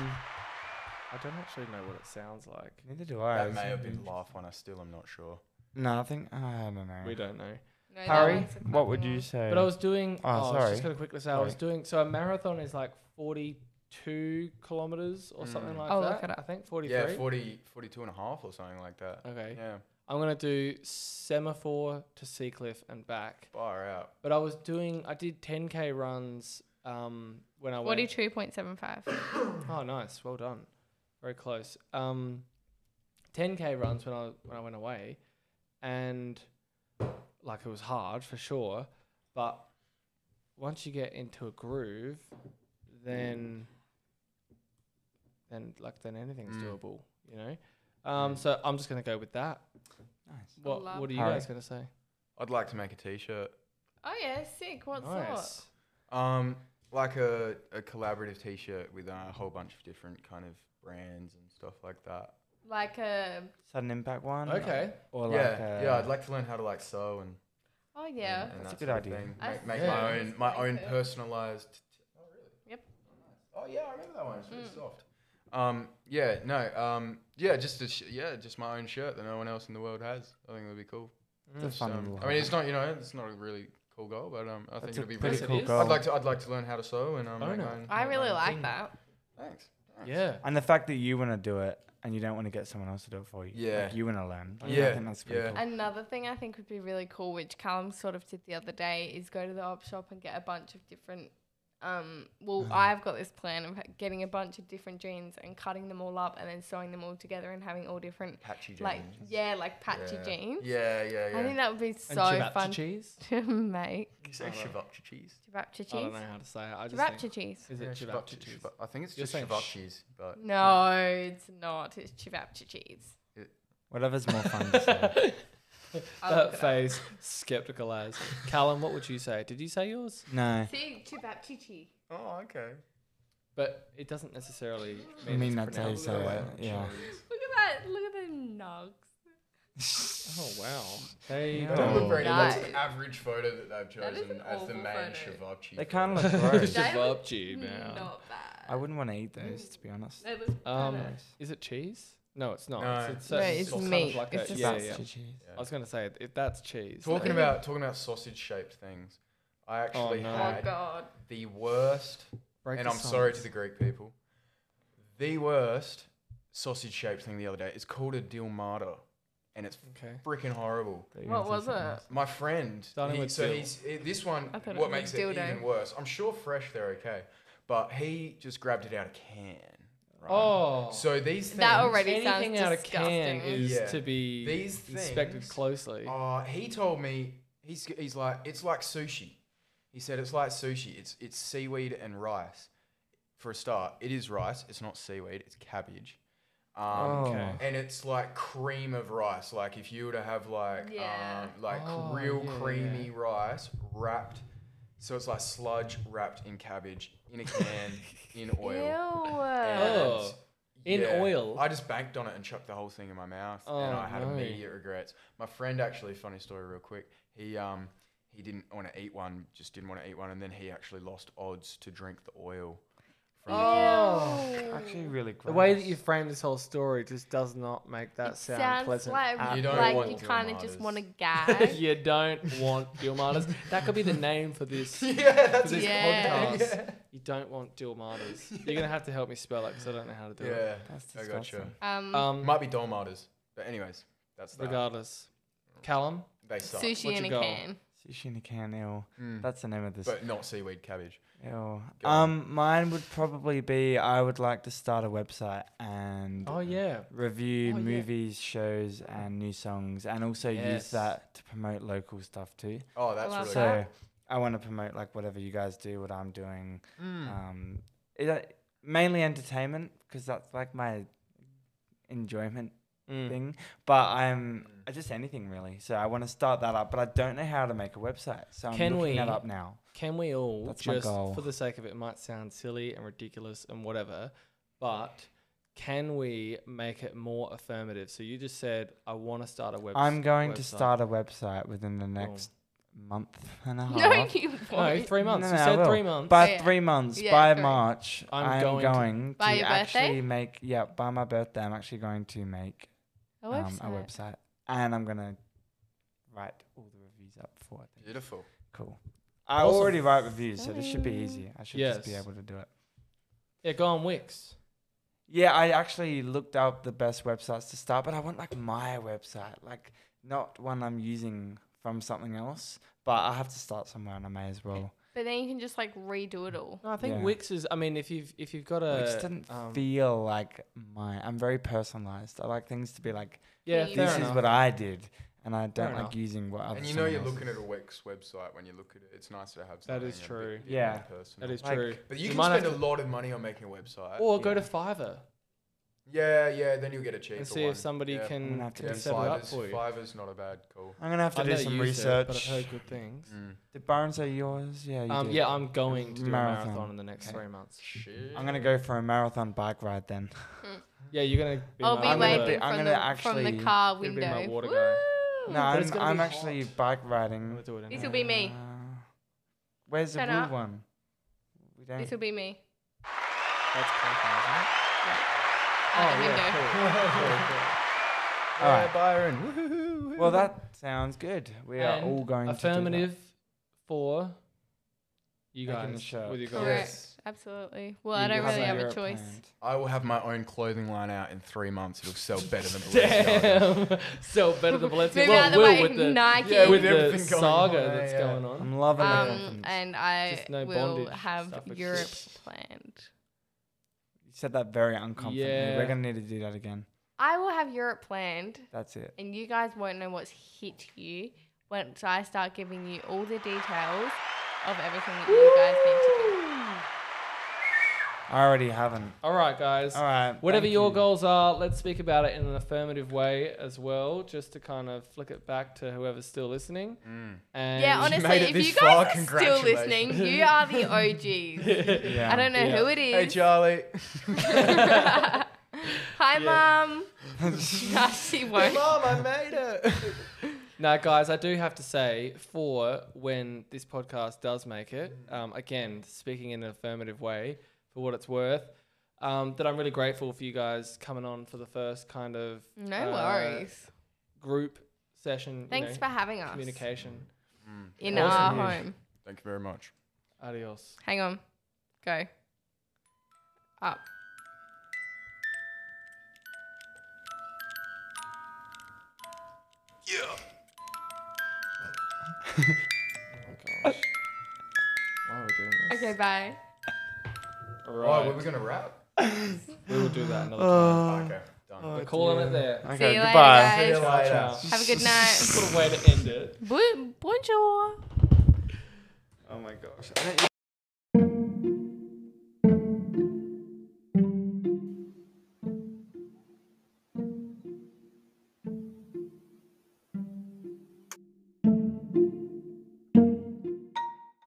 Speaker 2: I don't actually know what it sounds like.
Speaker 4: Neither do I.
Speaker 3: That
Speaker 4: it's
Speaker 3: may have
Speaker 4: something-
Speaker 3: been the last one. I still am not sure.
Speaker 4: No, I think I don't know.
Speaker 2: We don't know.
Speaker 1: No, that
Speaker 4: Harry,
Speaker 1: one's a
Speaker 4: what would
Speaker 1: fucking
Speaker 4: you
Speaker 1: one.
Speaker 4: say?
Speaker 2: But I was doing.
Speaker 4: Oh,
Speaker 2: Oh, I was
Speaker 4: sorry.
Speaker 2: just going to quickly say I was doing. So a marathon is like 42 kilometers or something
Speaker 3: Mm.
Speaker 2: like
Speaker 1: I'll
Speaker 2: that.
Speaker 1: Oh, look it up.
Speaker 2: I think 43.
Speaker 3: Yeah, 40, 42 and a half or something like that.
Speaker 2: Okay.
Speaker 3: Yeah,
Speaker 2: I'm gonna do semaphore to Seacliff and back.
Speaker 3: far out.
Speaker 2: But I was doing. I did 10k runs. Um, when I went.
Speaker 1: Forty-two point seven five.
Speaker 2: Oh, nice. Well done. Very close. Um, 10k runs when I when I went away, and like it was hard for sure, but once you get into a groove, then then like then anything's
Speaker 3: Mm.
Speaker 2: doable, you know. Um,
Speaker 3: Mm.
Speaker 2: so I'm just gonna go with that.
Speaker 4: nice.
Speaker 2: What
Speaker 1: love
Speaker 2: What are you
Speaker 4: Harry.
Speaker 2: guys gonna say?
Speaker 3: I'd like to make a T-shirt.
Speaker 1: Oh yeah, sick. What sort?
Speaker 3: Um, like a, a collaborative T-shirt with uh, a whole bunch of different kind of brands and stuff like that.
Speaker 1: Like a.
Speaker 4: Sudden impact one.
Speaker 2: Okay.
Speaker 4: Or like uh,
Speaker 3: yeah,
Speaker 4: a,
Speaker 3: yeah. I'd like to learn how to like sew and.
Speaker 1: Oh yeah.
Speaker 3: and, and
Speaker 4: That's a good
Speaker 3: that sort of
Speaker 4: idea.
Speaker 3: thing.
Speaker 1: I
Speaker 3: Make, make
Speaker 2: think
Speaker 3: my
Speaker 1: it's
Speaker 3: own my
Speaker 1: pretty
Speaker 3: own
Speaker 1: good.
Speaker 3: personalized. Oh really?
Speaker 1: Yep.
Speaker 3: Oh yeah, I remember that one. It's really
Speaker 1: Mm.
Speaker 3: soft. Um, yeah, no, um, yeah, just a sh- yeah, just my own shirt that no one else in the world has. I think it would be cool.
Speaker 4: It's a
Speaker 3: Just,
Speaker 4: fun
Speaker 3: um,
Speaker 4: little
Speaker 3: I mean, it's
Speaker 4: hobby.
Speaker 3: not you know, it's not a really cool goal, but um, I think
Speaker 4: That's a
Speaker 3: it'd be
Speaker 4: pretty
Speaker 3: really
Speaker 2: Yes, it
Speaker 4: cool
Speaker 2: is.
Speaker 4: goal.
Speaker 3: I'd like to I'd like to learn how to sew and um,
Speaker 2: Own
Speaker 3: make
Speaker 2: it.
Speaker 3: my own-
Speaker 1: I
Speaker 3: make my
Speaker 1: really
Speaker 3: own
Speaker 1: like
Speaker 3: thing.
Speaker 1: that.
Speaker 3: Thanks. thanks.
Speaker 2: Yeah.
Speaker 4: And the fact that you want to do it and you don't want to get someone else to do it for you.
Speaker 3: Yeah.
Speaker 4: Like you want to learn. Like, I
Speaker 3: Yeah,
Speaker 4: think that's pretty
Speaker 3: yeah.
Speaker 4: cool.
Speaker 1: Another thing I think would be really cool, which Callum sort of did the other day, is go to the op shop and get a bunch of different. Um, well,
Speaker 2: Mm.
Speaker 1: I've got this plan of getting a bunch of different jeans and cutting them all up and then sewing them all together and having all different,
Speaker 3: Patchy jeans.
Speaker 1: like, yeah, like patchy
Speaker 3: Yeah.
Speaker 1: jeans.
Speaker 3: Yeah, yeah, yeah.
Speaker 1: I think that would be
Speaker 2: And
Speaker 1: so
Speaker 2: ciabatta
Speaker 1: fun
Speaker 2: cheese.
Speaker 1: *laughs* to make.
Speaker 3: you say
Speaker 2: I don't
Speaker 3: shibakcha cheese.
Speaker 1: Chibapcha cheese?
Speaker 2: I don't know how to say it. I just
Speaker 1: Chibapcha
Speaker 2: think,
Speaker 1: cheese.
Speaker 2: Is it
Speaker 3: Yeah,
Speaker 2: ciabatta
Speaker 3: shibakcha
Speaker 2: cheese?
Speaker 3: cheese. I think it's
Speaker 2: You're
Speaker 3: just
Speaker 2: saying
Speaker 3: shibakcha
Speaker 2: sh-
Speaker 3: cheese, but
Speaker 1: No, it's not. It's chibapcha cheese.
Speaker 4: Whatever's more fun
Speaker 3: *laughs*
Speaker 4: to say.
Speaker 1: I'll look
Speaker 2: that
Speaker 1: it up. *laughs*
Speaker 2: face, skeptical as. Callum, what would you say? Did you say yours?
Speaker 4: No.
Speaker 1: See, chibapcha cheese.
Speaker 3: Oh, okay.
Speaker 2: But it doesn't necessarily
Speaker 4: I mean,
Speaker 2: it's
Speaker 4: that's how you
Speaker 2: pronounced
Speaker 4: say
Speaker 2: that
Speaker 4: it.
Speaker 2: way.
Speaker 4: Yeah.
Speaker 1: Look at that. Look at the nugs.
Speaker 2: Oh wow, they
Speaker 4: Yeah.
Speaker 3: They don't
Speaker 2: don't
Speaker 3: look very nice.
Speaker 1: Nice.
Speaker 3: That's an average photo that they've
Speaker 1: That is
Speaker 3: chosen
Speaker 1: an
Speaker 3: as the
Speaker 1: awful
Speaker 3: main
Speaker 1: photo.
Speaker 3: Shavak cheese.
Speaker 4: They
Speaker 2: *laughs*
Speaker 4: kinda
Speaker 3: photo.
Speaker 4: look gross.
Speaker 1: They
Speaker 2: Shavapchi, man.
Speaker 1: Mm, Not bad.
Speaker 4: I wouldn't want to eat those, to be honest.
Speaker 1: It was
Speaker 2: Um,
Speaker 1: kinda-
Speaker 2: Is it cheese? No, it's not.
Speaker 3: No.
Speaker 2: It's, it's,
Speaker 1: No,
Speaker 2: certain
Speaker 1: it's
Speaker 2: sort of
Speaker 1: meat.
Speaker 2: like
Speaker 1: It's
Speaker 2: a,
Speaker 1: just
Speaker 2: yeah,
Speaker 1: sausage.
Speaker 2: yeah.
Speaker 3: Yeah.
Speaker 2: I was gonna say if that's cheese.
Speaker 3: Talking
Speaker 2: like-
Speaker 3: about talking about sausage shaped things, I actually
Speaker 2: no. Oh,
Speaker 1: Oh
Speaker 3: had
Speaker 1: god.
Speaker 3: the worst,
Speaker 2: break
Speaker 3: and
Speaker 2: the
Speaker 3: I'm sorry to
Speaker 2: silence.
Speaker 3: the Greek people, the worst sausage shaped thing the other day. It's called a dilmata, and it's
Speaker 2: Okay.
Speaker 3: freaking horrible.
Speaker 4: Thought you were
Speaker 1: What
Speaker 4: gonna
Speaker 1: was
Speaker 4: say
Speaker 1: it?
Speaker 4: something else.
Speaker 3: My friend,
Speaker 2: Starting
Speaker 3: he-
Speaker 2: with
Speaker 3: so
Speaker 2: dil.
Speaker 3: he's eh, this one.
Speaker 1: I thought it
Speaker 3: What
Speaker 1: was
Speaker 3: makes it
Speaker 1: dildo.
Speaker 3: even worse? I'm sure fresh they're okay, but he just grabbed it out of can. Right?
Speaker 2: Oh.
Speaker 3: so these things
Speaker 1: That already
Speaker 2: anything
Speaker 1: sounds
Speaker 2: out of can
Speaker 1: disgusting.
Speaker 2: is
Speaker 3: Yeah.
Speaker 2: to be
Speaker 3: These
Speaker 2: inspected
Speaker 3: things
Speaker 2: closely.
Speaker 3: Uh, he told me he's he's like it's like sushi. He said it's like sushi. It's it's seaweed and rice. For a start, it is rice. It's not seaweed. It's cabbage. Um,
Speaker 2: Okay.
Speaker 3: And it's like cream of rice. Like if you were to have like
Speaker 1: Yeah.
Speaker 3: um, like
Speaker 2: Oh,
Speaker 3: real
Speaker 2: yeah, yeah,
Speaker 3: creamy rice wrapped. So it's like sludge wrapped in cabbage in a can in
Speaker 1: Ew.
Speaker 3: oil.
Speaker 1: Oh.
Speaker 2: Oh.
Speaker 3: And,
Speaker 2: in oil?
Speaker 3: I just banked on it and chucked the whole thing in my mouth, and
Speaker 2: Oh,
Speaker 3: I had
Speaker 2: no.
Speaker 3: immediate regrets. My friend actually, funny story, real quick. He um he didn't want to eat one, just didn't want to eat one, and then he actually lost odds to drink the oil. From the can.
Speaker 2: Oh.
Speaker 4: Actually, really gross.
Speaker 2: The way that you frame this whole story just does not make that
Speaker 1: It
Speaker 2: sound
Speaker 1: sounds
Speaker 2: pleasant. *laughs*
Speaker 1: like
Speaker 4: at
Speaker 1: you,
Speaker 4: You don't
Speaker 3: want
Speaker 1: kind of
Speaker 3: Dilmatas.
Speaker 1: just want to gag.
Speaker 2: you don't *laughs* want Dilmatas. That could be the name for *laughs* this,
Speaker 3: *laughs* yeah,
Speaker 2: for
Speaker 3: that's
Speaker 2: this
Speaker 1: Yeah.
Speaker 2: podcast. You don't want *laughs* Dilmatas. You're gonna have to help me spell it because I don't know how to do
Speaker 3: yeah.
Speaker 4: That's
Speaker 3: I
Speaker 4: disgusting.
Speaker 3: gotcha.
Speaker 1: Um,
Speaker 2: it. Um,
Speaker 3: Might be Dolmatas, but anyways, that's that.
Speaker 2: regardless, Callum.
Speaker 3: They suck,
Speaker 1: sushi
Speaker 2: What's
Speaker 1: in a
Speaker 2: your goal?
Speaker 1: can.
Speaker 4: Sushi in a can, ew.
Speaker 3: Mm.
Speaker 4: That's the name of this.
Speaker 3: but not seaweed cabbage.
Speaker 4: ew.
Speaker 3: Go on.
Speaker 4: Um, mine would probably be I would like to start a website and
Speaker 2: Oh yeah.
Speaker 4: review
Speaker 2: Oh, yeah.
Speaker 4: movies, shows, and new songs, and also use
Speaker 2: Yes.
Speaker 4: that to promote local stuff too.
Speaker 3: Oh, that's
Speaker 1: Love
Speaker 3: really
Speaker 4: so
Speaker 1: that.
Speaker 4: I want to promote like whatever you guys do, what I'm doing.
Speaker 3: good.
Speaker 2: Hmm.
Speaker 3: Mm.
Speaker 4: Um, it, uh, mainly entertainment because that's like my enjoyment
Speaker 2: Mm.
Speaker 4: thing. But I'm
Speaker 3: Mm.
Speaker 4: uh, just anything really. So I want to start that up, but I don't know how to make a website. So I'm
Speaker 2: Can
Speaker 4: looking that
Speaker 2: we-
Speaker 4: up now.
Speaker 2: Can we all
Speaker 4: That's my
Speaker 2: just
Speaker 4: goal.
Speaker 2: for the sake of it, it might sound silly and ridiculous and whatever, but can we make it more affirmative? So you just said I want to start a web- website.
Speaker 4: I'm going to start a website within the next month and a
Speaker 2: Uh-huh.
Speaker 4: half.
Speaker 1: *laughs* No, you
Speaker 2: No,
Speaker 1: won't.
Speaker 2: three months. you
Speaker 4: No, no, I
Speaker 2: said
Speaker 4: will.
Speaker 2: three months.
Speaker 4: by
Speaker 1: Yeah.
Speaker 4: three months,
Speaker 1: Yeah,
Speaker 4: by
Speaker 1: three.
Speaker 4: March,
Speaker 2: I'm
Speaker 4: I'm,
Speaker 2: going
Speaker 4: going,
Speaker 2: to-
Speaker 4: to,
Speaker 1: By your birthday?
Speaker 4: actually make. Yeah, by my birthday, I'm actually going to make
Speaker 1: A
Speaker 4: um,
Speaker 1: website.
Speaker 4: a website, and I'm gonna write all the reviews up for it.
Speaker 3: Beautiful.
Speaker 4: Cool. I
Speaker 2: Awesome.
Speaker 4: already write reviews, so this should be
Speaker 1: Stunning.
Speaker 4: easy. I should just be
Speaker 2: Yes.
Speaker 4: able to do it.
Speaker 2: yeah, go on Wix.
Speaker 4: Yeah, I actually looked up the best websites to start, but I want like my website, like not one I'm using from something else. But I have to start somewhere, and I may as well.
Speaker 1: But then you can just like redo it all.
Speaker 2: No, I think
Speaker 4: Yeah.
Speaker 2: Wix is. I mean, if you've if you've got
Speaker 4: It
Speaker 2: a
Speaker 4: just didn't
Speaker 2: um,
Speaker 4: feel like my. I'm very personalized. I like things to be like
Speaker 2: yeah,
Speaker 1: This
Speaker 2: fair
Speaker 4: this
Speaker 2: enough.
Speaker 4: is what I did, and I
Speaker 2: Fair
Speaker 4: don't like
Speaker 2: enough.
Speaker 4: using what other.
Speaker 3: And you know you're
Speaker 4: someone
Speaker 3: looking at
Speaker 4: else's-
Speaker 3: a Wix website when you look at it. It's nice to have
Speaker 2: That
Speaker 3: something
Speaker 2: is
Speaker 3: a bit-
Speaker 2: true.
Speaker 3: bit more
Speaker 4: Yeah.
Speaker 3: personal.
Speaker 2: That is
Speaker 4: Like-
Speaker 2: true.
Speaker 3: But you, can
Speaker 2: might have
Speaker 3: spend a lot of money on making a website.
Speaker 2: to- or go
Speaker 4: Yeah.
Speaker 2: to Fiverr
Speaker 3: yeah, yeah. Then you'll get a cheaper
Speaker 2: and see
Speaker 3: one.
Speaker 2: if somebody
Speaker 3: Yeah.
Speaker 4: I'm
Speaker 2: can,
Speaker 4: gonna have to
Speaker 2: can
Speaker 4: do
Speaker 2: set it up
Speaker 3: Fiverr's-
Speaker 2: for you.
Speaker 3: Fiverr's not a bad call. Mm.
Speaker 4: I'm gonna have to
Speaker 2: I've
Speaker 4: do
Speaker 2: never
Speaker 4: some
Speaker 2: used it,
Speaker 4: research. Mm.
Speaker 2: but I've heard good things.
Speaker 4: Did Byron say yours? Yeah. You
Speaker 2: Um,
Speaker 4: did.
Speaker 2: yeah, I'm going to do a
Speaker 4: Marathon.
Speaker 2: marathon in the next
Speaker 4: Okay.
Speaker 2: three months.
Speaker 3: Shit.
Speaker 4: I'm
Speaker 3: *laughs*
Speaker 4: gonna go for a marathon bike ride
Speaker 1: *laughs*
Speaker 4: then.
Speaker 2: Yeah, you're gonna. Be
Speaker 1: I'll
Speaker 2: my
Speaker 1: be
Speaker 4: I'm
Speaker 2: water-
Speaker 4: gonna
Speaker 1: waving
Speaker 4: be-
Speaker 1: from,
Speaker 4: I'm
Speaker 1: the,
Speaker 4: gonna
Speaker 1: from the
Speaker 4: actually-
Speaker 1: car
Speaker 2: It'll be my
Speaker 1: window.
Speaker 2: water guy.
Speaker 4: No,
Speaker 1: Woo!
Speaker 2: But it's
Speaker 4: I'm,
Speaker 2: gonna
Speaker 4: I'm
Speaker 2: be
Speaker 4: actually bike
Speaker 2: I'm
Speaker 4: riding.
Speaker 2: gonna do it
Speaker 1: This
Speaker 2: anyway.
Speaker 1: will be me.
Speaker 4: Uh, where's the
Speaker 1: Shut
Speaker 4: blue
Speaker 1: up.
Speaker 4: one? We don't.
Speaker 1: This will be me.
Speaker 2: That's content,
Speaker 1: Out the
Speaker 2: isn't it?
Speaker 1: window. *laughs*
Speaker 4: All right.
Speaker 3: Byron. Woohoo.
Speaker 4: Well, that sounds good. We are
Speaker 2: And
Speaker 4: all going
Speaker 2: cool.
Speaker 4: to do that.
Speaker 2: Affirmative for you
Speaker 4: Making the
Speaker 2: guys
Speaker 4: shirt.
Speaker 2: with your
Speaker 1: Correct.
Speaker 2: goals.
Speaker 3: Yes.
Speaker 1: Absolutely. Well, I
Speaker 4: You
Speaker 1: don't
Speaker 4: guys
Speaker 1: really
Speaker 4: are
Speaker 1: have a
Speaker 4: Europe
Speaker 1: choice.
Speaker 4: planned.
Speaker 3: I will have my own clothing line out in three months. It'll sell better
Speaker 2: *laughs*
Speaker 3: than Balenciaga.
Speaker 2: Damn. so better than Valencia.
Speaker 1: Move
Speaker 2: Well,
Speaker 1: out of the
Speaker 2: Will
Speaker 1: way,
Speaker 2: with the
Speaker 1: Nike.
Speaker 3: Yeah,
Speaker 2: with
Speaker 3: with
Speaker 2: the
Speaker 3: everything going
Speaker 2: saga
Speaker 3: on,
Speaker 2: that's
Speaker 3: yeah, Mm. yeah.
Speaker 2: going on.
Speaker 4: I'm loving
Speaker 1: Um,
Speaker 4: it.
Speaker 1: and I
Speaker 2: Just no
Speaker 1: will
Speaker 2: bondage
Speaker 1: have
Speaker 2: stuff, it's
Speaker 1: Europe
Speaker 2: just-
Speaker 1: planned.
Speaker 4: You said that very unconfidently.
Speaker 2: Yeah.
Speaker 4: We're gonna need to do that again.
Speaker 1: I will have Europe planned,
Speaker 4: That's it.
Speaker 1: and you guys won't know what's hit you once I start giving you all the details of everything that you guys need to do.
Speaker 4: I already haven't.
Speaker 2: All right, guys.
Speaker 4: All right.
Speaker 2: Whatever
Speaker 4: thank
Speaker 2: your
Speaker 4: you.
Speaker 2: goals are, let's speak about it in an affirmative way as well, just to kind of flick it back to whoever's still listening.
Speaker 3: Mm.
Speaker 2: And
Speaker 1: Yeah,
Speaker 3: you made
Speaker 1: honestly,
Speaker 3: it
Speaker 1: if
Speaker 3: this
Speaker 1: you
Speaker 3: far,
Speaker 1: guys are still listening, you are
Speaker 2: *laughs*
Speaker 1: the OGs.
Speaker 4: Yeah.
Speaker 1: I don't know
Speaker 2: Yeah.
Speaker 1: who it is.
Speaker 3: Hey, Charlie. *laughs*
Speaker 1: *laughs* Hi,
Speaker 2: Yeah. *laughs*
Speaker 1: mum. no, she won't.
Speaker 3: Mom, I made it.
Speaker 2: Now, guys, I do have to say, for when this podcast does make it, um, again, speaking in an affirmative way, for what it's worth, um, that I'm really grateful for you guys coming on for the first kind of
Speaker 1: No
Speaker 2: Uh,
Speaker 1: worries.
Speaker 2: group session.
Speaker 1: Thanks
Speaker 2: you know,
Speaker 1: for having us
Speaker 2: communication.
Speaker 3: Mm.
Speaker 1: in
Speaker 2: Awesome.
Speaker 1: our home.
Speaker 3: Thank you very much.
Speaker 2: Adios.
Speaker 1: Hang on. Go. Up.
Speaker 2: Oh gosh. Why are we doing this?
Speaker 1: Okay, bye.
Speaker 2: Right.
Speaker 3: Oh, were we gonna wrap?
Speaker 2: we will do that another time.
Speaker 3: okay, done.
Speaker 2: We're
Speaker 4: Oh,
Speaker 2: calling
Speaker 4: dear.
Speaker 2: it there.
Speaker 4: Okay,
Speaker 1: See you later,
Speaker 4: goodbye.
Speaker 1: guys.
Speaker 3: See you
Speaker 2: Ciao,
Speaker 3: later.
Speaker 2: ciao.
Speaker 1: Have a good night.
Speaker 2: What a way to end it.
Speaker 1: Bu- bonjour.
Speaker 4: Oh my gosh. I don't-